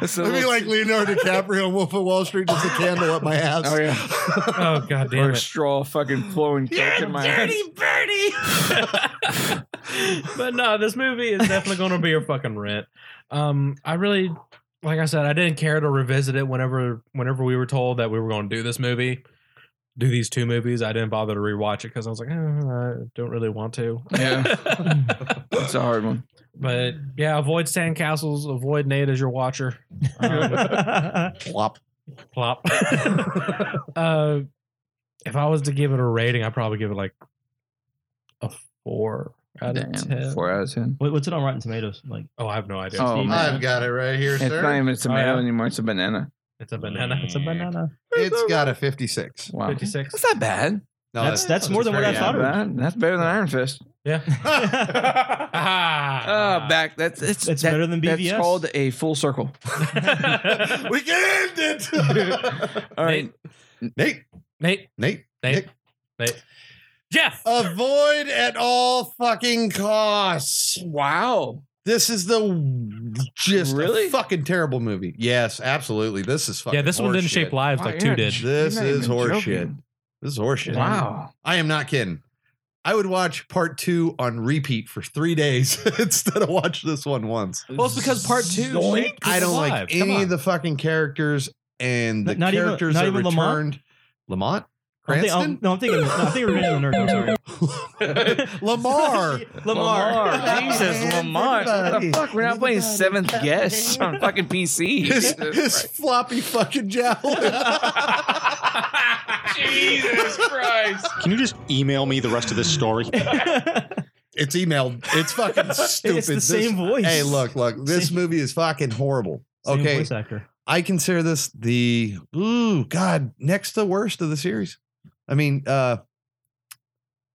[SPEAKER 6] It's a
[SPEAKER 10] It'd be
[SPEAKER 6] little-
[SPEAKER 10] like Leonardo DiCaprio and Wolf of Wall Street, just a candle up my ass.
[SPEAKER 6] Oh yeah.
[SPEAKER 8] oh god
[SPEAKER 6] Or
[SPEAKER 8] damn
[SPEAKER 6] a
[SPEAKER 8] it.
[SPEAKER 6] straw fucking blowing coke in my ass.
[SPEAKER 8] birdie. but no, this movie is definitely going to be a fucking rent. Um, I really, like I said, I didn't care to revisit it whenever whenever we were told that we were going to do this movie, do these two movies. I didn't bother to rewatch it because I was like, eh, I don't really want to.
[SPEAKER 6] Yeah, it's a hard one.
[SPEAKER 8] But yeah, avoid sandcastles. Avoid Nate as your watcher. Um,
[SPEAKER 10] Plop.
[SPEAKER 8] plop. uh, if I was to give it a rating, I'd probably give it like a four out of ten.
[SPEAKER 6] Damn, four out of ten.
[SPEAKER 9] What- What's it on Rotten Tomatoes? Like
[SPEAKER 8] Oh, I have no idea.
[SPEAKER 6] Oh man,
[SPEAKER 10] I've got it right here,
[SPEAKER 6] it's
[SPEAKER 10] sir.
[SPEAKER 6] not even a tomato
[SPEAKER 8] Oh, yeah.
[SPEAKER 6] anymore. It's a banana.
[SPEAKER 8] It's a banana.
[SPEAKER 9] Mm.
[SPEAKER 8] It's a banana.
[SPEAKER 10] it's got a 56.
[SPEAKER 6] Wow,
[SPEAKER 8] Fifty six.
[SPEAKER 6] that's not bad.
[SPEAKER 10] No,
[SPEAKER 9] that's that's more than what I
[SPEAKER 6] Not
[SPEAKER 9] thought it was.
[SPEAKER 6] bad. That's better than Iron Fist.
[SPEAKER 8] Yeah.
[SPEAKER 6] Uh,
[SPEAKER 8] ah.
[SPEAKER 6] back. That's it's
[SPEAKER 9] That's
[SPEAKER 6] that-
[SPEAKER 9] better than BVS.
[SPEAKER 6] That's called a full circle.
[SPEAKER 10] we can end it.
[SPEAKER 6] All right.
[SPEAKER 10] Nate,
[SPEAKER 8] Nate.
[SPEAKER 10] Nate,
[SPEAKER 8] Nate. Nate. Jeff.
[SPEAKER 10] Oh, avoid at all fucking costs.
[SPEAKER 6] Wow.
[SPEAKER 10] This is the just a
[SPEAKER 6] Really?
[SPEAKER 10] fucking terrible movie. Yes, absolutely. This is fucking
[SPEAKER 8] yeah, this one didn't shape
[SPEAKER 10] horseshit.
[SPEAKER 8] lives like two did.
[SPEAKER 10] This
[SPEAKER 6] You're not
[SPEAKER 10] is
[SPEAKER 6] even
[SPEAKER 10] horseshit.
[SPEAKER 6] joking.
[SPEAKER 10] This is horseshit.
[SPEAKER 6] Wow.
[SPEAKER 10] I am not kidding. I would watch part two on repeat for three days instead of watch this one once.
[SPEAKER 8] Well, it's because part two.
[SPEAKER 10] Zoink.
[SPEAKER 8] shaped
[SPEAKER 10] I don't
[SPEAKER 8] his
[SPEAKER 10] like
[SPEAKER 8] lives. Come
[SPEAKER 10] any
[SPEAKER 8] on.
[SPEAKER 10] of the fucking characters and the
[SPEAKER 9] Not- not even-
[SPEAKER 10] characters
[SPEAKER 9] not
[SPEAKER 10] that
[SPEAKER 9] even Lamont?
[SPEAKER 10] returned. Lamont?
[SPEAKER 9] I'm think- um,
[SPEAKER 10] Cranston?
[SPEAKER 9] I'm- no, I'm thinking. No, I'm thinking Revenge of the Nerds. I'm sorry.
[SPEAKER 10] Lamar.
[SPEAKER 9] Lamar.
[SPEAKER 6] Jesus, Lamar. What the fuck? We're not playing seventh guess on fucking PC.
[SPEAKER 10] His,
[SPEAKER 6] Jesus
[SPEAKER 10] his floppy fucking jowl.
[SPEAKER 6] Christ.
[SPEAKER 7] Can you just email me the rest of this story?
[SPEAKER 10] it's emailed. It's fucking stupid.
[SPEAKER 9] It's the
[SPEAKER 10] This-
[SPEAKER 9] same voice.
[SPEAKER 10] Hey, look, look. This
[SPEAKER 9] Same-
[SPEAKER 10] movie is fucking horrible.
[SPEAKER 9] Same
[SPEAKER 10] okay.
[SPEAKER 9] voice actor.
[SPEAKER 10] I consider this the ooh god next to worst of the series. I mean, uh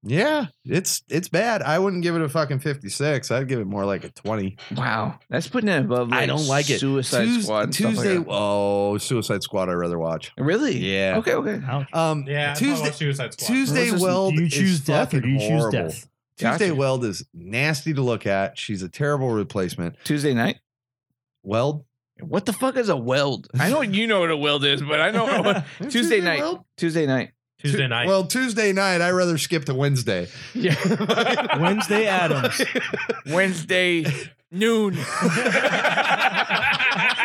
[SPEAKER 10] yeah, it's it's bad. I wouldn't give it a fucking 56. I'd give it more like a 20.
[SPEAKER 6] Wow. That's putting it above. Like,
[SPEAKER 10] I don't like it.
[SPEAKER 6] Suicide
[SPEAKER 10] Tues-
[SPEAKER 6] Squad. and stuff like
[SPEAKER 10] Tuesday. oh, Suicide Squad. I'd rather watch.
[SPEAKER 6] that. Really?
[SPEAKER 10] Yeah.
[SPEAKER 6] Okay, okay.
[SPEAKER 9] Ouch.
[SPEAKER 10] Um,
[SPEAKER 8] Yeah.
[SPEAKER 10] Tuesday.
[SPEAKER 8] Suicide Squad.
[SPEAKER 10] Tuesday
[SPEAKER 6] This is-
[SPEAKER 10] Weld.
[SPEAKER 9] Do you
[SPEAKER 10] is
[SPEAKER 9] choose death or do you
[SPEAKER 10] fucking
[SPEAKER 9] choose
[SPEAKER 10] horrible.
[SPEAKER 9] death?
[SPEAKER 10] Tuesday
[SPEAKER 6] Gotcha.
[SPEAKER 10] Weld is nasty to look at. She's a terrible replacement.
[SPEAKER 6] Tuesday night.
[SPEAKER 10] Weld.
[SPEAKER 6] What the fuck is a weld? I know you know what a weld is, but I don't know what Tuesday, night.
[SPEAKER 10] Weld?
[SPEAKER 6] Tuesday night.
[SPEAKER 8] Tuesday night.
[SPEAKER 10] Well, Tuesday night. I rather skip to Wednesday.
[SPEAKER 6] Yeah.
[SPEAKER 9] Wednesday Adams.
[SPEAKER 6] Wednesday noon.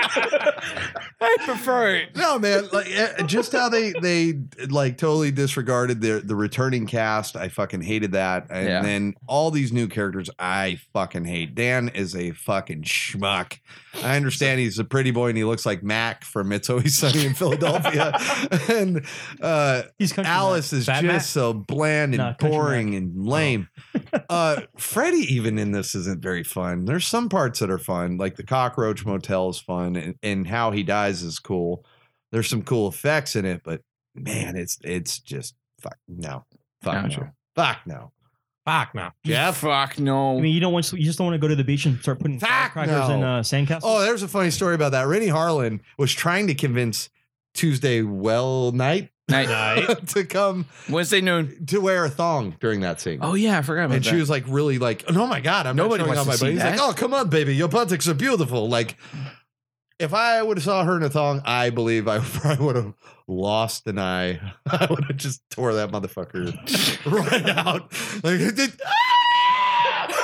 [SPEAKER 6] I prefer it.
[SPEAKER 10] No, man, like eh, just how they they like totally disregarded the the returning cast. I fucking hated that, and
[SPEAKER 6] Yeah.
[SPEAKER 10] then all these new characters I fucking hate. Dan is a fucking schmuck. I understand he's a pretty boy and he looks like Mac from It's Always Sunny in Philadelphia, and uh,
[SPEAKER 9] He's country.
[SPEAKER 10] Alice is
[SPEAKER 8] Fat
[SPEAKER 10] just
[SPEAKER 8] Mac?
[SPEAKER 10] so bland and
[SPEAKER 9] No, Country
[SPEAKER 10] boring and lame. uh, Freddy, even in this, isn't very fun. There's some parts that are fun, like the cockroach motel is fun, and, and how he dies is cool. There's some cool effects in it, but man, it's it's just fuck no, fuck
[SPEAKER 6] Gotcha.
[SPEAKER 10] no, fuck no.
[SPEAKER 8] Fuck now.
[SPEAKER 6] Yeah, Ah, fuck no.
[SPEAKER 9] I mean, you don't want you just don't want to go to the beach and start putting
[SPEAKER 10] Fuck
[SPEAKER 9] firecrackers
[SPEAKER 10] no.
[SPEAKER 9] in uh, sandcastles.
[SPEAKER 10] Oh, there's a funny story about that. Rennie Harlan was trying to convince Tuesday Well Night
[SPEAKER 6] night.
[SPEAKER 10] to come
[SPEAKER 6] Wednesday noon.
[SPEAKER 10] to wear a thong during that scene.
[SPEAKER 6] Oh yeah, I forgot about
[SPEAKER 10] and
[SPEAKER 6] that.
[SPEAKER 10] she was like really like oh my god i'm
[SPEAKER 6] Nobody
[SPEAKER 10] not showing
[SPEAKER 6] wants
[SPEAKER 10] out
[SPEAKER 6] to
[SPEAKER 10] my
[SPEAKER 6] see
[SPEAKER 10] butt." He's
[SPEAKER 6] that.
[SPEAKER 10] like oh come on baby your buttocks are beautiful like if i would have saw her in a thong i believe i probably would have lost an eye i would have just tore that motherfucker right out like "Ah!"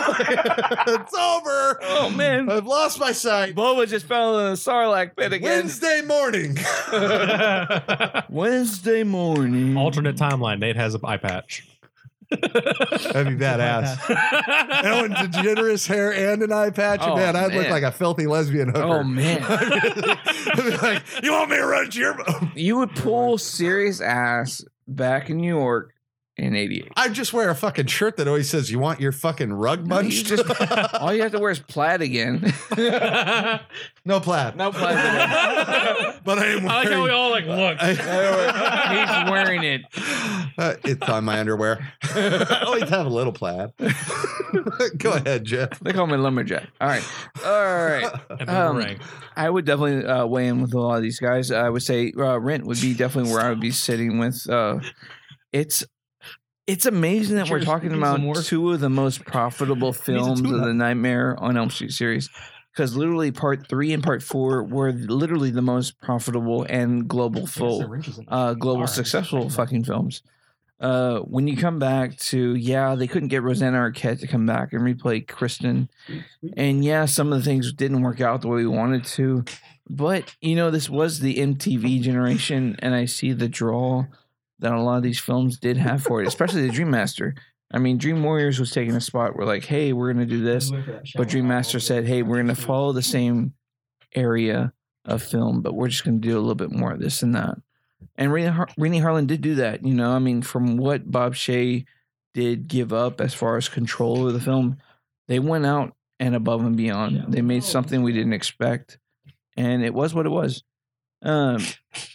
[SPEAKER 10] it's over.
[SPEAKER 6] Oh man,
[SPEAKER 10] I've lost my sight.
[SPEAKER 6] Boba just fell in the sarlacc pit again.
[SPEAKER 10] Wednesday morning.
[SPEAKER 6] Wednesday morning.
[SPEAKER 8] Alternate timeline. Nate has an eye patch.
[SPEAKER 17] That'd be badass.
[SPEAKER 10] Ellen DeGeneres hair and an eye patch.
[SPEAKER 17] Oh,
[SPEAKER 10] man, I'd look
[SPEAKER 17] man.
[SPEAKER 10] like a filthy lesbian hooker.
[SPEAKER 6] Oh man,
[SPEAKER 10] I'd be like, you want me to run to your
[SPEAKER 6] you would pull serious ass back in New York in '88.
[SPEAKER 10] I just wear a fucking shirt that always says, "You want your fucking rug
[SPEAKER 6] No, you
[SPEAKER 10] bunched?"
[SPEAKER 6] just- All you have to wear is plaid again.
[SPEAKER 10] no plaid.
[SPEAKER 6] No plaid.
[SPEAKER 10] But I am wearing,
[SPEAKER 8] all like look.
[SPEAKER 6] He's wearing it.
[SPEAKER 10] uh, it's on my underwear. I always have a little plaid. Go ahead, Jeff.
[SPEAKER 6] They call me lumberjack. All right, all right.
[SPEAKER 8] And
[SPEAKER 6] Um,
[SPEAKER 8] boomerang.
[SPEAKER 6] I would definitely uh, weigh in with a lot of these guys. I would say uh, Rent would be definitely where I would be sitting with. Uh, it's it's amazing that we're
[SPEAKER 9] Cheers.
[SPEAKER 6] talking
[SPEAKER 9] Give me some
[SPEAKER 6] about
[SPEAKER 9] more.
[SPEAKER 6] two of the most profitable films of
[SPEAKER 9] tuna.
[SPEAKER 6] the Nightmare on Elm Street series. Because literally, part three and part four were literally the most profitable and global full uh, global successful fucking films. Uh, when you come back to yeah, they couldn't get Rosanna Arquette to come back and replay Kristen, and yeah, some of the things didn't work out the way we wanted to, but you know this was the MTV generation, and I see the draw that a lot of these films did have for it, especially the Dream Master. I mean, Dream Warriors was taking a spot where like, hey, we're gonna do this, but Dream Master said, hey, we're gonna follow the same area of film, but we're just gonna do a little bit more of this and that. And Renee, Har- Renee Harlan did do that. You know, I mean, from what Bob Shea did give up as far as control over the film, they went out and above and beyond. They made something we didn't expect, and it was what it was. Um,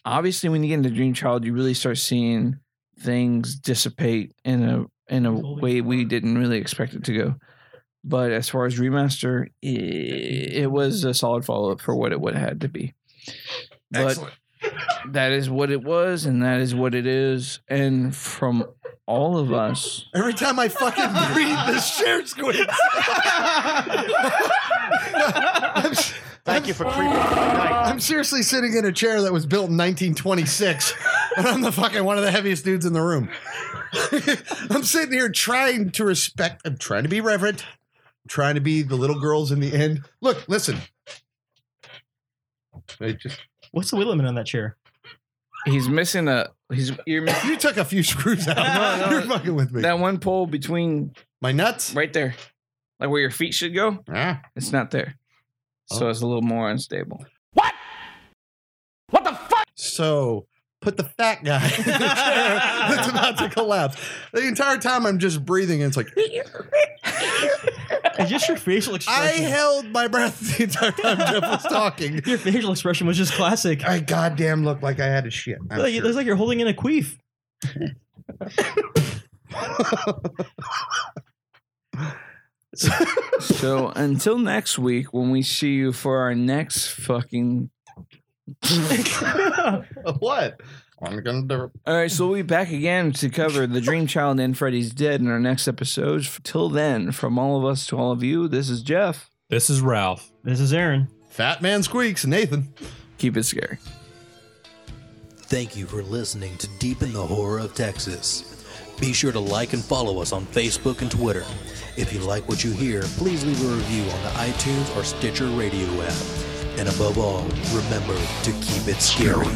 [SPEAKER 6] obviously, when you get into Dream Child, you really start seeing things dissipate in a in a way we didn't really expect it to go. But as far as remaster, i-
[SPEAKER 10] Mm-hmm.
[SPEAKER 6] it, it was a solid follow up for what it would have had to be. But
[SPEAKER 10] Excellent.
[SPEAKER 6] that is what it was, and that is what it is. And from all of us,
[SPEAKER 10] Every time I fucking breathe, this shirt squeaks. I'm, s-
[SPEAKER 18] Thank you for creeping. up my night.
[SPEAKER 10] I'm seriously sitting in a chair that was built in 1926, and I'm the fucking one of the heaviest dudes in the room. I'm sitting here trying to respect. I'm trying to be reverent. trying to be the little girls in the end. Look, listen. They just
[SPEAKER 9] What's the weight limit on that chair?
[SPEAKER 6] he's missing a he's you're missing
[SPEAKER 10] you took a few screws out.
[SPEAKER 6] No, no.
[SPEAKER 10] You're fucking with me.
[SPEAKER 6] that one pole between
[SPEAKER 10] My nuts.
[SPEAKER 6] right there, like where your feet should go.
[SPEAKER 10] Ah.
[SPEAKER 6] It's not there, so
[SPEAKER 10] Oh.
[SPEAKER 6] it's a little more unstable.
[SPEAKER 18] What the fuck?
[SPEAKER 10] So put the fat guy in the chair that's about to collapse. The entire time I'm just breathing, and it's like
[SPEAKER 9] It's just your facial
[SPEAKER 10] I
[SPEAKER 9] expression.
[SPEAKER 10] held my breath the entire time Jeff was talking.
[SPEAKER 9] your facial expression was just classic.
[SPEAKER 10] I goddamn looked like I had a shit. I'm
[SPEAKER 9] Like, It
[SPEAKER 10] sure.
[SPEAKER 9] looks like you're holding in a queef.
[SPEAKER 6] So until next week, when we see you for our next fucking.
[SPEAKER 10] what? I'm gonna do
[SPEAKER 6] All right, so we'll be back again to cover The Dream Child and Freddy's Dead in our next episode. Till then, from all of us to all of you, this is Jeff.
[SPEAKER 8] This is Ralph.
[SPEAKER 9] this is Aaron.
[SPEAKER 10] Fat man squeaks, Nathan.
[SPEAKER 6] Keep it scary.
[SPEAKER 7] Thank you for listening to Deep in the Horror of Texas. Be sure to like and follow us on Facebook and Twitter. If you like what you hear, please leave a review on the iTunes or Stitcher radio app. And above all, remember to keep it scary.